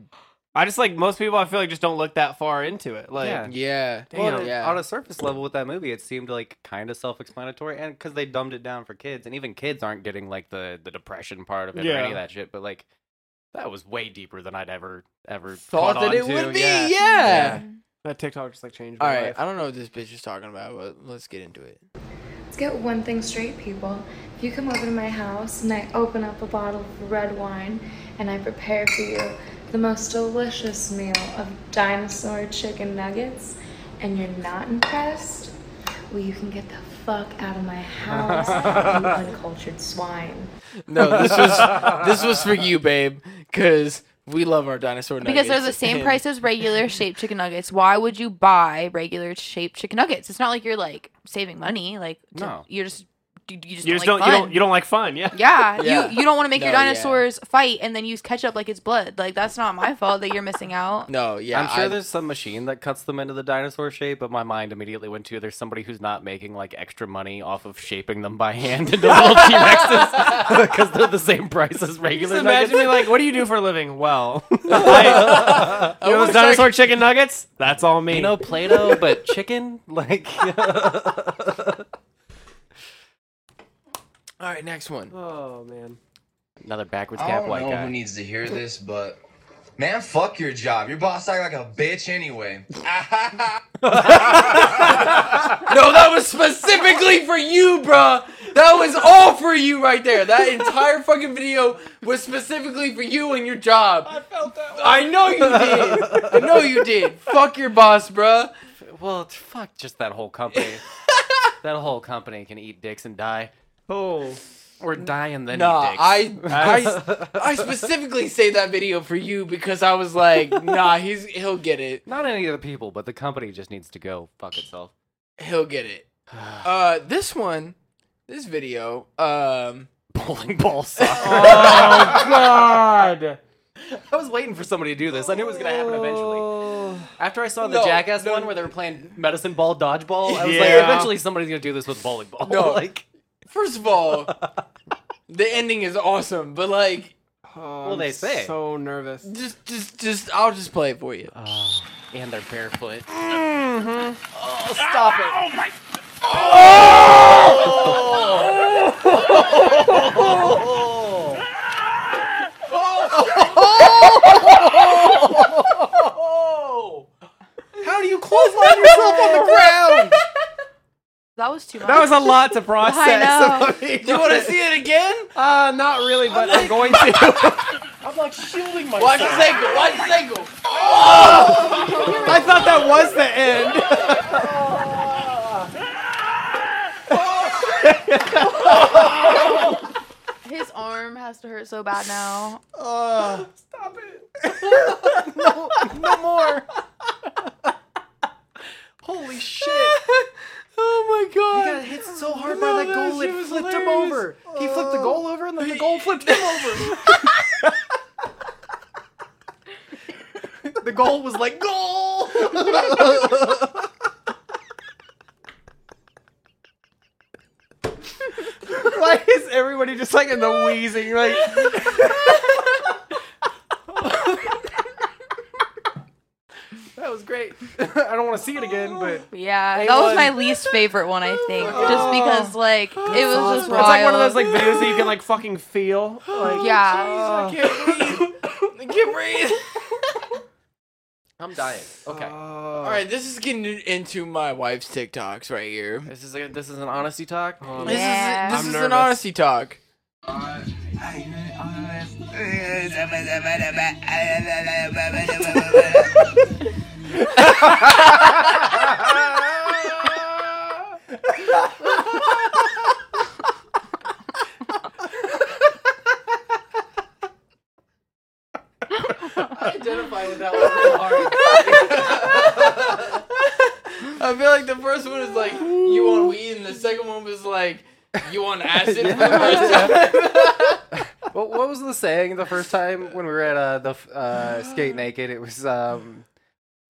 [SPEAKER 3] I just like most people. I feel like just don't look that far into it. Like,
[SPEAKER 5] Yeah.
[SPEAKER 2] yeah,
[SPEAKER 5] Well,
[SPEAKER 2] yeah.
[SPEAKER 5] on a surface level with that movie, it seemed like kind of self-explanatory, and because they dumbed it down for kids, and even kids aren't getting like the the depression part of it or any
[SPEAKER 2] Yeah.
[SPEAKER 5] of that shit. But like, that was way deeper than I'd ever ever
[SPEAKER 2] Thought
[SPEAKER 5] caught
[SPEAKER 2] that it
[SPEAKER 5] on to,
[SPEAKER 2] would be,
[SPEAKER 5] Yeah.
[SPEAKER 2] yeah.
[SPEAKER 3] that TikTok just like changed.
[SPEAKER 2] All
[SPEAKER 3] My
[SPEAKER 2] right,
[SPEAKER 3] life.
[SPEAKER 2] I don't know what this bitch is talking about, but let's get into it.
[SPEAKER 15] Let's get one thing straight, people. If you come over to my house and I open up a bottle of red wine and I prepare for you the most delicious meal of dinosaur chicken nuggets and you're not impressed, well, you can get the fuck out of my house, you uncultured swine.
[SPEAKER 2] No, this was this was for you, babe, because we love our dinosaur nuggets.
[SPEAKER 4] Because they're the same
[SPEAKER 2] and-
[SPEAKER 4] price as regular shaped chicken nuggets. Why would you buy regular shaped chicken nuggets? It's not like you're like saving money. Like to-
[SPEAKER 3] No.
[SPEAKER 4] you're just you, you just
[SPEAKER 3] You
[SPEAKER 4] don't like
[SPEAKER 3] just don't. You don't.
[SPEAKER 4] fun.
[SPEAKER 3] You don't like fun. Yeah.
[SPEAKER 4] Yeah, you you don't want to make your
[SPEAKER 3] No, yeah.
[SPEAKER 4] dinosaurs fight and then use ketchup like it's blood. Like that's not my fault that you're missing out.
[SPEAKER 2] No, yeah,
[SPEAKER 5] I'm sure
[SPEAKER 2] I-
[SPEAKER 5] there's some machine that cuts them into the dinosaur shape, but my mind immediately went to there's somebody who's not making like extra money off of shaping them by hand into little T Rexes because they're the same price as regular.
[SPEAKER 3] Just imagine
[SPEAKER 5] nuggets.
[SPEAKER 3] me like, what do you do for a living? Well, I,
[SPEAKER 2] Oh,
[SPEAKER 3] you know, those dinosaur chicken nuggets. That's all me.
[SPEAKER 5] You know, Play-Doh, but chicken. Like,
[SPEAKER 2] All right, next one.
[SPEAKER 3] Oh man.
[SPEAKER 5] another backwards
[SPEAKER 16] I
[SPEAKER 5] cap
[SPEAKER 16] don't
[SPEAKER 5] white
[SPEAKER 16] know
[SPEAKER 5] guy.
[SPEAKER 16] who needs to hear this, but man, fuck your job. Your boss act like a bitch anyway.
[SPEAKER 2] No, that was specifically for you, bruh. That was all for you right there. That entire fucking video was specifically for you and your job. I felt that. I know you did. I know you did. Fuck your boss, bruh.
[SPEAKER 5] Well, it's fuck just that whole company. that whole company can eat dicks and die.
[SPEAKER 3] Oh.
[SPEAKER 5] Or die and then
[SPEAKER 2] Nah,
[SPEAKER 5] eat
[SPEAKER 2] I,
[SPEAKER 5] dicks.
[SPEAKER 2] I, I specifically saved that video for you because I was like, nah, he's he'll get it.
[SPEAKER 5] Not any of the people, but the company just needs to go fuck itself.
[SPEAKER 2] He'll get it. Uh, this one, this video, um,
[SPEAKER 5] bowling ball sock.
[SPEAKER 2] oh
[SPEAKER 3] god!
[SPEAKER 5] I was waiting for somebody to do this. I knew it was gonna happen eventually. After I saw the
[SPEAKER 2] No,
[SPEAKER 5] Jackass one where they were playing medicine ball dodgeball, I was like,
[SPEAKER 2] Yeah.
[SPEAKER 5] eventually somebody's gonna do this with bowling ball.
[SPEAKER 2] No.
[SPEAKER 5] like,
[SPEAKER 2] First of all, the ending is awesome, but like,
[SPEAKER 5] well, they say.
[SPEAKER 3] So nervous.
[SPEAKER 2] Just, just, just. I'll just play it for you.
[SPEAKER 5] and they're barefoot.
[SPEAKER 3] Oh,
[SPEAKER 5] stop it!
[SPEAKER 3] Oh my.
[SPEAKER 5] How do you clothesline yourself on the ground?
[SPEAKER 4] That was too much.
[SPEAKER 3] That was a lot to process.
[SPEAKER 4] I know.
[SPEAKER 3] I mean,
[SPEAKER 2] you want to see it again?
[SPEAKER 3] Uh, not really, but I'm going to.
[SPEAKER 5] I'm
[SPEAKER 1] was like shielding myself.
[SPEAKER 2] Watch this angle. Watch this angle.
[SPEAKER 1] Oh!
[SPEAKER 3] I thought that was the end.
[SPEAKER 4] His arm has to hurt so bad now.
[SPEAKER 1] Stop it. no, no more.
[SPEAKER 2] Holy shit. oh my
[SPEAKER 1] He got hit so hard by that goal it flipped him over. He flipped the goal over and then the goal flipped him over.
[SPEAKER 2] the goal was like goal.
[SPEAKER 3] Why is everybody just like in the wheezing? Like, that was great. I don't want to see it again, but
[SPEAKER 4] Yeah,
[SPEAKER 3] Hey,
[SPEAKER 4] that was
[SPEAKER 3] one.
[SPEAKER 4] my least favorite one, I think.
[SPEAKER 3] Oh.
[SPEAKER 4] Just because, like, it was just
[SPEAKER 3] it's
[SPEAKER 4] wild.
[SPEAKER 3] like one of those like videos that you can like fucking feel. Like,
[SPEAKER 4] yeah.
[SPEAKER 2] Get breathe.
[SPEAKER 5] I'm dying. Okay.
[SPEAKER 2] All right, this is getting into my wife's TikToks right here.
[SPEAKER 5] This is a, this is an honesty talk.
[SPEAKER 3] Oh.
[SPEAKER 2] This
[SPEAKER 1] Yeah.
[SPEAKER 2] is this
[SPEAKER 1] I'm
[SPEAKER 2] is an
[SPEAKER 1] nervous.
[SPEAKER 2] honesty talk.
[SPEAKER 5] I identify with that one real hard.
[SPEAKER 2] I feel like the first one is like you on weed, and the second one was like you on acid. for the first time.
[SPEAKER 5] what, what was the saying the first time when we were at uh, the f- uh, skate naked? It was um,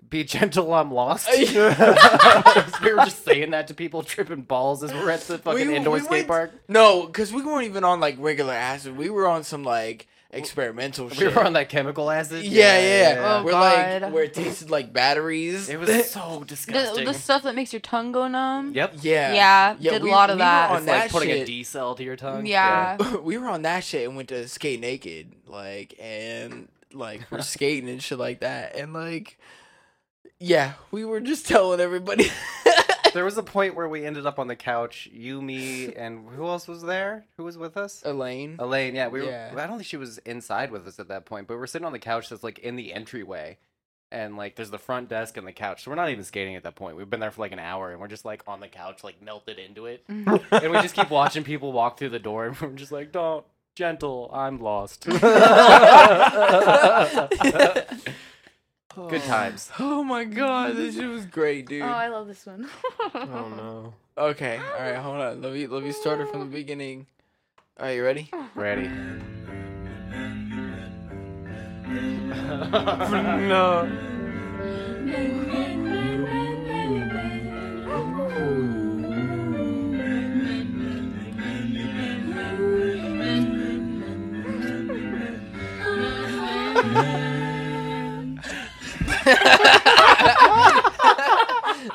[SPEAKER 5] "Be gentle, I'm lost." we were just saying that to people tripping balls as we're at the fucking
[SPEAKER 2] We-
[SPEAKER 5] indoor
[SPEAKER 2] we
[SPEAKER 5] skate
[SPEAKER 2] went-
[SPEAKER 5] park.
[SPEAKER 2] No, because we weren't even on like regular acid. We were on some like experimental
[SPEAKER 5] We
[SPEAKER 2] shit.
[SPEAKER 5] were on that chemical acid.
[SPEAKER 2] Yeah, yeah. yeah.
[SPEAKER 5] Um,
[SPEAKER 4] Oh,
[SPEAKER 2] we're
[SPEAKER 4] God.
[SPEAKER 2] like where it tasted like batteries.
[SPEAKER 5] It was so
[SPEAKER 4] The,
[SPEAKER 5] disgusting.
[SPEAKER 4] the stuff that makes your tongue go numb.
[SPEAKER 5] Yep.
[SPEAKER 2] Yeah.
[SPEAKER 4] Yeah, did a lot of
[SPEAKER 2] were
[SPEAKER 4] that.
[SPEAKER 2] on
[SPEAKER 5] It's like
[SPEAKER 2] that
[SPEAKER 5] putting a
[SPEAKER 2] shit.
[SPEAKER 5] D cell to your tongue.
[SPEAKER 4] Yeah.
[SPEAKER 2] we were on that shit and went to skate naked, like and like we're skating and shit like that, and like yeah, we were just telling everybody.
[SPEAKER 5] there was a point where we ended up on the couch. You, me, and who else was there? Who was with us?
[SPEAKER 2] Elaine.
[SPEAKER 5] Elaine. Yeah, we. Were,
[SPEAKER 2] Yeah.
[SPEAKER 5] I don't think she was inside with us at that point, but we're sitting on the couch that's like in the entryway, and like there's the front desk and the couch. So we're not even skating at that point. We've been there for like an hour, and we're just like on the couch, like melted into it, and we just keep watching people walk through the door, and we're just like, "Don't." Gentle, I'm lost. Good times.
[SPEAKER 2] Oh my god, this shit was great, dude.
[SPEAKER 4] Oh, I love this one.
[SPEAKER 5] no.
[SPEAKER 2] Okay, all right, hold on. Let me let me start it from the beginning. All right, you ready?
[SPEAKER 5] Ready.
[SPEAKER 3] no.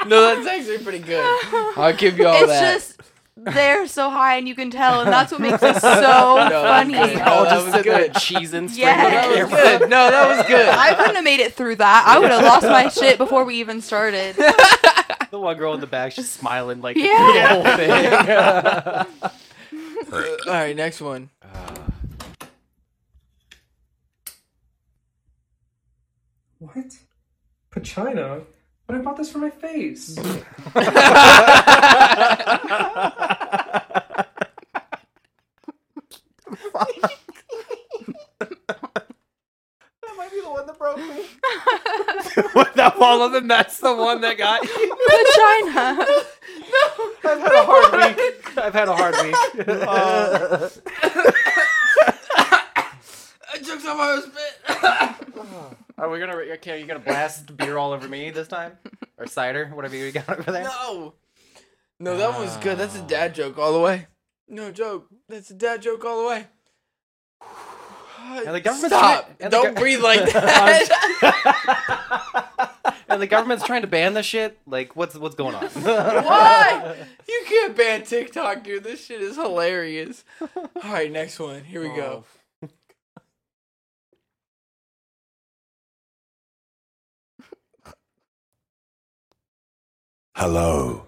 [SPEAKER 2] no, that's actually pretty good. I'll give you all
[SPEAKER 4] it's
[SPEAKER 2] that.
[SPEAKER 4] just they're so high and you can tell, and that's what makes it so funny.
[SPEAKER 2] That was, no, that was good.
[SPEAKER 5] Cheesing
[SPEAKER 2] That
[SPEAKER 4] Yes.
[SPEAKER 2] was good. No, that was good.
[SPEAKER 4] I couldn't have made it through that. I would have lost my shit before we even started.
[SPEAKER 5] The one girl in the back, she's smiling like
[SPEAKER 2] Yeah.
[SPEAKER 5] the whole thing.
[SPEAKER 2] all right, next one.
[SPEAKER 7] What? Pachino? But I bought this for my face.
[SPEAKER 1] That might be the one that broke me.
[SPEAKER 3] Without all of them, that's the one that got you.
[SPEAKER 4] Vagina.
[SPEAKER 3] I've had a hard week. I've had a hard week.
[SPEAKER 2] I took some of his spit.
[SPEAKER 5] Are we gonna? Okay, are you gonna blast beer all over me this time, or cider, whatever you got over there?
[SPEAKER 2] No. No, that one was good. That's a dad joke all the way. No joke. That's a dad joke all the way.
[SPEAKER 5] And the government's
[SPEAKER 2] Stop.
[SPEAKER 5] trying- and the
[SPEAKER 2] Don't
[SPEAKER 5] gov-
[SPEAKER 2] breathe like that.
[SPEAKER 5] And the government's trying to ban this shit. Like, what's what's going on?
[SPEAKER 2] Why? You can't ban TikTok, dude. This shit is hilarious. All right, next one. Here we go.
[SPEAKER 6] Hello.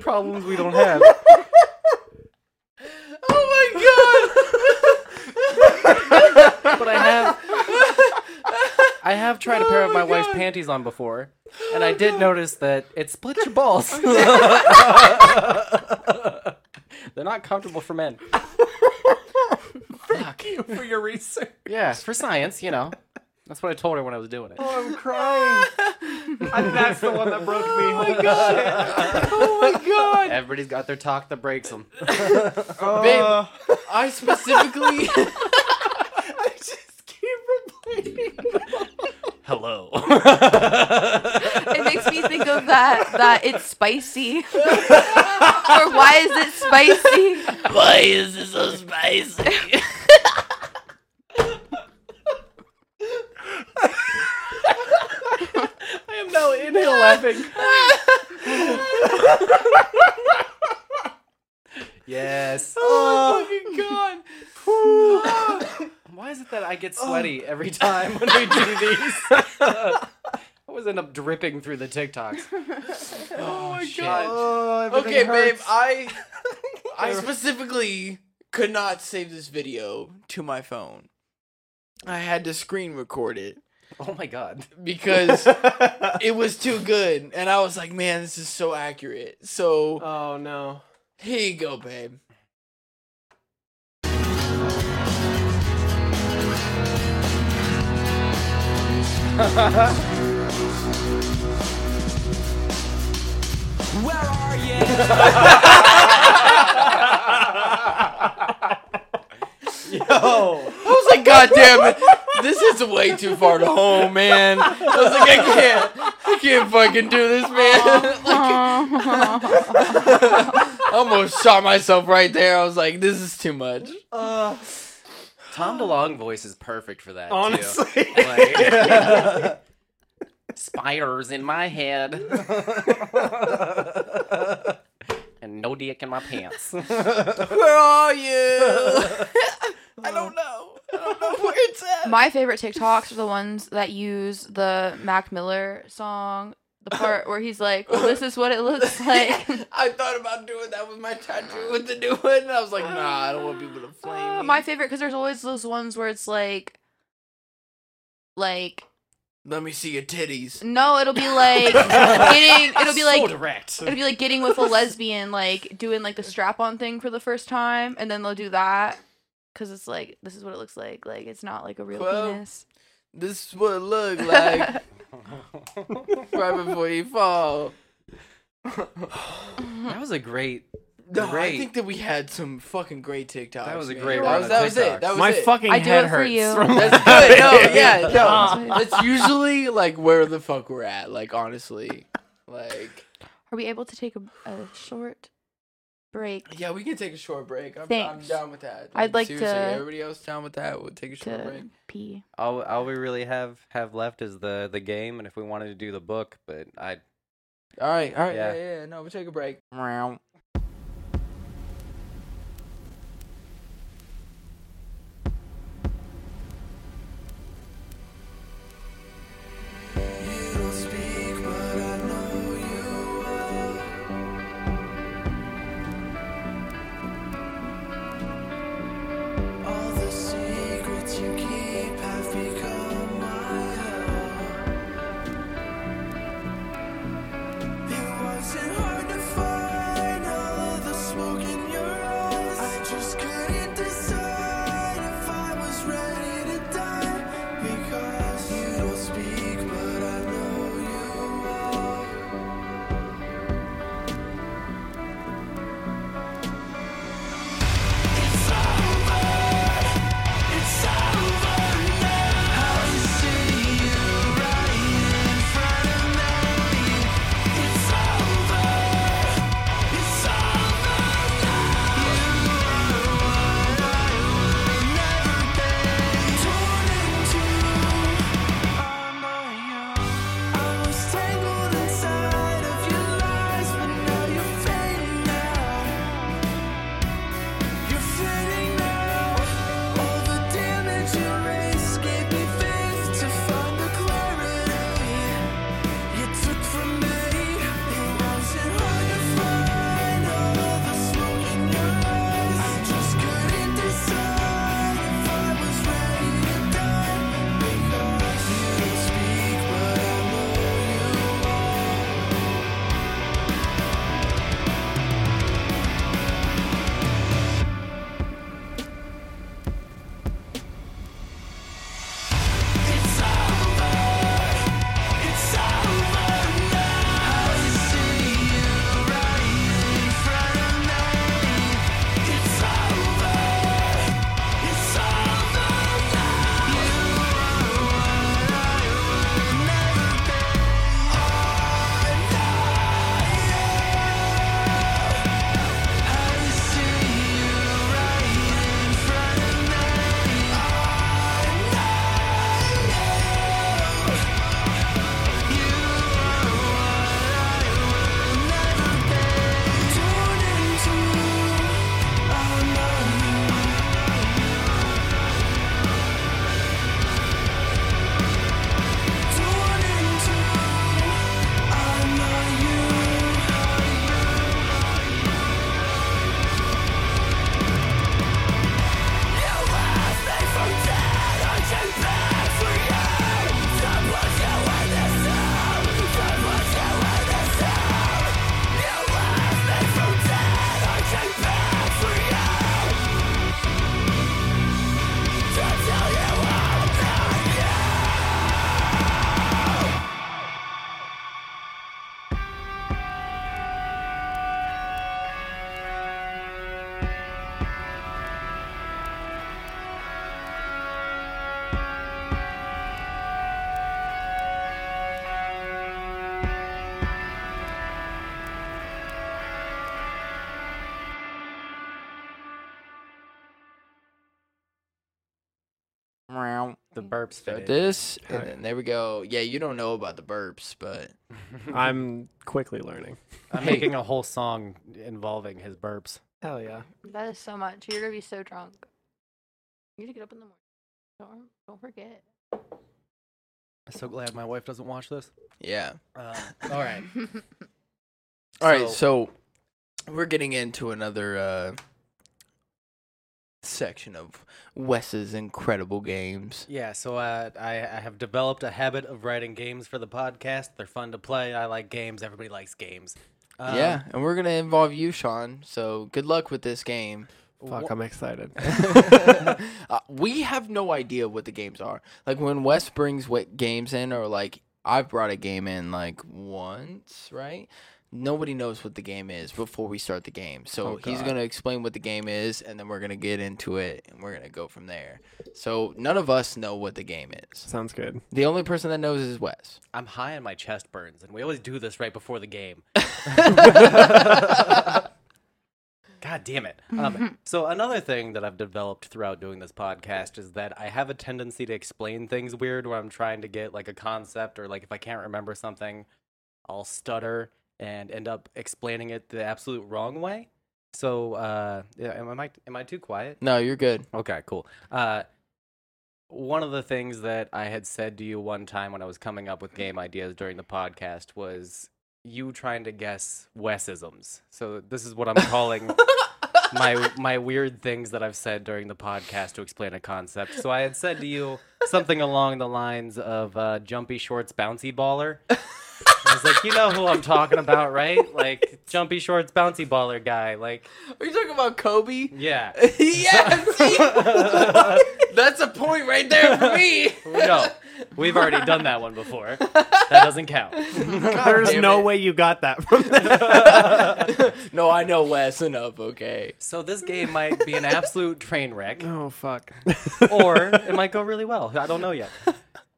[SPEAKER 7] problems we don't have.
[SPEAKER 3] Oh
[SPEAKER 5] but I have I have tried a
[SPEAKER 3] Oh
[SPEAKER 5] pair of my, wife's panties on before, and I did notice that it splits your balls. They're not comfortable for men. Fuck.
[SPEAKER 3] you for your research.
[SPEAKER 5] Yeah, for science, you know. That's what I told her when I was doing it.
[SPEAKER 7] Oh, I'm crying. and that's the one that broke me. Oh my
[SPEAKER 5] God.
[SPEAKER 2] Oh my god.
[SPEAKER 5] Everybody's got their talk that breaks them.
[SPEAKER 2] Babe, I specifically.
[SPEAKER 5] Hello.
[SPEAKER 4] It makes me think of that that it's spicy. or why is it spicy?
[SPEAKER 2] Why is it so spicy?
[SPEAKER 3] I am now in here laughing.
[SPEAKER 5] yes.
[SPEAKER 2] Oh my god.
[SPEAKER 5] Why is it that I get sweaty every time when we do these? I always end up dripping through the TikToks.
[SPEAKER 2] Oh my
[SPEAKER 5] shit.
[SPEAKER 2] god.
[SPEAKER 5] Oh, everything
[SPEAKER 2] okay, babe,
[SPEAKER 5] hurts.
[SPEAKER 2] I I specifically could not save this video to my phone. I had to screen record it
[SPEAKER 5] Oh my god.
[SPEAKER 2] because it was too good and I was like, "Man, this is so accurate." So,
[SPEAKER 3] Oh no.
[SPEAKER 2] here you go, babe.
[SPEAKER 6] Where are you?
[SPEAKER 2] Yo. I was like, God damn it. This is way too far to home, man. I was like, I can't. I can't fucking do this, man. I almost shot myself right there. I was like, this is too much.
[SPEAKER 5] Uh, Tom DeLong voice is perfect for that. too.
[SPEAKER 3] Honestly.
[SPEAKER 5] Like, spiders in my head. and no dick in my pants.
[SPEAKER 2] Where are you? I don't know. I don't know where it's at.
[SPEAKER 4] My favorite TikToks are the ones that use the Mac Miller song, the part where he's like, well, "This is what it looks like."
[SPEAKER 2] I thought about doing that with my tattoo with the new one, and I was like, nah, I don't want people to flame
[SPEAKER 4] Uh,
[SPEAKER 2] me.
[SPEAKER 4] my favorite because there's always those ones where it's like, like
[SPEAKER 2] Let me see your titties.
[SPEAKER 4] no, it'll be like getting, it'll be
[SPEAKER 5] So
[SPEAKER 4] like
[SPEAKER 5] direct.
[SPEAKER 4] It'll be like getting with a lesbian, like doing like the strap on thing for the first time, and then they'll do that because it's like this is what it looks like. Like it's not like a real
[SPEAKER 2] Well,
[SPEAKER 4] penis.
[SPEAKER 2] This is what it look like right before you fall.
[SPEAKER 5] that was a great.
[SPEAKER 2] No, I
[SPEAKER 5] Great.
[SPEAKER 2] think that we had some fucking great TikToks.
[SPEAKER 5] That was a
[SPEAKER 2] man.
[SPEAKER 5] great
[SPEAKER 2] That
[SPEAKER 5] round
[SPEAKER 2] was,
[SPEAKER 5] of
[SPEAKER 2] that was it.
[SPEAKER 5] TikToks.
[SPEAKER 2] That was
[SPEAKER 3] My
[SPEAKER 2] it.
[SPEAKER 3] fucking
[SPEAKER 4] I do
[SPEAKER 3] head
[SPEAKER 4] it for
[SPEAKER 3] hurts.
[SPEAKER 4] you.
[SPEAKER 3] From
[SPEAKER 2] That's good. No, yeah, no. That's usually like where the fuck we're at. Like honestly, like
[SPEAKER 4] Are we able to take a, a short break?
[SPEAKER 2] yeah, we can take a short break. I'm, I'm
[SPEAKER 4] Thanks.
[SPEAKER 2] down with that.
[SPEAKER 4] I'd like
[SPEAKER 2] seriously,
[SPEAKER 4] to-
[SPEAKER 2] Everybody else down with that? We'll take a short
[SPEAKER 4] to
[SPEAKER 2] break.
[SPEAKER 4] pee.
[SPEAKER 5] All, all we really have have left is the the game, and if we wanted to do the book, but I
[SPEAKER 2] All right, all right, yeah,
[SPEAKER 5] Yeah.
[SPEAKER 2] yeah. yeah, No, we'll take a break. Meow.
[SPEAKER 6] All the secrets you keep have become my own. It wasn't hard to find
[SPEAKER 5] The burps
[SPEAKER 2] Start
[SPEAKER 5] fitted.
[SPEAKER 2] this, and then there we go. Yeah, you don't know about the burps, but
[SPEAKER 3] I'm quickly learning.
[SPEAKER 5] I'm making a whole song involving his burps.
[SPEAKER 3] Hell yeah.
[SPEAKER 4] That is so much. You're gonna be so drunk. You need to get up in the morning. Don't don't forget.
[SPEAKER 5] I'm so glad my wife doesn't watch this.
[SPEAKER 2] yeah.
[SPEAKER 5] Uh, all right.
[SPEAKER 2] All right,
[SPEAKER 5] So-
[SPEAKER 2] so we're getting into another uh, section of Wes's incredible games.
[SPEAKER 5] Yeah, so uh, I, I have developed a habit of writing games for the podcast. They're fun to play. I like games. Everybody likes games. Um,
[SPEAKER 2] yeah, and we're gonna involve you, Sean. So good luck with this game.
[SPEAKER 3] Fuck, I'm excited.
[SPEAKER 2] Uh, we have no idea what the games are. Like when Wes brings what games in, or like I've brought a game in like once, right? Nobody knows what the game is before we start the game. So
[SPEAKER 3] Oh,
[SPEAKER 2] he's
[SPEAKER 3] God.
[SPEAKER 2] gonna explain what the game is, and then we're gonna get into it, and we're gonna go from there. So none of us know what the game is.
[SPEAKER 3] Sounds good.
[SPEAKER 2] The only person that knows is Wes.
[SPEAKER 5] I'm high and my chest burns, and we always do this right before the game. God damn it. Um, so, another thing that I've developed throughout doing this podcast is that I have a tendency to explain things weird where I'm trying to get like a concept, or like if I can't remember something, I'll stutter and end up explaining it the absolute wrong way. So, uh, yeah, am I am I too quiet?
[SPEAKER 2] No, you're good.
[SPEAKER 5] Okay, cool. Uh, one of the things that I had said to you one time when I was coming up with game ideas during the podcast was you trying to guess Wesisms. So this is what I'm calling my my weird things that I've said during the podcast to explain a concept. So I had said to you something along the lines of uh, "Jumpy Shorts Bouncy Baller." I was like, you know who I'm talking about, right? Like Jumpy Shorts Bouncy Baller guy. Like,
[SPEAKER 2] Are you talking about Kobe?
[SPEAKER 5] yeah.
[SPEAKER 2] yeah, see? that's a point right there for me.
[SPEAKER 5] No, we've already done that one before. That doesn't count.
[SPEAKER 3] There's no way you got that from
[SPEAKER 2] No, I know Wes enough. Okay.
[SPEAKER 5] So this game might be an absolute train wreck,
[SPEAKER 3] Oh fuck.
[SPEAKER 5] or it might go really well. I don't know yet.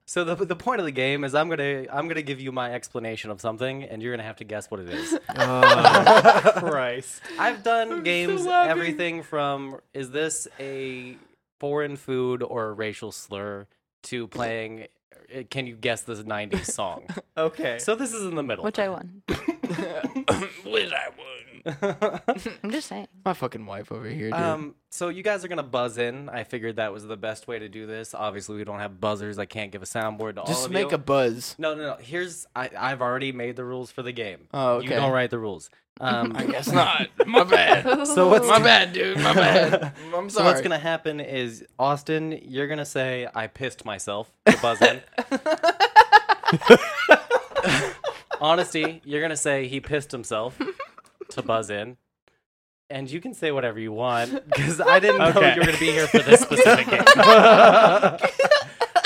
[SPEAKER 5] So the, the point of the game is I'm gonna I'm gonna give you my explanation of something, and you're gonna have to guess what it is.
[SPEAKER 3] Oh, Christ.
[SPEAKER 5] I've done games
[SPEAKER 3] laughing.
[SPEAKER 5] everything from is this a foreign food or a racial slur to playing uh, can you guess this 90s song?
[SPEAKER 3] Okay.
[SPEAKER 5] So this is in the middle.
[SPEAKER 4] Which I won.
[SPEAKER 2] Which I won.
[SPEAKER 4] I'm just saying.
[SPEAKER 2] My fucking wife over here, dude.
[SPEAKER 5] Um, so you guys are gonna buzz in. I figured that was the best way to do this. Obviously, we don't have buzzers. I can't give a soundboard to all of you.
[SPEAKER 2] Just make a buzz.
[SPEAKER 5] No, no, no. Here's I, I've already made the rules for the game.
[SPEAKER 2] Oh,
[SPEAKER 5] You
[SPEAKER 2] okay.
[SPEAKER 5] don't write the rules. Um,
[SPEAKER 2] I guess not. My bad.
[SPEAKER 5] So what's
[SPEAKER 2] my bad, dude? My bad. I'm sorry.
[SPEAKER 5] So what's gonna happen is Austin, you're gonna say I pissed myself to buzz in. Honesty, you're gonna say he pissed himself to buzz in. And you can say whatever you want because I didn't know
[SPEAKER 3] Okay.
[SPEAKER 5] you were gonna be here for this specific game.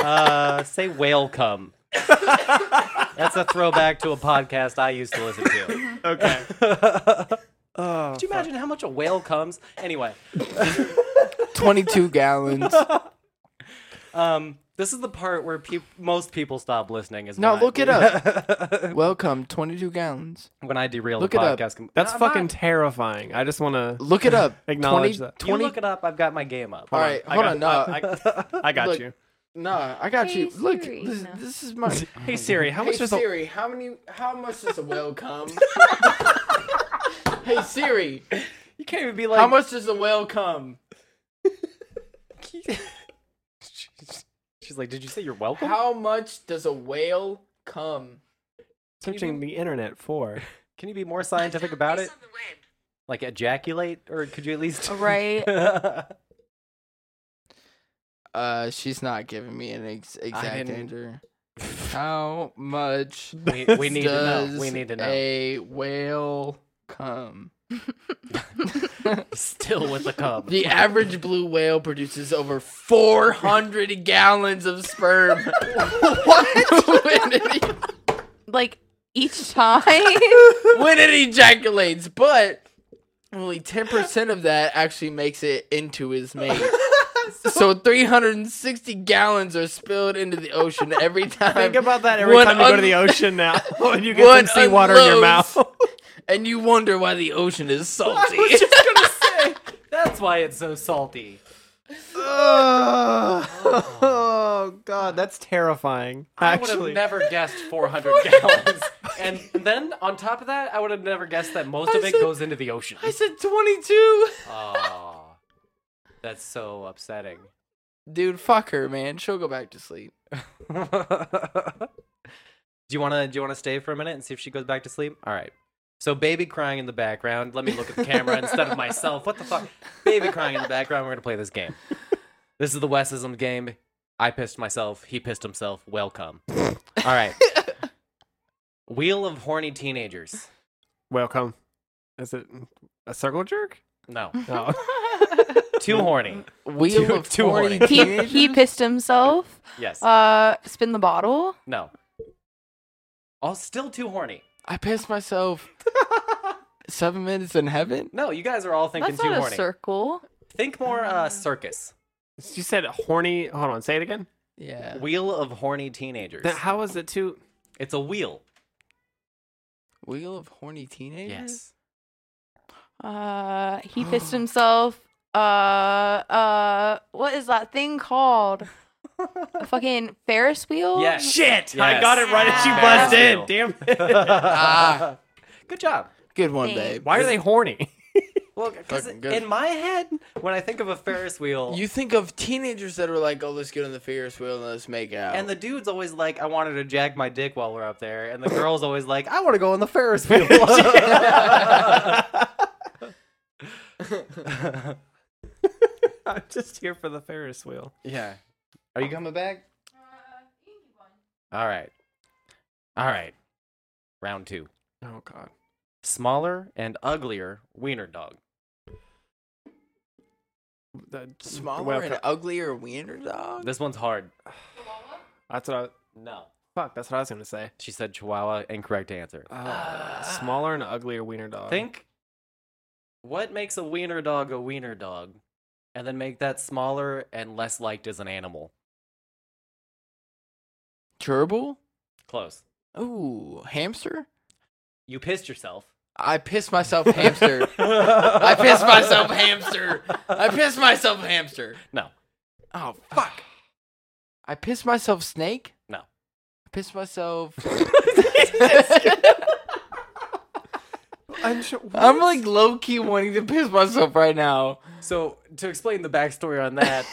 [SPEAKER 5] uh, say whale come. That's a throwback to a podcast I used to listen to.
[SPEAKER 3] Okay. Oh,
[SPEAKER 5] Could you imagine how much a whale comes? Anyway,
[SPEAKER 2] 22 gallons.
[SPEAKER 5] um, this is the part where peop most people stop listening. Is
[SPEAKER 2] No,
[SPEAKER 5] when I-
[SPEAKER 2] look it up. Welcome, 22 gallons.
[SPEAKER 5] when I derail
[SPEAKER 2] Look
[SPEAKER 5] the
[SPEAKER 2] it up.
[SPEAKER 5] podcast. com-
[SPEAKER 3] That's
[SPEAKER 5] No, I'm
[SPEAKER 3] fucking
[SPEAKER 5] not.
[SPEAKER 3] terrifying. I just want to
[SPEAKER 2] Look it up.
[SPEAKER 3] Acknowledge
[SPEAKER 2] 20
[SPEAKER 3] that.
[SPEAKER 5] you
[SPEAKER 2] 20
[SPEAKER 5] look it up. I've got my game up.
[SPEAKER 2] All right, hold
[SPEAKER 3] I
[SPEAKER 2] on. No,
[SPEAKER 3] got-
[SPEAKER 2] I,
[SPEAKER 3] I got
[SPEAKER 2] Look.
[SPEAKER 3] you.
[SPEAKER 2] no, I got
[SPEAKER 4] Hey,
[SPEAKER 2] you. Look,
[SPEAKER 4] Siri.
[SPEAKER 2] this,
[SPEAKER 4] No.
[SPEAKER 2] this is my.
[SPEAKER 3] Hey Siri, how
[SPEAKER 2] Hey
[SPEAKER 3] much does a
[SPEAKER 2] Siri, how many? How much does a whale come? hey Siri,
[SPEAKER 5] You can't even be like.
[SPEAKER 2] how much does a whale come?
[SPEAKER 5] She's like, did you say you're welcome?
[SPEAKER 2] How much does a whale come?
[SPEAKER 3] searching the internet for?
[SPEAKER 5] Can you be more scientific about it? Like ejaculate, or could you at least?
[SPEAKER 4] Right.
[SPEAKER 2] Uh, she's not giving me an ex- exact
[SPEAKER 5] didn't-
[SPEAKER 2] answer. How much
[SPEAKER 5] we, we need to know.
[SPEAKER 2] does
[SPEAKER 5] We need to know.
[SPEAKER 2] a whale come?
[SPEAKER 5] Still with the cum.
[SPEAKER 2] The average blue whale produces over 400 gallons of sperm. what? when, it, e-,
[SPEAKER 4] Like each time.
[SPEAKER 2] when it ejaculates, but only 10% of that actually makes it into his mate. So 360 gallons are spilled into the ocean every time.
[SPEAKER 3] Think about that every
[SPEAKER 2] One
[SPEAKER 3] time you go to
[SPEAKER 2] un-
[SPEAKER 3] the ocean now. when you get
[SPEAKER 2] one
[SPEAKER 3] some seawater in your
[SPEAKER 2] unloads.
[SPEAKER 3] mouth.
[SPEAKER 2] And you wonder why the ocean is salty.
[SPEAKER 5] That's why it's so salty.
[SPEAKER 3] oh god, that's terrifying.
[SPEAKER 5] I would have
[SPEAKER 3] Actually,
[SPEAKER 5] never guessed 400 gallons. And then on top of that, I would have never guessed that most of
[SPEAKER 3] I
[SPEAKER 5] it
[SPEAKER 3] said-
[SPEAKER 5] goes into the ocean.
[SPEAKER 3] I said 22.
[SPEAKER 5] Oh, that's so upsetting.
[SPEAKER 2] Dude, fuck her, man. She'll go back to sleep.
[SPEAKER 5] Do you want to do you want to stay for a minute and see if she goes back to sleep? All right. So baby crying in the background. Let me look at the camera instead of myself. What the fuck? Baby crying in the background. We're going to play this game. This is the Wesism game. I pissed myself. He pissed himself. Welcome. All right. Wheel of horny teenagers.
[SPEAKER 3] welcome. Is it a circle jerk?
[SPEAKER 5] No.
[SPEAKER 3] No.
[SPEAKER 5] Too horny.
[SPEAKER 2] Wheel
[SPEAKER 5] Too-
[SPEAKER 2] of
[SPEAKER 5] too
[SPEAKER 2] horny.
[SPEAKER 4] he, he pissed himself.
[SPEAKER 5] Yes.
[SPEAKER 4] Uh, spin the bottle.
[SPEAKER 5] No. Oh, still too horny.
[SPEAKER 2] I pissed myself. Seven minutes in heaven?
[SPEAKER 5] No, you guys are all thinking
[SPEAKER 4] That's
[SPEAKER 5] too
[SPEAKER 4] not a
[SPEAKER 5] horny.
[SPEAKER 4] circle.
[SPEAKER 5] Think more uh, circus.
[SPEAKER 3] You said horny. Hold on, say it again.
[SPEAKER 2] Yeah.
[SPEAKER 5] Wheel of horny teenagers.
[SPEAKER 3] Then how is it too?
[SPEAKER 5] It's a wheel.
[SPEAKER 2] Wheel of horny teenagers?
[SPEAKER 5] Yes.
[SPEAKER 4] Uh, he pissed himself. Uh, uh, what is that thing called? a fucking Ferris wheel.
[SPEAKER 5] Yeah.
[SPEAKER 3] Shit! I got it right as you buzzed in. Damn it.
[SPEAKER 2] Ah.
[SPEAKER 5] Good job.
[SPEAKER 2] Good one,
[SPEAKER 4] Thanks.
[SPEAKER 2] babe.
[SPEAKER 3] Why are they horny?
[SPEAKER 5] Well, because
[SPEAKER 2] Fucking good.
[SPEAKER 5] in my head, when I think of a Ferris wheel,
[SPEAKER 2] You think of teenagers that are like, oh, let's get on the Ferris wheel and let's make out.
[SPEAKER 5] and the dude's always like, I wanted to jack my dick while we're up there, and the girl's always like, I want to go on the Ferris wheel.
[SPEAKER 3] I'm just here for the Ferris wheel.
[SPEAKER 5] yeah. Are you coming back? All right. All right. Round two.
[SPEAKER 3] Oh god.
[SPEAKER 5] Smaller and uglier wiener dog.
[SPEAKER 3] The-
[SPEAKER 2] Smaller
[SPEAKER 3] well,
[SPEAKER 2] and uglier wiener dog?
[SPEAKER 5] This one's hard.
[SPEAKER 3] That's what I.
[SPEAKER 5] No.
[SPEAKER 3] Fuck. That's what I was gonna say.
[SPEAKER 5] She said Chihuahua. Incorrect answer.
[SPEAKER 3] Uh, smaller and uglier wiener dog.
[SPEAKER 5] Think what makes a wiener dog a wiener dog, and then make that smaller and less liked as an animal.
[SPEAKER 2] Gerbil?
[SPEAKER 5] Close.
[SPEAKER 2] Ooh, hamster?
[SPEAKER 5] You pissed yourself.
[SPEAKER 2] I pissed myself hamster. I pissed myself hamster. I pissed myself hamster.
[SPEAKER 5] No,
[SPEAKER 2] Oh, fuck. I pissed myself snake?
[SPEAKER 5] no.
[SPEAKER 2] I pissed myself.
[SPEAKER 3] I'm sure.
[SPEAKER 2] I'm like low key wanting to piss myself right now.
[SPEAKER 5] So to explain the backstory on that,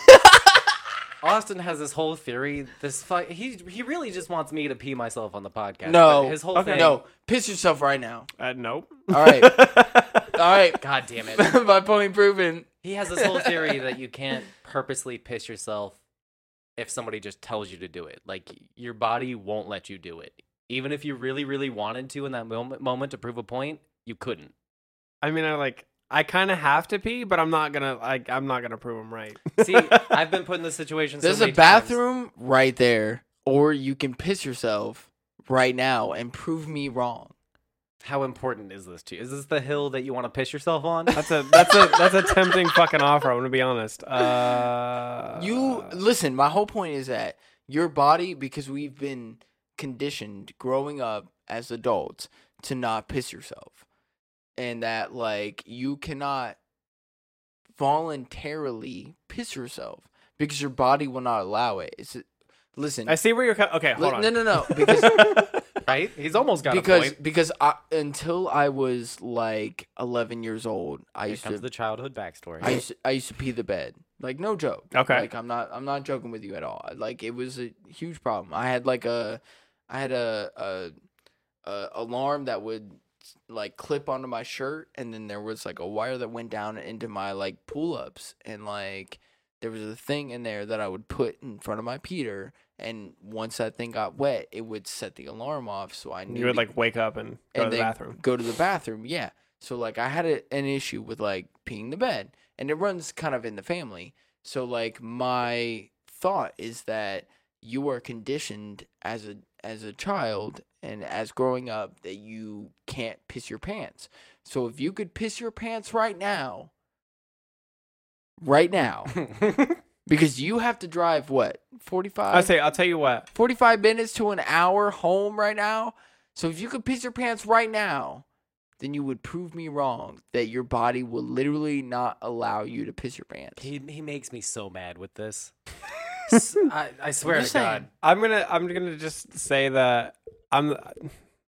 [SPEAKER 5] Austin has this whole theory. This fu- he he really just wants me to pee myself on the podcast.
[SPEAKER 2] No.
[SPEAKER 5] but his whole thing.
[SPEAKER 2] No. Piss yourself right now.
[SPEAKER 3] Uh, nope.
[SPEAKER 2] All right. All right.
[SPEAKER 5] God damn it.
[SPEAKER 2] My point proven.
[SPEAKER 5] He has this whole theory that you can't purposely piss yourself if somebody just tells you to do it. Like your body won't let you do it. Even if you really, really wanted to in that moment, moment to prove a point, you couldn't.
[SPEAKER 3] I mean, I like. I kind of have to pee, but I'm not gonna. Like, I'm not gonna prove him right.
[SPEAKER 5] See, I've been put in this situation. so
[SPEAKER 2] There's a
[SPEAKER 5] many times.
[SPEAKER 2] bathroom right there, or you can piss yourself right now and prove me wrong.
[SPEAKER 5] How important is this to you? Is this the hill that you want to piss yourself on?
[SPEAKER 3] That's a that's a that's a tempting fucking offer. I'm gonna be honest. Uh,
[SPEAKER 2] You listen, my whole point is that your body, because we've been conditioned growing up as adults to not piss yourself, and that like you cannot voluntarily piss yourself because your body will not allow it. It's listen,
[SPEAKER 3] I see where you're. Co- okay,
[SPEAKER 2] li-
[SPEAKER 3] hold on.
[SPEAKER 2] no, no, no, because
[SPEAKER 5] right? He's almost got a
[SPEAKER 2] because
[SPEAKER 5] point.
[SPEAKER 2] because I, until I was like 11 years old, I
[SPEAKER 5] Here
[SPEAKER 2] used to
[SPEAKER 5] comes the childhood backstory.
[SPEAKER 2] I used to, I used to pee the bed. Like no joke.
[SPEAKER 3] Okay.
[SPEAKER 2] Like I'm not I'm not joking with you at all. Like it was a huge problem. I had like a I had a a, a alarm that would like clip onto my shirt and then there was like a wire that went down into my like pull-ups and like there was a thing in there that I would put in front of my Peter and once that thing got wet it would set the alarm off so I knew
[SPEAKER 3] you would
[SPEAKER 2] to
[SPEAKER 3] like wake up and go to the
[SPEAKER 2] then
[SPEAKER 3] bathroom.
[SPEAKER 2] Go to the bathroom, yeah. So like I had a, an issue with like peeing the bed, and it runs kind of in the family. So like my thought is that you are conditioned as a as a child and as growing up that you can't piss your pants. So if you could piss your pants right now, right now, because you have to drive what forty
[SPEAKER 3] I
[SPEAKER 2] five
[SPEAKER 3] say. I'll tell you what.
[SPEAKER 2] 45 minutes to an hour home right now. So if you could piss your pants right now, then you would prove me wrong that your body will literally not allow you to piss your pants.
[SPEAKER 5] He he makes me so mad with this. S- I, I swear to God.
[SPEAKER 3] I'm gonna I'm gonna just say that I'm.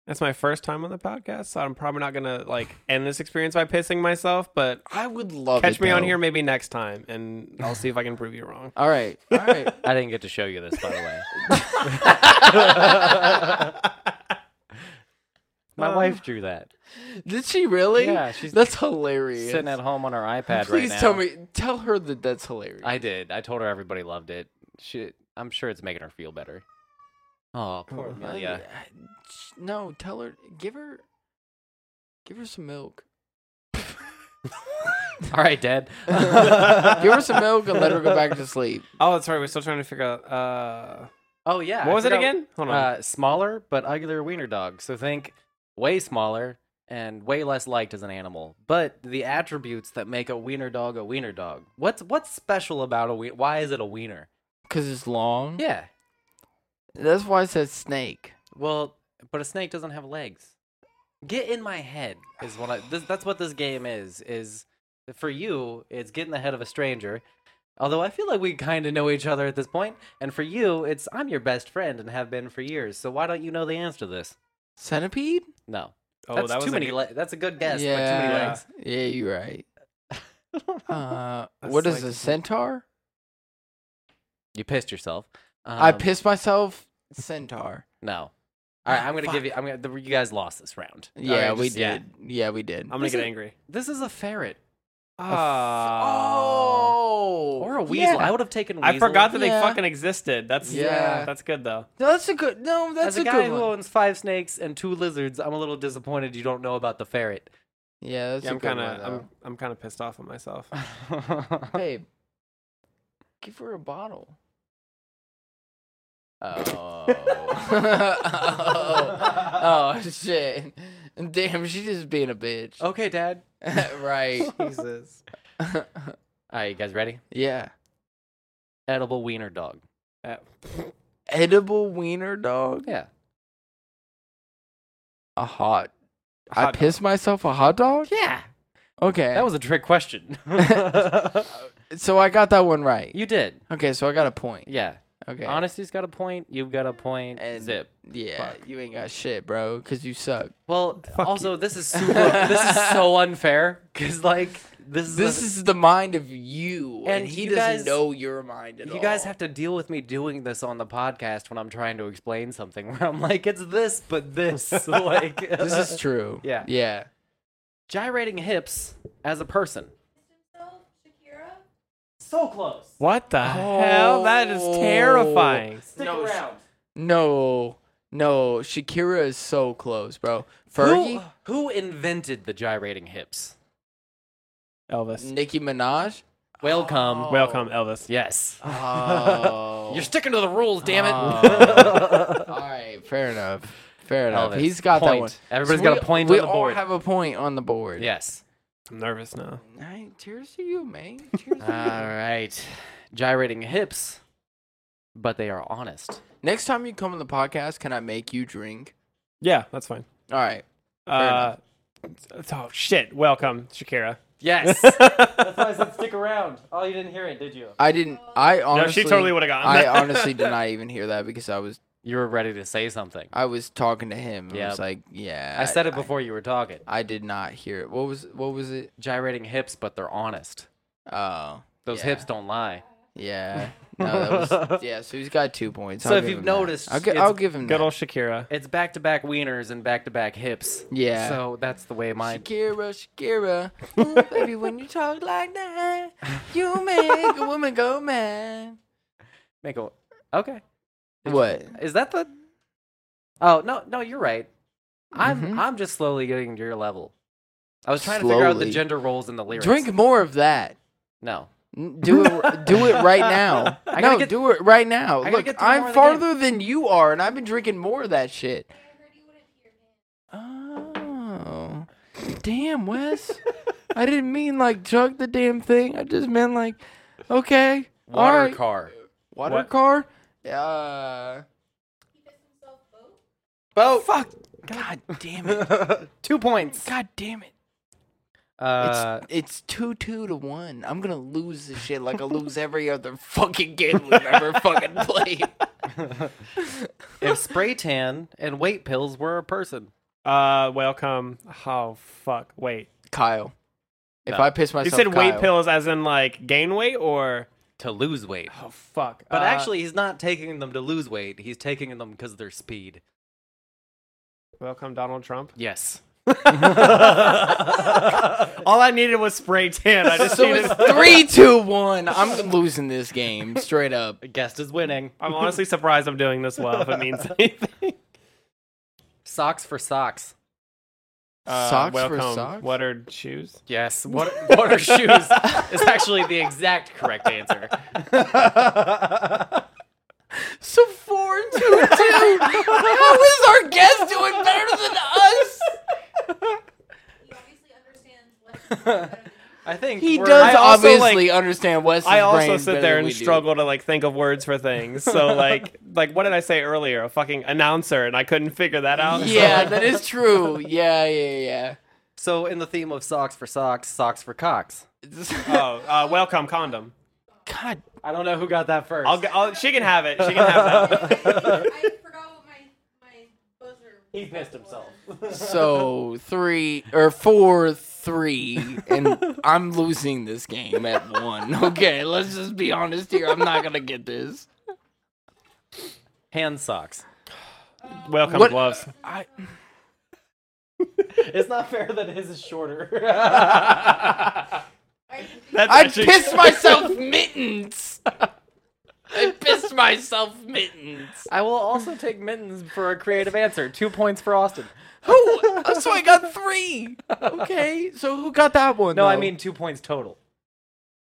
[SPEAKER 3] That's my first time on the podcast, so I'm probably not gonna like end this experience by pissing myself. But
[SPEAKER 2] I would love
[SPEAKER 3] catch
[SPEAKER 2] it,
[SPEAKER 3] me on
[SPEAKER 2] though.
[SPEAKER 3] here maybe next time, and I'll see if I can prove you wrong.
[SPEAKER 2] All right, all right.
[SPEAKER 5] I didn't get to show you this, by the way. My
[SPEAKER 2] Um,
[SPEAKER 5] wife drew that.
[SPEAKER 2] Did she really?
[SPEAKER 5] Yeah, she's
[SPEAKER 2] that's hilarious.
[SPEAKER 5] Sitting at home on her iPad right now.
[SPEAKER 2] Please tell me, tell her that that's hilarious.
[SPEAKER 5] I did. I told her everybody loved it. She, I'm sure it's making her feel better. Oh, poor
[SPEAKER 2] I-
[SPEAKER 5] Amelia.
[SPEAKER 2] I- sh- no, tell her, give her, give her some milk.
[SPEAKER 5] All right, Dad.
[SPEAKER 2] give her some milk and let her go back to sleep.
[SPEAKER 3] Oh, that's right. We're still trying to figure out. Uh,
[SPEAKER 5] Oh yeah.
[SPEAKER 3] What
[SPEAKER 5] I
[SPEAKER 3] was it
[SPEAKER 5] forgot-
[SPEAKER 3] again? Hold on.
[SPEAKER 5] Uh, smaller but uglier wiener dog. So think way smaller and way less liked as an animal, but the attributes that make a wiener dog a wiener dog. What's what's special about a wiener? Why is it a wiener?
[SPEAKER 2] Cause it's long.
[SPEAKER 5] Yeah.
[SPEAKER 2] That's why I said snake.
[SPEAKER 5] Well, but a snake doesn't have legs. Get in my head is what I. This, that's what this game is. Is for you, it's get in the head of a stranger. Although I feel like we kind of know each other at this point, and for you, it's I'm your best friend and have been for years. So why don't you know the answer to this?
[SPEAKER 2] Centipede?
[SPEAKER 5] No.
[SPEAKER 3] Oh,
[SPEAKER 5] that's
[SPEAKER 3] that was
[SPEAKER 5] too
[SPEAKER 3] a
[SPEAKER 5] many.
[SPEAKER 3] good-
[SPEAKER 5] Le- that's a good guess,
[SPEAKER 2] yeah.
[SPEAKER 5] but too many legs.
[SPEAKER 2] Yeah, you're right. uh,
[SPEAKER 5] That's
[SPEAKER 2] what is
[SPEAKER 5] like-
[SPEAKER 2] a centaur?
[SPEAKER 5] You pissed yourself.
[SPEAKER 2] I
[SPEAKER 5] Um,
[SPEAKER 2] pissed myself. Centaur.
[SPEAKER 5] No. All right, I'm gonna give you. I'm gonna. You guys lost this round. All
[SPEAKER 2] Yeah,
[SPEAKER 5] right,
[SPEAKER 2] we
[SPEAKER 5] Oh, just-
[SPEAKER 2] did. Yeah. we did.
[SPEAKER 3] I'm gonna
[SPEAKER 5] This
[SPEAKER 3] get
[SPEAKER 5] is-
[SPEAKER 3] angry.
[SPEAKER 5] This is a ferret
[SPEAKER 2] Ah.
[SPEAKER 3] Oh.
[SPEAKER 2] Oh,
[SPEAKER 5] or a weasel. I would have taken. Weasel.
[SPEAKER 3] I forgot that
[SPEAKER 2] Yeah.
[SPEAKER 3] they fucking existed. That's
[SPEAKER 2] Yeah.
[SPEAKER 3] yeah. That's good though.
[SPEAKER 2] No, that's a good. No, that's
[SPEAKER 5] As a,
[SPEAKER 2] a,
[SPEAKER 5] guy
[SPEAKER 2] good
[SPEAKER 5] who
[SPEAKER 2] one.
[SPEAKER 5] owns five snakes and two lizards, I'm a little disappointed you don't know about the ferret.
[SPEAKER 2] Yeah, that's
[SPEAKER 3] Yeah,
[SPEAKER 2] a
[SPEAKER 3] I'm
[SPEAKER 2] good
[SPEAKER 3] kind
[SPEAKER 2] one,
[SPEAKER 3] of
[SPEAKER 2] though.
[SPEAKER 3] I'm I'm kind of pissed off at myself.
[SPEAKER 2] Babe, give her a bottle.
[SPEAKER 5] oh.
[SPEAKER 2] oh, oh, shit. Damn, she's just being a bitch.
[SPEAKER 5] Okay, Dad. Oh.
[SPEAKER 2] right.
[SPEAKER 3] Jesus.
[SPEAKER 5] All right, you guys ready?
[SPEAKER 2] Yeah.
[SPEAKER 5] Edible wiener dog.
[SPEAKER 3] Uh,
[SPEAKER 2] Edible wiener dog?
[SPEAKER 5] Yeah.
[SPEAKER 2] A hot. I
[SPEAKER 5] Hot dog.
[SPEAKER 2] pissed myself a hot dog?
[SPEAKER 5] Yeah.
[SPEAKER 2] Okay.
[SPEAKER 5] That was a trick question.
[SPEAKER 2] so I got that one right.
[SPEAKER 5] you did.
[SPEAKER 2] Okay, so I got a point.
[SPEAKER 5] Yeah.
[SPEAKER 2] Okay.
[SPEAKER 5] Honesty's got a point. You've got a point.
[SPEAKER 2] And-
[SPEAKER 5] Zip.
[SPEAKER 2] yeah, you ain't got shit, bro, because you suck.
[SPEAKER 5] Well, also this is super, this is so unfair because like this is
[SPEAKER 2] This
[SPEAKER 5] a-
[SPEAKER 2] is the mind of you, and,
[SPEAKER 5] And
[SPEAKER 2] he
[SPEAKER 5] you
[SPEAKER 2] doesn't
[SPEAKER 5] guys-
[SPEAKER 2] know your mind at
[SPEAKER 5] you
[SPEAKER 2] all.
[SPEAKER 5] guys have to deal with me doing this on the podcast when I'm trying to explain something where I'm like it's this but this like
[SPEAKER 2] This is true.
[SPEAKER 5] Yeah.
[SPEAKER 2] Yeah.
[SPEAKER 5] gyrating hips as a person. So close.
[SPEAKER 3] What the hell? That is terrifying.
[SPEAKER 5] Stick around.
[SPEAKER 2] No, no, Shakira is so close, bro. Fergie,
[SPEAKER 5] Who, who invented the gyrating hips?
[SPEAKER 3] Elvis.
[SPEAKER 2] Nicki Minaj.
[SPEAKER 5] Welcome.
[SPEAKER 3] Welcome, Elvis.
[SPEAKER 5] Yes.
[SPEAKER 2] Oh,
[SPEAKER 5] You're sticking to the rules, damn it.
[SPEAKER 2] all right, fair enough, fair enough.
[SPEAKER 5] Elvis.
[SPEAKER 2] He's got that
[SPEAKER 5] Oh. Point.
[SPEAKER 2] one.
[SPEAKER 5] Everybody's
[SPEAKER 2] Everybody's
[SPEAKER 5] got a point
[SPEAKER 2] we
[SPEAKER 5] on the board.
[SPEAKER 2] all have a point on the board.
[SPEAKER 5] yes.
[SPEAKER 3] I'm nervous now.
[SPEAKER 2] All right, cheers to you, man. Cheers.
[SPEAKER 5] All right. Gyrating hips, but they are honest.
[SPEAKER 2] Next time you come on the podcast, can I make you drink?
[SPEAKER 3] Yeah, that's fine.
[SPEAKER 2] All right.
[SPEAKER 3] Uh, it's- oh shit! Welcome, Shakira.
[SPEAKER 5] Yes. That's why I said stick around. Oh, you didn't hear it, did you?
[SPEAKER 2] I didn't. I honestly.
[SPEAKER 3] totally would've gotten
[SPEAKER 2] I
[SPEAKER 3] that.
[SPEAKER 2] honestly did not even hear that because I was
[SPEAKER 5] You were ready to say something.
[SPEAKER 2] I was talking to him. Yeah. I
[SPEAKER 5] Yep.
[SPEAKER 2] was like, yeah.
[SPEAKER 5] I said it
[SPEAKER 2] I-
[SPEAKER 5] before you were talking.
[SPEAKER 2] I did not hear it. What was what was it?
[SPEAKER 5] Gyrating hips, but they're honest.
[SPEAKER 2] Oh,
[SPEAKER 5] Those
[SPEAKER 2] yeah.
[SPEAKER 5] hips don't lie.
[SPEAKER 2] Yeah. No, that was yeah. So he's got two points.
[SPEAKER 5] So
[SPEAKER 2] I'll
[SPEAKER 5] if
[SPEAKER 2] give
[SPEAKER 5] you've
[SPEAKER 2] him that.
[SPEAKER 5] noticed,
[SPEAKER 2] I'll, gi-
[SPEAKER 5] it's
[SPEAKER 2] I'll give him that.
[SPEAKER 3] Good old Shakira.
[SPEAKER 5] It's back to back wieners and back to back hips.
[SPEAKER 2] Yeah.
[SPEAKER 5] So that's the way mine.
[SPEAKER 2] Shakira, Shakira, Ooh, baby, when you talk like that, you make a woman go mad.
[SPEAKER 5] Make a. Okay.
[SPEAKER 2] What?
[SPEAKER 5] Is that the? Oh no, no, you're right. I'm
[SPEAKER 2] Mm-hmm.
[SPEAKER 5] I'm just slowly getting to your level. I was trying to figure out the
[SPEAKER 2] Slowly.
[SPEAKER 5] gender roles in the lyrics.
[SPEAKER 2] Drink more of that.
[SPEAKER 5] No.
[SPEAKER 2] N- Do it, do it right now.
[SPEAKER 5] I gotta
[SPEAKER 2] no,
[SPEAKER 5] get-
[SPEAKER 2] do it right now.
[SPEAKER 5] gotta
[SPEAKER 2] Look,
[SPEAKER 5] get through more
[SPEAKER 2] I'm
[SPEAKER 5] of the game.
[SPEAKER 2] farther than you are, and I've been drinking more of that shit. Oh, damn, Wes! I didn't mean like chug the damn thing. I just meant like, okay,
[SPEAKER 5] Water
[SPEAKER 2] all right.
[SPEAKER 5] car.
[SPEAKER 2] water
[SPEAKER 3] What?
[SPEAKER 2] car. Uh,
[SPEAKER 5] Vote.
[SPEAKER 2] Fuck. God damn it.
[SPEAKER 5] Two points.
[SPEAKER 2] God damn it.
[SPEAKER 5] Uh,
[SPEAKER 2] it's, it's two two to one. I'm gonna lose this shit like I lose every other fucking game we've ever fucking played.
[SPEAKER 5] if spray tan and weight pills were a person.
[SPEAKER 3] Uh, welcome. Oh fuck. Wait,
[SPEAKER 2] Kyle. If
[SPEAKER 3] No.
[SPEAKER 2] I piss
[SPEAKER 3] You
[SPEAKER 2] myself,
[SPEAKER 3] said weight
[SPEAKER 2] Kyle.
[SPEAKER 3] pills as in like gain weight or
[SPEAKER 5] to lose weight.
[SPEAKER 3] Oh fuck.
[SPEAKER 5] But
[SPEAKER 3] Uh,
[SPEAKER 5] actually, he's not taking them to lose weight. He's taking them because of their speed.
[SPEAKER 3] welcome Donald Trump.
[SPEAKER 5] Yes.
[SPEAKER 3] All I needed was spray tan. I just
[SPEAKER 2] So
[SPEAKER 3] needed
[SPEAKER 2] it's three two one. I'm losing this game straight up.
[SPEAKER 5] Guest is winning.
[SPEAKER 3] I'm honestly surprised I'm doing this well. If it means anything.
[SPEAKER 5] Socks for socks.
[SPEAKER 3] Uh,
[SPEAKER 5] Socks for
[SPEAKER 3] welcome.
[SPEAKER 5] socks?
[SPEAKER 3] What are shoes?
[SPEAKER 5] Yes. What what are shoes is actually the exact correct answer.
[SPEAKER 2] So four two two. How is our guest doing better than us?
[SPEAKER 5] I think
[SPEAKER 2] He
[SPEAKER 5] we're-
[SPEAKER 2] does
[SPEAKER 3] I also,
[SPEAKER 2] obviously
[SPEAKER 3] like-
[SPEAKER 2] understand Wes.
[SPEAKER 3] I also
[SPEAKER 2] brain
[SPEAKER 3] sit
[SPEAKER 2] better
[SPEAKER 3] there
[SPEAKER 2] than
[SPEAKER 3] and
[SPEAKER 2] we do.
[SPEAKER 3] struggle to like think of words for things. So like like what did I say earlier? A fucking announcer, and I couldn't figure that out. So,
[SPEAKER 2] Yeah,
[SPEAKER 3] like,
[SPEAKER 2] that is true. Yeah, yeah, yeah.
[SPEAKER 5] So in the theme of socks for socks, socks for cocks.
[SPEAKER 3] oh, uh, welcome condom.
[SPEAKER 2] God,
[SPEAKER 5] I don't know who got that first.
[SPEAKER 3] I'll, g will she can have it. She can have that.
[SPEAKER 5] He pissed himself.
[SPEAKER 2] So three or four three, and I'm losing this game at one. Okay, let's just be honest here. I'm not gonna get this.
[SPEAKER 5] Hand socks.
[SPEAKER 3] Welcome
[SPEAKER 2] What-
[SPEAKER 3] gloves.
[SPEAKER 2] I
[SPEAKER 5] It's not fair that his is shorter.
[SPEAKER 3] That's
[SPEAKER 2] I
[SPEAKER 3] actually-
[SPEAKER 2] pissed myself mittens. I pissed myself mittens.
[SPEAKER 5] I will also take mittens for a creative answer. Two points for Austin.
[SPEAKER 2] Who?
[SPEAKER 5] Oh,
[SPEAKER 2] uh, So I got three. Okay, so who got that one?
[SPEAKER 5] No, I
[SPEAKER 2] though?
[SPEAKER 5] mean two points total.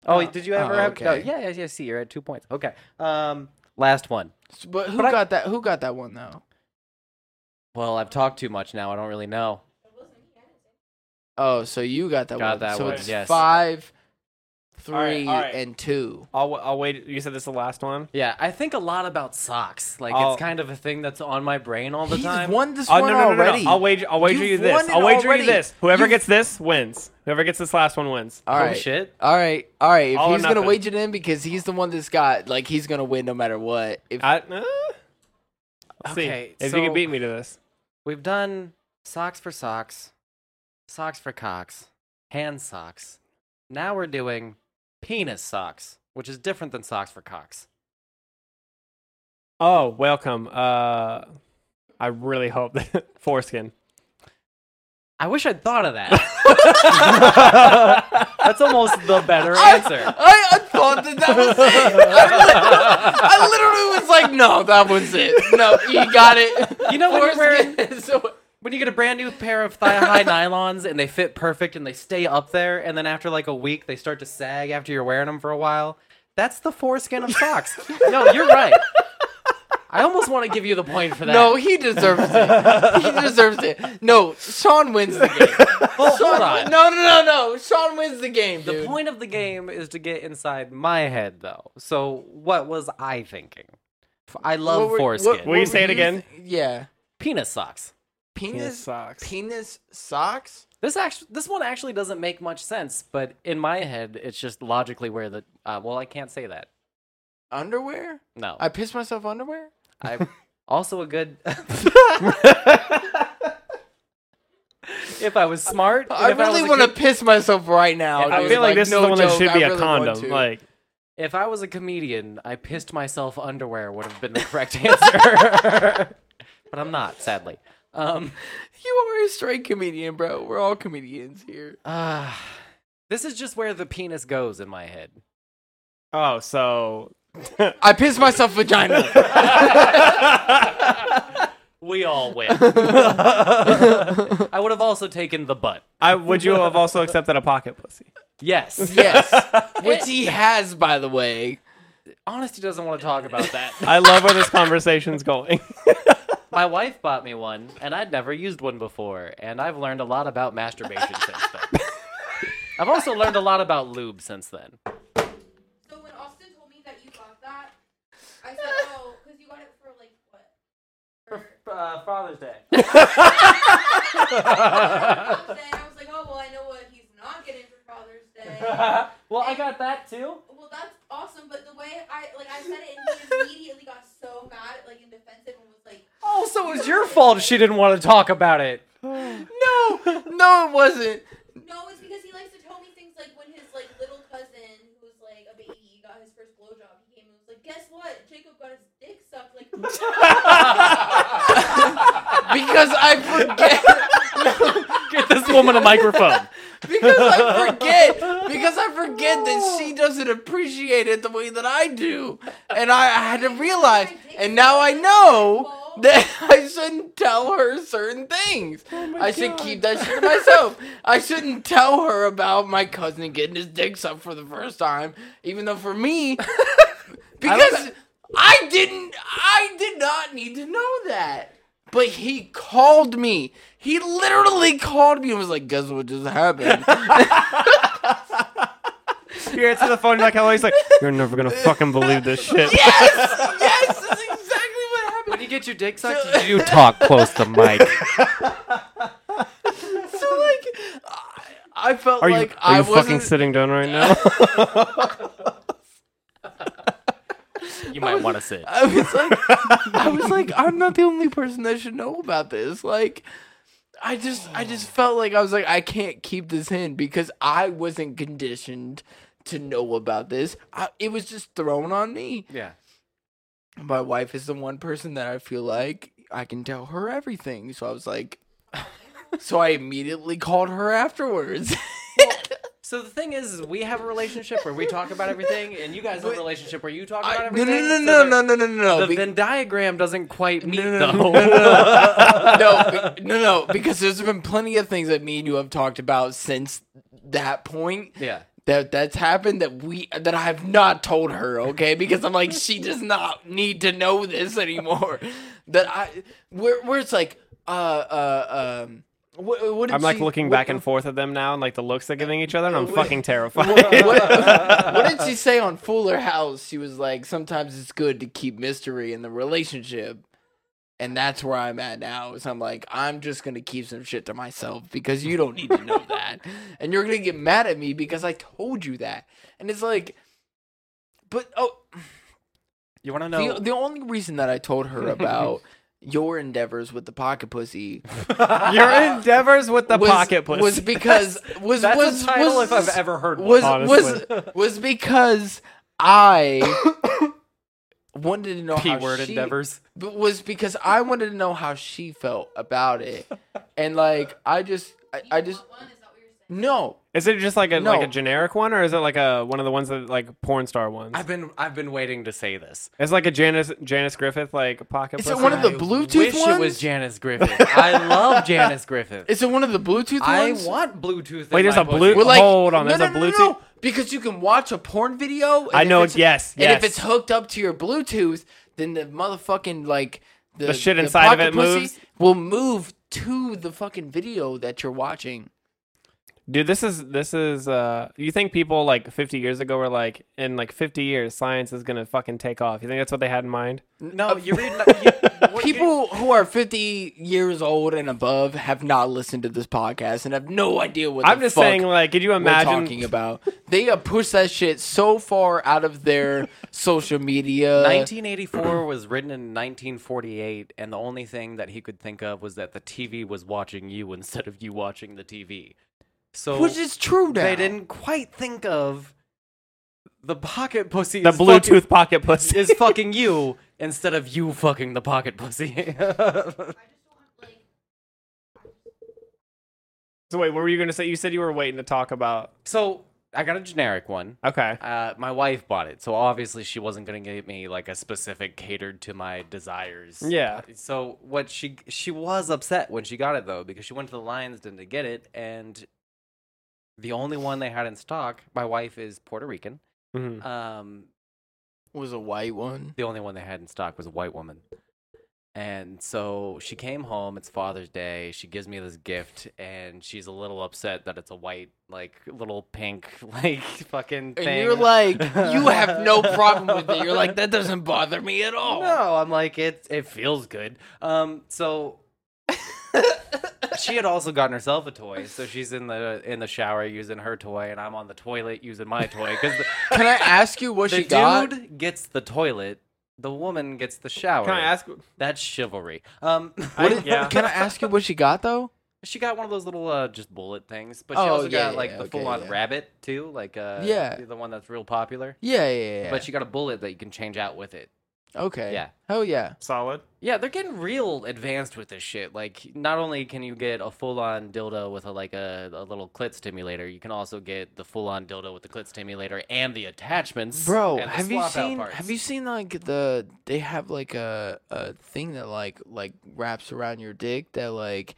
[SPEAKER 5] Oh,
[SPEAKER 2] Oh,
[SPEAKER 5] did you ever
[SPEAKER 2] oh,
[SPEAKER 5] have? no,
[SPEAKER 2] okay.
[SPEAKER 5] yeah, yeah, yeah. See, you're at two points. Okay. Um, last one.
[SPEAKER 2] But who
[SPEAKER 5] but I-
[SPEAKER 2] got that? Who got that one though?
[SPEAKER 5] Well, I've talked too much now. I don't really know.
[SPEAKER 2] Oh, so you got that
[SPEAKER 5] Got
[SPEAKER 2] one.
[SPEAKER 5] that
[SPEAKER 2] so
[SPEAKER 5] one,
[SPEAKER 2] it's
[SPEAKER 5] yes.
[SPEAKER 2] five, three,
[SPEAKER 3] All right, all right.
[SPEAKER 2] and two.
[SPEAKER 3] I'll w- I'll wait. You said this is the last one.
[SPEAKER 5] Yeah, I think a lot about socks. Like
[SPEAKER 3] Oh.
[SPEAKER 5] it's kind of a thing that's on my brain all the
[SPEAKER 2] He's
[SPEAKER 5] time. Uh,
[SPEAKER 2] won this
[SPEAKER 3] Oh
[SPEAKER 2] one
[SPEAKER 3] no, no, no, no,
[SPEAKER 2] already.
[SPEAKER 3] no! I'll wager. I'll wager
[SPEAKER 2] You've
[SPEAKER 3] you this.
[SPEAKER 2] won it
[SPEAKER 3] I'll wager
[SPEAKER 2] already.
[SPEAKER 3] you this. Whoever
[SPEAKER 2] You've-
[SPEAKER 3] gets this wins. Whoever gets this last one wins.
[SPEAKER 2] All
[SPEAKER 5] Oh,
[SPEAKER 2] right.
[SPEAKER 5] shit.
[SPEAKER 2] All right. All right. If
[SPEAKER 3] All or
[SPEAKER 2] he's going to
[SPEAKER 3] nothing.
[SPEAKER 2] wage it in because he's the one that's got, like, he's going to win no matter what. If,
[SPEAKER 3] I, uh, let's
[SPEAKER 5] Okay,
[SPEAKER 3] see if you
[SPEAKER 5] so-
[SPEAKER 3] can beat me to this.
[SPEAKER 5] We've done socks for socks, socks for cocks, hand socks. Now we're doing penis socks, which is different than socks for cocks.
[SPEAKER 3] Oh, welcome. Uh, I really hope that foreskin.
[SPEAKER 5] I wish I'd thought of that. That's almost the better answer.
[SPEAKER 2] I, I thought that that was it. I literally, I literally was like, no, that was it. No, you got it.
[SPEAKER 5] You know when you're wearing
[SPEAKER 2] Foreskin. So-
[SPEAKER 5] when you get a brand new pair of thigh high nylons and they fit perfect and they stay up there, and then after like a week they start to sag after you're wearing them for a while. That's the foreskin of socks. no, you're right. I almost want to give you the point for that.
[SPEAKER 2] no, he deserves it. He deserves it. No, Sean wins the game.
[SPEAKER 5] hold on.
[SPEAKER 2] No, no, no, no. Sean wins the game,
[SPEAKER 5] The
[SPEAKER 2] dude.
[SPEAKER 5] point of the game is to get inside my head, though. So what was I thinking? F- I love
[SPEAKER 2] What were-
[SPEAKER 5] foreskin.
[SPEAKER 2] what-
[SPEAKER 3] Will you
[SPEAKER 2] what
[SPEAKER 3] say
[SPEAKER 2] were
[SPEAKER 3] it again?
[SPEAKER 2] Yeah.
[SPEAKER 5] Penis socks.
[SPEAKER 2] Penis
[SPEAKER 3] socks.
[SPEAKER 2] Penis socks?
[SPEAKER 5] This actually, this one actually doesn't make much sense, but in my head, it's just logically where the. Uh, well, I can't say that.
[SPEAKER 2] Underwear?
[SPEAKER 5] No,
[SPEAKER 2] I pissed myself underwear?
[SPEAKER 5] I also a good. if I was smart, and
[SPEAKER 2] I
[SPEAKER 5] if I
[SPEAKER 2] really
[SPEAKER 5] was a
[SPEAKER 2] want to
[SPEAKER 5] good-
[SPEAKER 2] piss myself right now.
[SPEAKER 3] I
[SPEAKER 2] dude.
[SPEAKER 3] feel like, this
[SPEAKER 2] no
[SPEAKER 3] is the one
[SPEAKER 2] joke,
[SPEAKER 3] that should
[SPEAKER 2] I
[SPEAKER 3] be a
[SPEAKER 2] really want
[SPEAKER 3] condom.
[SPEAKER 2] to.
[SPEAKER 3] Like,
[SPEAKER 5] If I was a comedian, I pissed myself underwear would have been the correct answer. but I'm not, sadly. Um,
[SPEAKER 2] you are a straight comedian, bro. We're all comedians here.
[SPEAKER 5] ah, this is just where the penis goes in my head.
[SPEAKER 3] oh, so
[SPEAKER 2] I pissed myself vagina.
[SPEAKER 5] We all win. I would have also taken the butt.
[SPEAKER 3] I would you have also accepted a pocket pussy?
[SPEAKER 5] Yes.
[SPEAKER 2] yes, which he has, by the way.
[SPEAKER 5] Honesty doesn't want to talk about that.
[SPEAKER 3] I love where this conversation's going.
[SPEAKER 5] My wife bought me one, and I'd never used one before, and I've learned a lot about masturbation since then. I've also learned a lot about lube since then.
[SPEAKER 4] So when Austin told me that you got that, I said, oh, because you got it for like what? For,
[SPEAKER 17] uh, Father's Day.
[SPEAKER 18] I was like, oh well, I know what he's not getting for Father's Day.
[SPEAKER 17] well, I got that too.
[SPEAKER 18] Well, that's awesome, but the way I like I said it, and he immediately got so mad, like and defensive, and was like,
[SPEAKER 17] Oh, so it was your fault she didn't want to talk about it.
[SPEAKER 2] no, no, it wasn't.
[SPEAKER 18] no, it's because he likes to tell me things like when his like little cousin, who was like a baby, got his first blowjob, he came and was like, guess what? Jacob got his dick sucked. Like,
[SPEAKER 2] because I forget.
[SPEAKER 3] Get this woman a microphone.
[SPEAKER 2] because I forget. Because I forget that she doesn't appreciate it the way that I do, and I, I had to realize. And now I know that I shouldn't tell her certain things. I should keep that shit to myself. I shouldn't tell her about my cousin getting his dick sucked for the first time, even though for me, because I didn't, I did not need to know that. But he called me. He literally called me and was like, "Guess what just happened?"
[SPEAKER 3] You answer the phone, you're like, hello. He's like, you're never gonna fucking believe this shit.
[SPEAKER 5] When you get your dick sucked,
[SPEAKER 17] You talk close to Mike.
[SPEAKER 2] so like, I, I felt
[SPEAKER 3] Are you,
[SPEAKER 2] like
[SPEAKER 3] are
[SPEAKER 2] I
[SPEAKER 3] you
[SPEAKER 2] wasn't.
[SPEAKER 3] fucking sitting down right now?
[SPEAKER 5] you might want to sit.
[SPEAKER 2] I was like, I was like, I'm not the only person that should know about this. Like, I just, I just felt like I was like, I can't keep this in because I wasn't conditioned to know about this. I, it was just thrown on me.
[SPEAKER 5] Yeah.
[SPEAKER 2] My wife is the one person that I feel like I can tell her everything. So I was like, so I immediately called her afterwards.
[SPEAKER 5] So the thing is, is we have a relationship where we talk about everything, and you guys have a relationship where you talk about
[SPEAKER 2] No,
[SPEAKER 5] everything.
[SPEAKER 2] no, no, no,
[SPEAKER 5] so there-
[SPEAKER 2] no, no, no, no.
[SPEAKER 5] The
[SPEAKER 2] be-
[SPEAKER 5] Venn diagram doesn't quite meet
[SPEAKER 2] no,
[SPEAKER 5] though.
[SPEAKER 2] no, no, no, no, be- no, no, because there's been plenty of things that me and you have talked about since that point.
[SPEAKER 5] Yeah.
[SPEAKER 2] That that's happened that we that I have not told her, okay? Because I'm like, she does not need to know this anymore. that I where where it's like, uh uh um what, what did
[SPEAKER 3] I'm like
[SPEAKER 2] she-
[SPEAKER 3] looking
[SPEAKER 2] what-
[SPEAKER 3] back and forth at them now, and like the looks they're giving each other, and I'm
[SPEAKER 2] Wait.
[SPEAKER 3] fucking terrified.
[SPEAKER 2] what did she say on Fuller House? She was like, sometimes it's good to keep mystery in the relationship. And that's where I'm at now. Is I'm like, I'm just gonna keep some shit to myself because you don't need to know that. And you're gonna get mad at me because I told you that. And it's like but oh
[SPEAKER 5] You wanna
[SPEAKER 2] the, the only reason that I told her about your endeavors with the pocket pussy
[SPEAKER 3] Your endeavors with the
[SPEAKER 2] was-
[SPEAKER 3] pocket pussy
[SPEAKER 2] was because was
[SPEAKER 17] That's a
[SPEAKER 2] was
[SPEAKER 17] title
[SPEAKER 2] was,
[SPEAKER 17] if I've ever heard one,
[SPEAKER 2] was
[SPEAKER 17] honestly.
[SPEAKER 2] was was because I wanted to know how
[SPEAKER 5] P-word
[SPEAKER 2] she-
[SPEAKER 5] endeavors.
[SPEAKER 2] but was because I wanted to know how she felt about it, and like I just I, I just no
[SPEAKER 3] Is it just like a like
[SPEAKER 2] No.
[SPEAKER 3] a generic one, or is it like a one of the ones that like porn star ones?
[SPEAKER 5] I've been I've been waiting to say this.
[SPEAKER 3] It's like a Janice Janice Griffith like pocket.
[SPEAKER 2] Is it
[SPEAKER 3] pussy?
[SPEAKER 2] one of the Bluetooth
[SPEAKER 5] Wish it was
[SPEAKER 2] ones?
[SPEAKER 5] Janice Griffith. I love Janice Griffith.
[SPEAKER 2] is it one of the Bluetooth
[SPEAKER 5] I
[SPEAKER 2] ones?
[SPEAKER 5] want Bluetooth.
[SPEAKER 3] Wait,
[SPEAKER 5] in
[SPEAKER 3] there's
[SPEAKER 5] my
[SPEAKER 3] a
[SPEAKER 5] pussy.
[SPEAKER 3] blue-
[SPEAKER 2] We're like,
[SPEAKER 3] Hold on,
[SPEAKER 2] no,
[SPEAKER 3] there's
[SPEAKER 2] no, no,
[SPEAKER 3] a
[SPEAKER 2] no,
[SPEAKER 3] Bluetooth?
[SPEAKER 2] no, because you can watch a porn video. and
[SPEAKER 3] I
[SPEAKER 2] if
[SPEAKER 3] know,
[SPEAKER 2] it's-
[SPEAKER 3] yes,
[SPEAKER 2] And if
[SPEAKER 3] yes.
[SPEAKER 2] it's hooked up to your Bluetooth, then the motherfucking like the,
[SPEAKER 3] The shit inside of
[SPEAKER 2] pocket
[SPEAKER 3] it
[SPEAKER 2] pussy
[SPEAKER 3] moves?
[SPEAKER 2] Will move to the fucking video that you're watching.
[SPEAKER 3] Dude, this is this is uh you think people like 50 years ago were like in like 50 years science is going to fucking take off. You think that's what they had in mind?
[SPEAKER 5] No, you read
[SPEAKER 2] People who are 50 years old and above have not listened to this podcast and have no idea what.
[SPEAKER 3] I'm
[SPEAKER 2] the
[SPEAKER 3] just
[SPEAKER 2] fuck
[SPEAKER 3] saying like could you
[SPEAKER 2] We're
[SPEAKER 3] imagine
[SPEAKER 2] talking about they have pushed that shit so far out of their social media.
[SPEAKER 5] 1984 was written in 1948, and the only thing that he could think of was that the TV was watching you instead of you watching the TV. So
[SPEAKER 2] Which is true now.
[SPEAKER 5] They didn't quite think of the pocket pussy.
[SPEAKER 3] the
[SPEAKER 5] is fucking-
[SPEAKER 3] Bluetooth pocket pussy?
[SPEAKER 5] is fucking you instead of you fucking the pocket pussy.
[SPEAKER 3] So wait, what were you going to say? You said you were waiting to talk about
[SPEAKER 5] so I got a generic one.
[SPEAKER 3] Okay.
[SPEAKER 5] Uh, my wife bought it, so obviously she wasn't gonna get me like a specific catered to my desires.
[SPEAKER 3] Yeah.
[SPEAKER 5] So what she she was upset when she got it though because she went to the Lions Den to get it and the only one they had in stock. My wife is Puerto Rican.
[SPEAKER 3] Mhm.
[SPEAKER 5] Um,
[SPEAKER 2] was a white one.
[SPEAKER 5] the only one they had in stock was a white woman. And so she came home. It's Father's Day. She gives me this gift, and she's a little upset that it's a white, like little pink, like fucking thing.
[SPEAKER 2] And you're like, you have no problem with it. You're like, that doesn't bother me at all.
[SPEAKER 5] No, I'm like, it it feels good. Um, so she had also gotten herself a toy, so she's in the in the shower using her toy, and I'm on the toilet using my toy. Because
[SPEAKER 2] Can I ask you what
[SPEAKER 5] the
[SPEAKER 2] she got?
[SPEAKER 5] Dude gets the toilet. The woman gets the shower.
[SPEAKER 3] Can I ask-
[SPEAKER 5] That's chivalry. Um,
[SPEAKER 2] What did- Can I ask you what she got though?
[SPEAKER 5] She got one of those little uh, just bullet things, but she
[SPEAKER 2] Oh,
[SPEAKER 5] also
[SPEAKER 2] yeah,
[SPEAKER 5] got like
[SPEAKER 2] yeah,
[SPEAKER 5] the
[SPEAKER 2] okay,
[SPEAKER 5] full-on
[SPEAKER 2] yeah.
[SPEAKER 5] rabbit too, like uh,
[SPEAKER 2] Yeah.
[SPEAKER 5] the one that's real popular.
[SPEAKER 2] Yeah, yeah, yeah.
[SPEAKER 5] But she got a bullet that you can change out with it.
[SPEAKER 2] Okay.
[SPEAKER 5] Yeah.
[SPEAKER 2] Hell yeah.
[SPEAKER 3] Solid.
[SPEAKER 5] Yeah, they're getting real advanced with this shit. Like, not only can you get a full-on dildo with a like a, a little clit stimulator, you can also get the full-on dildo with the clit stimulator and the attachments.
[SPEAKER 2] Bro,
[SPEAKER 5] and the
[SPEAKER 2] have you
[SPEAKER 5] swap-out
[SPEAKER 2] seen?
[SPEAKER 5] parts.
[SPEAKER 2] Have you seen like the? They have like a a thing that like like wraps around your dick that like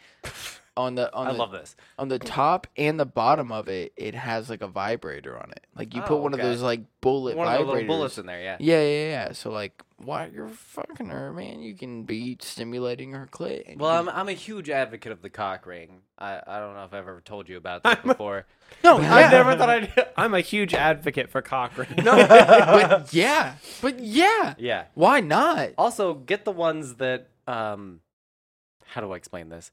[SPEAKER 2] on the on
[SPEAKER 5] I
[SPEAKER 2] the,
[SPEAKER 5] love this.
[SPEAKER 2] on the top and the bottom of it. It has like a vibrator on it. Like you
[SPEAKER 5] Oh,
[SPEAKER 2] put one
[SPEAKER 5] okay.
[SPEAKER 2] of those like bullet
[SPEAKER 5] One of the
[SPEAKER 2] vibrators.
[SPEAKER 5] little bullets in there, yeah.
[SPEAKER 2] Yeah, yeah, yeah. So like, while you're fucking her, man, you can be stimulating her clit. and
[SPEAKER 5] Well,
[SPEAKER 2] you-
[SPEAKER 5] I'm I'm a huge advocate of the cock ring. I, I don't know if I've ever told you about that before.
[SPEAKER 2] No,
[SPEAKER 3] I never thought I'd. I'm a huge advocate for cock ring.
[SPEAKER 2] No, but yeah, but yeah,
[SPEAKER 5] Yeah.
[SPEAKER 2] Why not?
[SPEAKER 5] Also, get the ones that um, how do I explain this?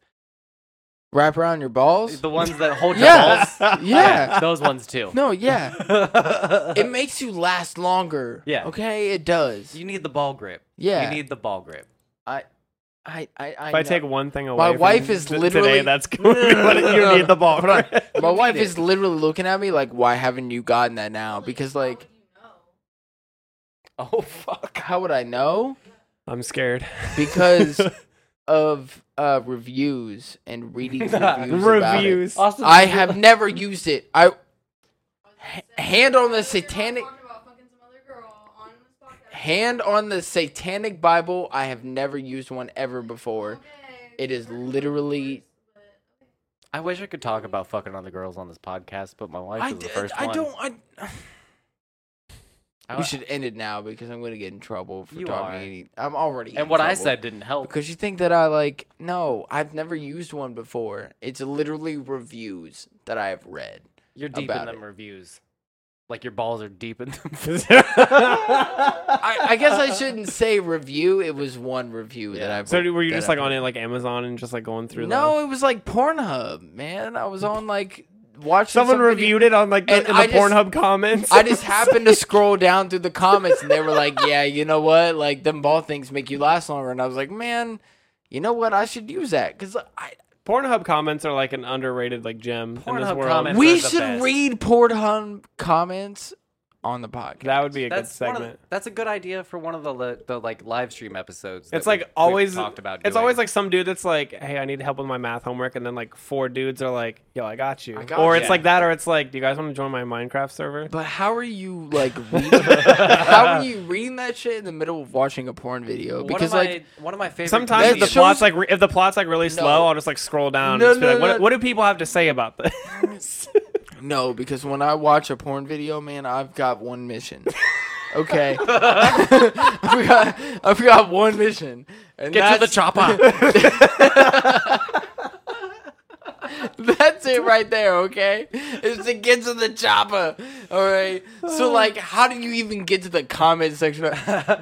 [SPEAKER 2] Wrap around your balls.
[SPEAKER 5] The ones that hold your
[SPEAKER 2] yeah.
[SPEAKER 5] balls.
[SPEAKER 2] Yeah.
[SPEAKER 5] those ones too.
[SPEAKER 2] No, yeah. it makes you last longer.
[SPEAKER 5] Yeah.
[SPEAKER 2] Okay, it does.
[SPEAKER 5] You need the ball grip.
[SPEAKER 2] Yeah.
[SPEAKER 5] You need the ball grip.
[SPEAKER 2] I, I, I. I
[SPEAKER 3] If I
[SPEAKER 2] know-
[SPEAKER 3] take one thing away,
[SPEAKER 2] my
[SPEAKER 3] from
[SPEAKER 2] wife is
[SPEAKER 3] t-
[SPEAKER 2] literally
[SPEAKER 3] today. That's going to be what
[SPEAKER 2] No, no,
[SPEAKER 3] you
[SPEAKER 2] no,
[SPEAKER 3] need the ball.
[SPEAKER 2] hold on.
[SPEAKER 3] for.
[SPEAKER 2] My wife is literally looking at me like, "Why haven't you gotten that now?" Because like,
[SPEAKER 5] oh fuck,
[SPEAKER 2] how would I know?
[SPEAKER 3] I'm scared
[SPEAKER 2] because of uh, reviews and reading reviews. about it.
[SPEAKER 3] Reviews. Austin's
[SPEAKER 2] I
[SPEAKER 3] review-
[SPEAKER 2] have never used it. I H- hand on the satanic. Hand on the satanic Bible. I have never used one ever before. It is literally.
[SPEAKER 5] I wish I could talk about fucking other girls on this podcast, but my wife
[SPEAKER 2] I,
[SPEAKER 5] is the
[SPEAKER 2] d-
[SPEAKER 5] first
[SPEAKER 2] I
[SPEAKER 5] one.
[SPEAKER 2] don't. I,
[SPEAKER 5] I-
[SPEAKER 2] we should end it now because I'm going to get in trouble for
[SPEAKER 5] You
[SPEAKER 2] talking.
[SPEAKER 5] are.
[SPEAKER 2] any- I'm already.
[SPEAKER 5] And
[SPEAKER 2] in
[SPEAKER 5] what I
[SPEAKER 2] trouble.
[SPEAKER 5] said didn't help.
[SPEAKER 2] Because you think that I like no, I've never used one before. It's literally reviews that I have read.
[SPEAKER 5] You're deep in
[SPEAKER 2] about
[SPEAKER 5] them
[SPEAKER 2] it.
[SPEAKER 5] reviews. Like your balls are deep in them.
[SPEAKER 2] I, I guess I shouldn't say review. It was one review that I've.
[SPEAKER 3] So were you
[SPEAKER 2] that
[SPEAKER 3] just like
[SPEAKER 2] I've-
[SPEAKER 3] on it like Amazon and just like going through?
[SPEAKER 2] No, it was like Pornhub, man. I was on like watching.
[SPEAKER 3] Someone
[SPEAKER 2] somebody-
[SPEAKER 3] reviewed it on, like, the-
[SPEAKER 2] and
[SPEAKER 3] in the
[SPEAKER 2] I just-
[SPEAKER 3] Pornhub comments.
[SPEAKER 2] I just happened to scroll down through the comments, and they were like, "Yeah, you know what? Like them ball things make you last longer." And I was like, "Man, you know what? I should use that because I."
[SPEAKER 3] Pornhub comments are like an underrated like gem in this
[SPEAKER 5] Pornhub
[SPEAKER 3] world.
[SPEAKER 5] comments
[SPEAKER 2] We should read Pornhub comments on the podcast.
[SPEAKER 3] That would be a
[SPEAKER 5] That's
[SPEAKER 3] good
[SPEAKER 5] one of
[SPEAKER 3] segment.
[SPEAKER 5] the, that's a good idea for one of the li- the like live stream episodes. that
[SPEAKER 3] It's like
[SPEAKER 5] we've- we've
[SPEAKER 3] always
[SPEAKER 5] talked about.
[SPEAKER 3] It's
[SPEAKER 5] doing.
[SPEAKER 3] always like some dude that's like, "Hey, I need help with my math homework," and then like four dudes are like, "Yo, I got you."
[SPEAKER 2] got
[SPEAKER 3] or
[SPEAKER 2] you.
[SPEAKER 3] it's like that, or it's like, "Do you guys want to join my Minecraft server?"
[SPEAKER 2] But how are you like reading? how are you reading that shit in the middle of watching a porn video?
[SPEAKER 5] One of
[SPEAKER 2] Because
[SPEAKER 5] my-
[SPEAKER 2] like
[SPEAKER 5] one of my favorite.
[SPEAKER 3] Sometimes if the
[SPEAKER 5] videos-
[SPEAKER 3] plot's like re- if the plot's like really slow, I'll just like scroll down
[SPEAKER 2] No,
[SPEAKER 3] and just be
[SPEAKER 2] no,
[SPEAKER 3] like, what,
[SPEAKER 2] no.
[SPEAKER 3] "What do people have to say about this?"
[SPEAKER 2] no, because when I watch a porn video, man, I've got one mission. Okay, I've got I've got one mission. And
[SPEAKER 6] Get to the
[SPEAKER 2] that's-
[SPEAKER 6] chopper.
[SPEAKER 2] That's it right there, okay? Is to get to the chopper. All right. So like, how do you even get to the comment section?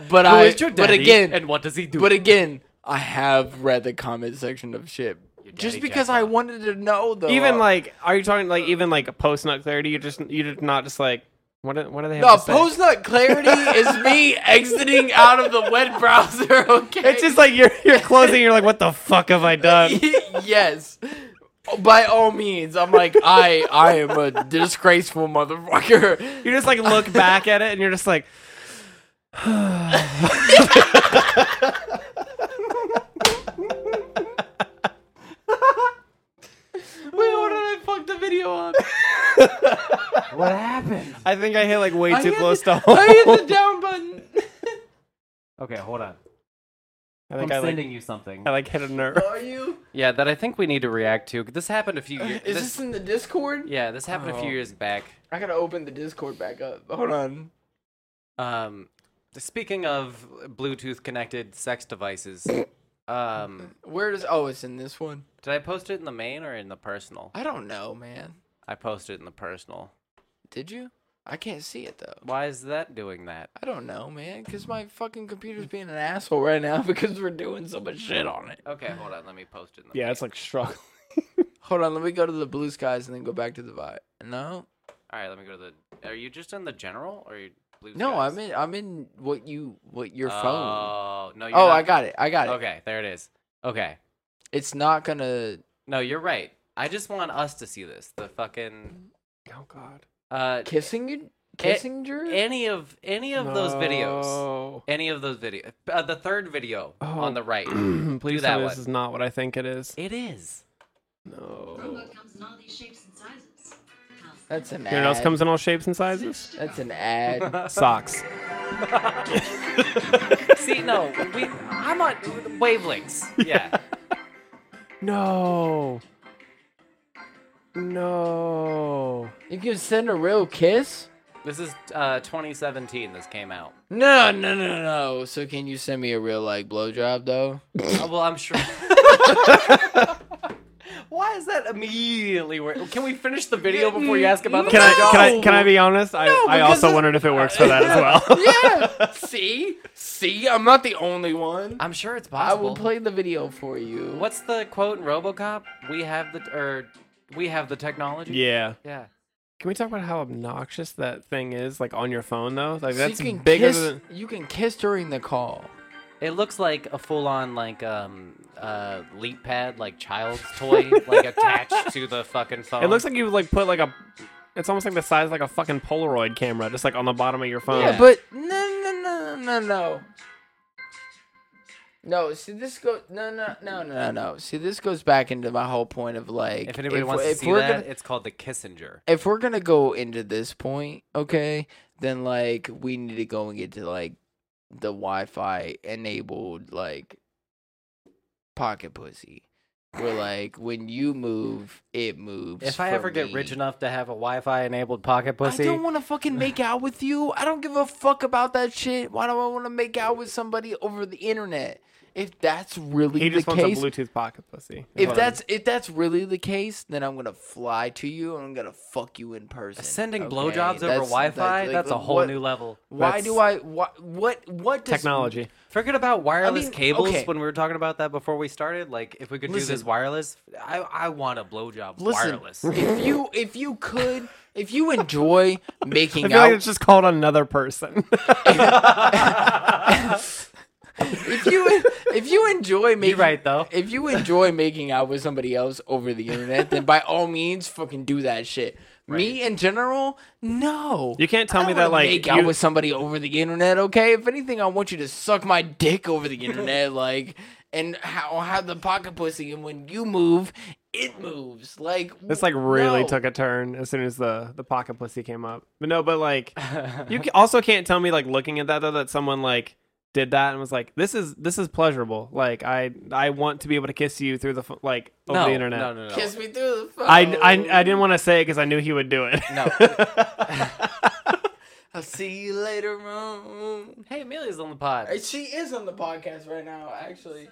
[SPEAKER 2] But
[SPEAKER 5] Who
[SPEAKER 2] I.
[SPEAKER 5] is your
[SPEAKER 2] but
[SPEAKER 5] daddy
[SPEAKER 2] again,
[SPEAKER 5] and what does he do?
[SPEAKER 2] But again, I have read the comment section of shit. Just
[SPEAKER 5] daddy
[SPEAKER 2] because I wanted to know, though.
[SPEAKER 3] even like, are you talking like even like post nut clarity? You just you did not just like what? do- What do they have
[SPEAKER 2] No,
[SPEAKER 3] to say?
[SPEAKER 2] post nut clarity is me exiting out of the web browser. Okay.
[SPEAKER 3] It's just like you're you're closing. You're like, "What the fuck have I done?"
[SPEAKER 2] yes. By all means, I'm like I I am a disgraceful motherfucker.
[SPEAKER 3] You just like look back at it and you're just like,
[SPEAKER 2] Wait, what did I fuck the video up?
[SPEAKER 3] What happened? I think I hit like way
[SPEAKER 2] I
[SPEAKER 3] too
[SPEAKER 2] hit
[SPEAKER 3] close
[SPEAKER 2] the-
[SPEAKER 3] to home.
[SPEAKER 2] I hit the down button.
[SPEAKER 5] Okay, hold on.
[SPEAKER 3] I think
[SPEAKER 5] I'm
[SPEAKER 3] I, like-
[SPEAKER 5] sending you something.
[SPEAKER 3] I like hit a nerve.
[SPEAKER 2] Are you?
[SPEAKER 5] Yeah, that I think we need to react to. This happened a few years.
[SPEAKER 2] Is this in the Discord?
[SPEAKER 5] yeah, this happened a
[SPEAKER 2] Oh.
[SPEAKER 5] few years back.
[SPEAKER 2] I gotta open the Discord back up. Hold on.
[SPEAKER 5] Um, speaking of Bluetooth connected sex devices, Um,
[SPEAKER 2] Where does oh it's in this one?
[SPEAKER 5] Did I post it in the main or in the personal?
[SPEAKER 2] I don't know, man.
[SPEAKER 5] I posted it in the personal.
[SPEAKER 2] Did you? I can't see it though.
[SPEAKER 5] Why is that doing that?
[SPEAKER 2] I don't know, man, because my fucking computer's being an asshole right now because we're doing so much shit on it.
[SPEAKER 5] Okay, hold on. Let me post it. In the
[SPEAKER 3] Yeah, it's like struggling.
[SPEAKER 2] Hold on, let me go to the blue skies and then go back to the vibe. No,
[SPEAKER 5] All right, let me go to the. Are you just in the general or are you? Blue
[SPEAKER 2] no,
[SPEAKER 5] Skies?
[SPEAKER 2] I'm in. I'm in what you what your
[SPEAKER 5] Oh
[SPEAKER 2] phone.
[SPEAKER 5] no!
[SPEAKER 2] oh,
[SPEAKER 5] You're not-
[SPEAKER 2] I got it. I got it.
[SPEAKER 5] Okay, there it is. Okay.
[SPEAKER 2] It's not gonna.
[SPEAKER 5] No, you're right. I just want us to see this. The fucking
[SPEAKER 3] Oh God.
[SPEAKER 5] uh,
[SPEAKER 2] kissing you,
[SPEAKER 5] kissing
[SPEAKER 2] Drew.
[SPEAKER 5] Any of any of those videos.
[SPEAKER 3] No.
[SPEAKER 5] Any of those videos. Uh, the third video on the right. Do
[SPEAKER 3] Oh. Please
[SPEAKER 5] that
[SPEAKER 3] tell me
[SPEAKER 5] one.
[SPEAKER 3] this is not what I think it is.
[SPEAKER 5] It is.
[SPEAKER 3] No.
[SPEAKER 2] That's an.
[SPEAKER 3] Your nose
[SPEAKER 2] ad.
[SPEAKER 3] comes in all shapes and sizes.
[SPEAKER 2] That's an ad.
[SPEAKER 3] Socks.
[SPEAKER 5] See, no, we. I'm on wavelengths. Yeah.
[SPEAKER 3] No. No.
[SPEAKER 2] Oh. You can send a real kiss.
[SPEAKER 5] This is uh, 2017. This came out.
[SPEAKER 2] No, no, no, no. So can you send me a real like blowjob though?
[SPEAKER 5] Uh, well, I'm sure. Why is that immediately? Where- Can we finish the video before you ask about the
[SPEAKER 3] Can I,
[SPEAKER 5] blowjob?
[SPEAKER 3] can I can I be honest? I, I
[SPEAKER 2] because
[SPEAKER 3] also wondered if it works for that as well.
[SPEAKER 2] yeah. See, see, I'm not the only one.
[SPEAKER 5] I'm sure it's
[SPEAKER 2] I will
[SPEAKER 5] possible.
[SPEAKER 2] play the video for you.
[SPEAKER 5] What's the quote in RoboCop? We have the or we have the technology.
[SPEAKER 3] Yeah.
[SPEAKER 5] Yeah.
[SPEAKER 3] Can we talk about how obnoxious that thing is, like on your phone though? Like
[SPEAKER 2] So
[SPEAKER 3] that's
[SPEAKER 2] you can
[SPEAKER 3] bigger
[SPEAKER 2] kiss,
[SPEAKER 3] than
[SPEAKER 2] You can kiss during the call.
[SPEAKER 5] It looks like a full-on like um uh leap pad, like child's toy, like attached to the fucking
[SPEAKER 2] Oh.
[SPEAKER 5] phone.
[SPEAKER 3] It looks like you like put like a. It's almost like the size of like a fucking Polaroid camera, just like on the bottom of your phone.
[SPEAKER 2] Yeah, but no, no, no, no, no. No, see this go no no no no no no. See this goes back into my whole point of like
[SPEAKER 5] If anybody wants to
[SPEAKER 2] if
[SPEAKER 5] see
[SPEAKER 2] we're
[SPEAKER 5] that,
[SPEAKER 2] gonna-
[SPEAKER 5] it's called the Kissinger.
[SPEAKER 2] if we're gonna go into this point, okay, then like we need to go and get to like the Wi-Fi enabled like pocket pussy, where like when you move, it moves.
[SPEAKER 5] If I
[SPEAKER 2] for
[SPEAKER 5] ever get
[SPEAKER 2] me.
[SPEAKER 5] rich enough to have a Wi-Fi enabled pocket pussy,
[SPEAKER 2] I don't want to fucking make out with you. I don't give a fuck about that shit. Why do I want to make out with somebody over the internet? If that's really
[SPEAKER 3] he just
[SPEAKER 2] the
[SPEAKER 3] wants
[SPEAKER 2] case,
[SPEAKER 3] a Bluetooth pocket pussy.
[SPEAKER 2] if that's if that's really the case, then I'm gonna fly to you and I'm gonna fuck you in person.
[SPEAKER 5] Sending
[SPEAKER 2] okay?
[SPEAKER 5] blowjobs over
[SPEAKER 2] That's-
[SPEAKER 5] Wi-Fi? That's a whole
[SPEAKER 2] what-
[SPEAKER 5] new level.
[SPEAKER 2] Why
[SPEAKER 5] That's-
[SPEAKER 2] do I? Why, what? What does,
[SPEAKER 3] technology.
[SPEAKER 5] Forget about wireless
[SPEAKER 2] mean,
[SPEAKER 5] cables
[SPEAKER 2] okay.
[SPEAKER 5] when we were talking about that before we started. Like, if we could do this
[SPEAKER 2] Listen.
[SPEAKER 5] wireless, I, I want a blowjob
[SPEAKER 2] Listen,
[SPEAKER 5] wireless.
[SPEAKER 2] if you if you could, if you enjoy
[SPEAKER 3] I
[SPEAKER 2] making
[SPEAKER 3] feel
[SPEAKER 2] out,
[SPEAKER 3] like it's just called another person.
[SPEAKER 2] if you if you enjoy making
[SPEAKER 5] right, though.
[SPEAKER 2] if you enjoy making out with somebody else over the internet, then by all means, fucking do that shit. Me in general, no.
[SPEAKER 3] You can't tell
[SPEAKER 2] I
[SPEAKER 3] me
[SPEAKER 2] don't
[SPEAKER 3] that,
[SPEAKER 2] wanna
[SPEAKER 3] like,
[SPEAKER 2] make
[SPEAKER 3] you-
[SPEAKER 2] out with somebody over the internet. Okay, if anything, I want you to suck my dick over the internet, like, and how have the pocket pussy, and when you move, it moves. Like
[SPEAKER 3] This like really
[SPEAKER 2] no.
[SPEAKER 3] took a turn as soon as the the pocket pussy came up. But no, but like you ca- also can't tell me like looking at that though that someone like did that and was like this is this is pleasurable. Like I I want to be able to kiss you through the ph- like over
[SPEAKER 5] no,
[SPEAKER 3] the internet.
[SPEAKER 5] no, no, no.
[SPEAKER 2] kiss me through the phone.
[SPEAKER 3] I, I, I didn't want to say it because I knew he would do it.
[SPEAKER 5] No.
[SPEAKER 2] I'll see you later on.
[SPEAKER 5] Hey, Amelia's on the pod.
[SPEAKER 2] Uh, She is on the podcast right now, actually.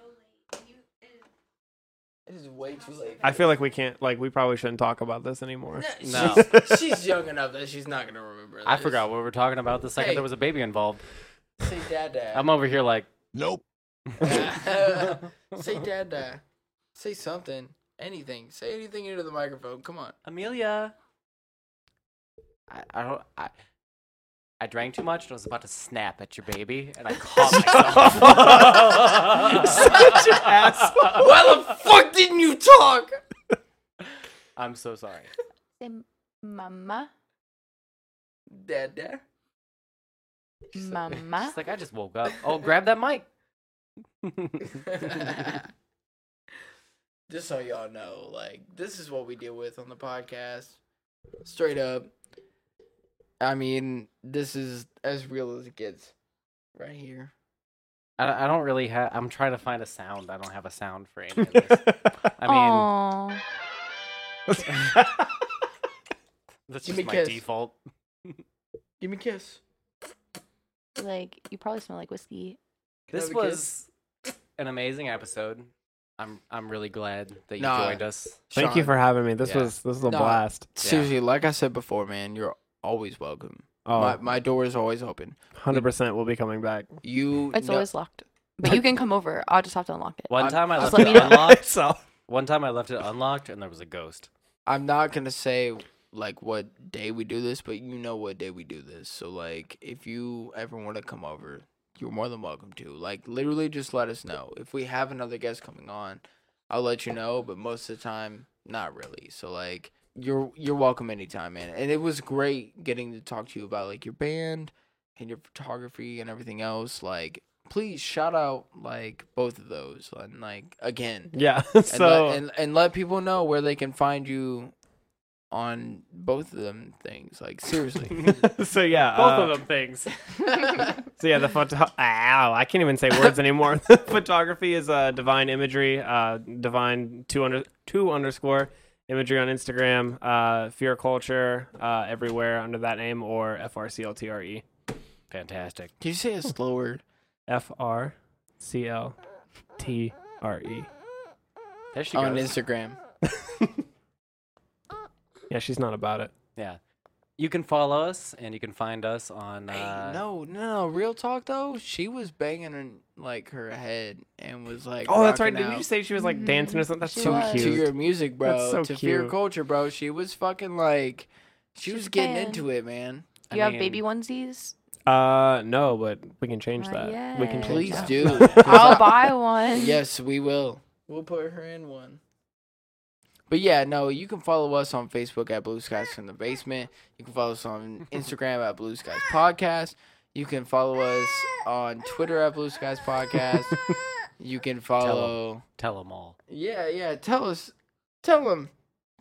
[SPEAKER 2] It is way too late.
[SPEAKER 3] I feel like we can't like we probably shouldn't talk about this anymore.
[SPEAKER 5] No.
[SPEAKER 2] She's, she's young enough that she's not gonna remember.
[SPEAKER 5] I
[SPEAKER 2] this.
[SPEAKER 5] forgot what we were talking about the second
[SPEAKER 2] Hey.
[SPEAKER 5] there was a baby involved.
[SPEAKER 2] Say dad dad.
[SPEAKER 5] I'm over here like,
[SPEAKER 16] Nope.
[SPEAKER 2] Say dad dad. Say something. Anything. Say anything into the microphone. Come on.
[SPEAKER 5] Amelia. I, I don't. I, I drank too much and I was about to snap at your baby, and I caught myself.
[SPEAKER 2] Such an asshole. Why the fuck didn't you talk?
[SPEAKER 5] I'm so sorry.
[SPEAKER 4] Say mama,
[SPEAKER 2] Dad dad.
[SPEAKER 4] mama.
[SPEAKER 5] She's like, I just woke up. Oh, grab that mic.
[SPEAKER 2] Just so y'all know, like this is what we deal with on the podcast. Straight up. I mean, this is as real as it gets. Right here.
[SPEAKER 5] I, I don't really have. I'm trying to find a sound. I don't have a sound for any of this. I mean,
[SPEAKER 4] Aw.
[SPEAKER 5] that's
[SPEAKER 2] Give
[SPEAKER 5] just
[SPEAKER 2] me
[SPEAKER 5] my
[SPEAKER 2] kiss.
[SPEAKER 5] default.
[SPEAKER 2] Give me a kiss.
[SPEAKER 4] like you probably smell like whiskey.
[SPEAKER 2] Can I
[SPEAKER 5] This
[SPEAKER 2] have a kiss?
[SPEAKER 5] was an amazing episode. I'm I'm really glad that you
[SPEAKER 2] Nah,
[SPEAKER 5] joined us.
[SPEAKER 3] Thank you for having me. This was- this was a blast.
[SPEAKER 2] Seriously, like I said before, man, you're always welcome.
[SPEAKER 3] Oh.
[SPEAKER 2] My my door is always open.
[SPEAKER 3] Hundred percent, we'll be coming back.
[SPEAKER 2] You
[SPEAKER 4] It's
[SPEAKER 2] know-
[SPEAKER 4] always locked. But you can come over. I'll just have to unlock it.
[SPEAKER 5] One time I
[SPEAKER 4] Just
[SPEAKER 5] left
[SPEAKER 4] let
[SPEAKER 5] it
[SPEAKER 4] me know.
[SPEAKER 5] unlocked. One time I left it unlocked and there was a ghost.
[SPEAKER 2] I'm not gonna say like what day we do this, but you know what day we do this. So like, if you ever want to come over, you're more than welcome to. Like, literally, just let us know. If we have another guest coming on, I'll let you know. But most of the time, not really. So like, you're you're welcome anytime, man. And it was great getting to talk to you about like your band and your photography and everything else. Like, please shout out like both of those and like again.
[SPEAKER 3] Yeah,
[SPEAKER 2] And let-
[SPEAKER 3] so-
[SPEAKER 2] and, and let people know where they can find you on both of them things. Like seriously.
[SPEAKER 3] so yeah,
[SPEAKER 2] Both
[SPEAKER 3] of them things. So yeah, the photo. Ow, I can't even say words anymore. Photography is uh, divine imagery. Uh, divine two under two underscore imagery on Instagram. Uh, fear culture uh, everywhere under that name or frcltre. Fantastic.
[SPEAKER 2] Can you say a slow word?
[SPEAKER 3] F R C L T R E.
[SPEAKER 5] There she
[SPEAKER 2] on
[SPEAKER 5] goes.
[SPEAKER 2] Instagram.
[SPEAKER 3] Yeah, she's not about it.
[SPEAKER 5] Yeah. You can follow us and you can find us on uh,
[SPEAKER 2] No, no, no, real talk though. She was banging her, like her head and was like.
[SPEAKER 3] Oh, that's right.
[SPEAKER 2] rocking
[SPEAKER 3] Didn't you
[SPEAKER 2] out
[SPEAKER 3] say Mm-hmm. she was like dancing or something? That's
[SPEAKER 2] to,
[SPEAKER 3] so cute.
[SPEAKER 2] to your music, bro.
[SPEAKER 3] That's so
[SPEAKER 2] to
[SPEAKER 3] cute.
[SPEAKER 2] fear culture, bro. She was fucking like, she was getting
[SPEAKER 4] fan.
[SPEAKER 2] into it, man.
[SPEAKER 4] You have baby onesies?
[SPEAKER 3] Uh, no, but we can change that. We can change
[SPEAKER 2] Please
[SPEAKER 3] that.
[SPEAKER 2] do.
[SPEAKER 4] I'll buy one.
[SPEAKER 2] Yes, we will. We'll put her in one. But yeah, no, you can follow us on Facebook at Blue Skies from the Basement. You can follow us on Instagram at Blue Skies Podcast. You can follow us on Twitter at Blue Skies Podcast. You can follow.
[SPEAKER 5] Tell them all.
[SPEAKER 2] Yeah, yeah. Tell us. Tell them.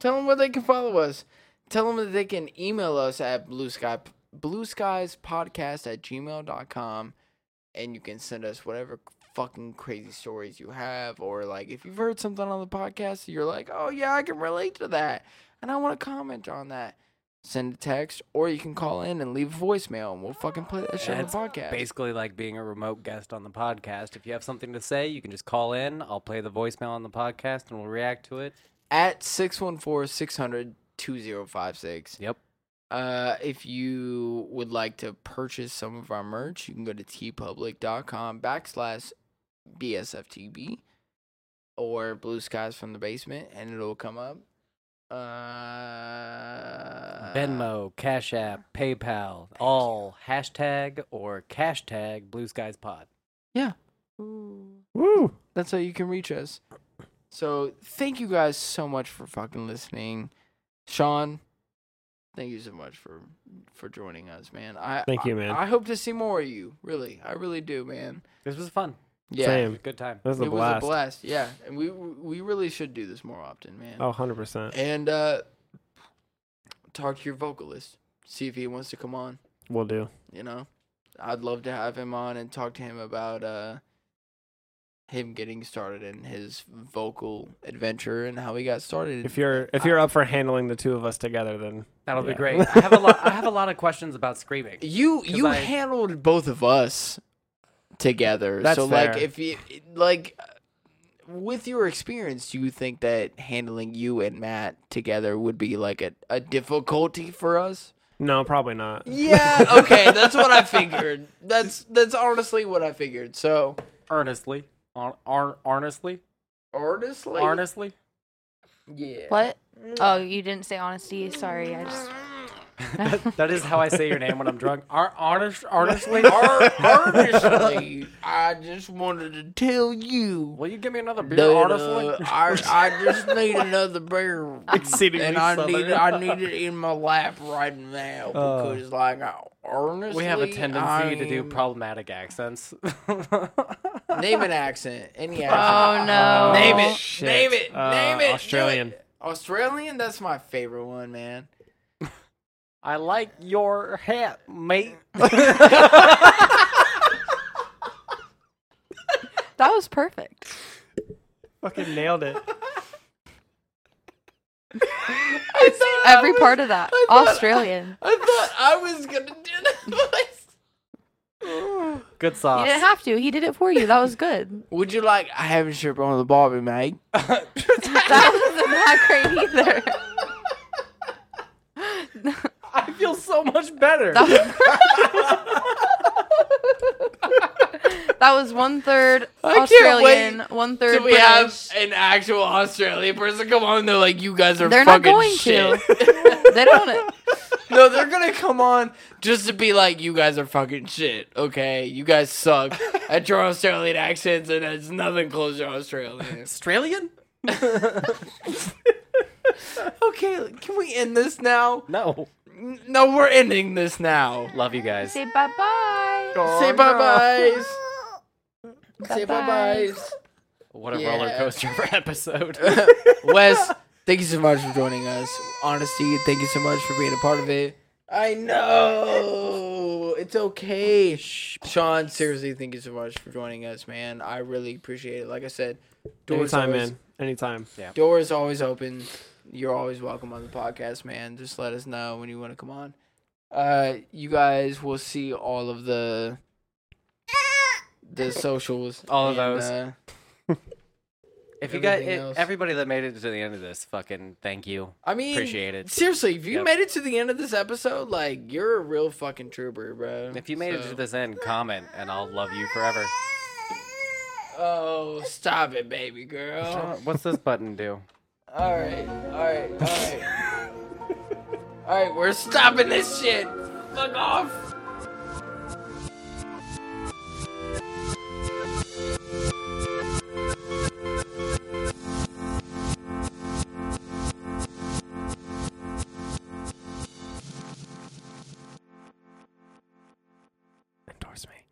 [SPEAKER 2] Tell them where they can follow us. Tell them that they can email us at blue sky blue skies podcast at gmail.com and you can send us whatever fucking crazy stories you have or like if you've heard something on the podcast you're like oh yeah i can relate to that and i want to comment on that send a text or you can call in and leave a voicemail and we'll fucking play that shit on the
[SPEAKER 5] That's
[SPEAKER 2] podcast
[SPEAKER 5] basically like being a remote guest on the podcast. If you have something to say, you can just call in. I'll play the voicemail on the podcast and we'll react to it.
[SPEAKER 2] at 614-600-2056.
[SPEAKER 5] Yep.
[SPEAKER 2] Uh, if you would like to purchase some of our merch, you can go to tpublic.com backslash BSFTB or Blue Skies from the Basement, and it'll come up. Uh,
[SPEAKER 5] Venmo, Cash App, PayPal, all hashtag or cash tag Blue Skies Pod.
[SPEAKER 2] Yeah.
[SPEAKER 3] Woo.
[SPEAKER 2] That's how you can reach us. So thank you guys so much for fucking listening. Sean, thank you so much for for joining us, man. I
[SPEAKER 3] Thank you,
[SPEAKER 2] I-
[SPEAKER 3] man.
[SPEAKER 2] I, hope to see more of you. Really. I really do, man.
[SPEAKER 5] This was fun.
[SPEAKER 2] Yeah.
[SPEAKER 3] Same.
[SPEAKER 5] Good time.
[SPEAKER 3] This is a
[SPEAKER 2] it
[SPEAKER 3] blast.
[SPEAKER 2] was a blast. Yeah. And we we really should do this more often, man.
[SPEAKER 3] Oh, 100%.
[SPEAKER 2] And uh talk to your vocalist. See if he wants to come on
[SPEAKER 3] We'll do.
[SPEAKER 2] you know i'd love to have him on and talk to him about uh him getting started in his vocal adventure and how he got started
[SPEAKER 3] If you're if you're up for handling the two of us together, then
[SPEAKER 5] That'll be
[SPEAKER 3] yeah.
[SPEAKER 5] great. I have a lot. I have a lot of questions about screaming.
[SPEAKER 2] you
[SPEAKER 5] 'Cause
[SPEAKER 2] you
[SPEAKER 5] I-
[SPEAKER 2] handled both of us together
[SPEAKER 3] That's
[SPEAKER 2] so like
[SPEAKER 3] fair.
[SPEAKER 2] if you like with your experience do you think that handling you and matt together would be like a, a difficulty for us
[SPEAKER 3] no, probably not.
[SPEAKER 2] yeah okay that's what i figured that's that's honestly what i figured so
[SPEAKER 5] earnestly, on, on, honestly,
[SPEAKER 2] honestly
[SPEAKER 5] honestly.
[SPEAKER 2] yeah
[SPEAKER 4] What? Oh, you didn't say honesty. Sorry, I just.
[SPEAKER 5] That is how I say your name when I'm drunk. Ar- honest, honestly,
[SPEAKER 2] Ar- honestly, I just wanted to tell you.
[SPEAKER 5] Will you give me another beer?
[SPEAKER 2] that,
[SPEAKER 5] honestly,
[SPEAKER 2] uh, I I just need another beer,
[SPEAKER 5] Exceedingly
[SPEAKER 2] and I
[SPEAKER 5] southern.
[SPEAKER 2] need I need it in my lap right now
[SPEAKER 5] Uh.
[SPEAKER 2] because like I, honestly,
[SPEAKER 5] we have a tendency
[SPEAKER 2] I
[SPEAKER 5] to do
[SPEAKER 2] am-
[SPEAKER 5] problematic accents.
[SPEAKER 2] name an accent, any
[SPEAKER 4] Oh,
[SPEAKER 2] accent.
[SPEAKER 4] no.
[SPEAKER 2] Name it,
[SPEAKER 3] Shit.
[SPEAKER 2] name it,
[SPEAKER 3] Uh,
[SPEAKER 2] name it.
[SPEAKER 3] Australian.
[SPEAKER 2] Australian, that's my favorite one, man.
[SPEAKER 5] I like your hat, mate.
[SPEAKER 4] That was perfect.
[SPEAKER 3] Fucking nailed it.
[SPEAKER 4] Every part of that.
[SPEAKER 2] I thought-
[SPEAKER 4] Australian.
[SPEAKER 2] I thought I was gonna do that voice.
[SPEAKER 5] Good
[SPEAKER 4] You didn't have to. He did it for you. That was good.
[SPEAKER 2] Would you like? I haven't sure on the Barbie, mate.
[SPEAKER 4] that wasn't that great either.
[SPEAKER 17] I feel so much better.
[SPEAKER 4] That was one third
[SPEAKER 2] I can't
[SPEAKER 4] Australian,
[SPEAKER 2] wait
[SPEAKER 4] one
[SPEAKER 2] So
[SPEAKER 4] third
[SPEAKER 2] we have
[SPEAKER 4] British.
[SPEAKER 2] an actual Australian person come on. They're like, you guys are
[SPEAKER 4] They're not
[SPEAKER 2] fucking
[SPEAKER 4] going
[SPEAKER 2] shit.
[SPEAKER 4] to. they don't. wanna-
[SPEAKER 2] no, they're gonna come on just to be like, you guys are fucking shit. Okay, you guys suck at your Australian accents, and it's nothing close to Australian.
[SPEAKER 17] Australian?
[SPEAKER 2] okay, can we end this now?
[SPEAKER 5] No.
[SPEAKER 2] No, we're ending this now.
[SPEAKER 5] Love you guys.
[SPEAKER 4] Say bye bye.
[SPEAKER 2] Say bye byes. Say bye
[SPEAKER 4] Bye-bye.
[SPEAKER 2] byes.
[SPEAKER 5] What a roller coaster of an episode.
[SPEAKER 2] Wes, thank you so much for joining us. Honesty, thank you so much for being a part of it. I know. It's okay. Sean, seriously, thank you so much for joining us, man. I really appreciate it. Like I said, doors
[SPEAKER 3] Anytime,
[SPEAKER 2] always,
[SPEAKER 3] man. Anytime. Yeah.
[SPEAKER 2] Door is always open. You're always welcome on the podcast, man. Just let us know when you want to come on. Uh, you guys will see all of the the socials.
[SPEAKER 5] All of
[SPEAKER 2] and,
[SPEAKER 5] those.
[SPEAKER 2] uh,
[SPEAKER 5] If you guys,
[SPEAKER 2] everything
[SPEAKER 5] it,
[SPEAKER 2] else.
[SPEAKER 5] everybody that made it to the end of this, fucking thank you.
[SPEAKER 2] I mean,
[SPEAKER 5] appreciate it.
[SPEAKER 2] Seriously, if you
[SPEAKER 5] Yep.
[SPEAKER 2] made it to the end of this episode, like you're a real fucking trooper, bro.
[SPEAKER 5] If you made it
[SPEAKER 2] So-
[SPEAKER 5] to this end, comment and I'll love you forever.
[SPEAKER 2] oh, stop it, baby girl.
[SPEAKER 5] Sean, What's this button do?
[SPEAKER 2] All right, all right, all right, all right. We're stopping this shit. Fuck off.
[SPEAKER 3] Endorse me.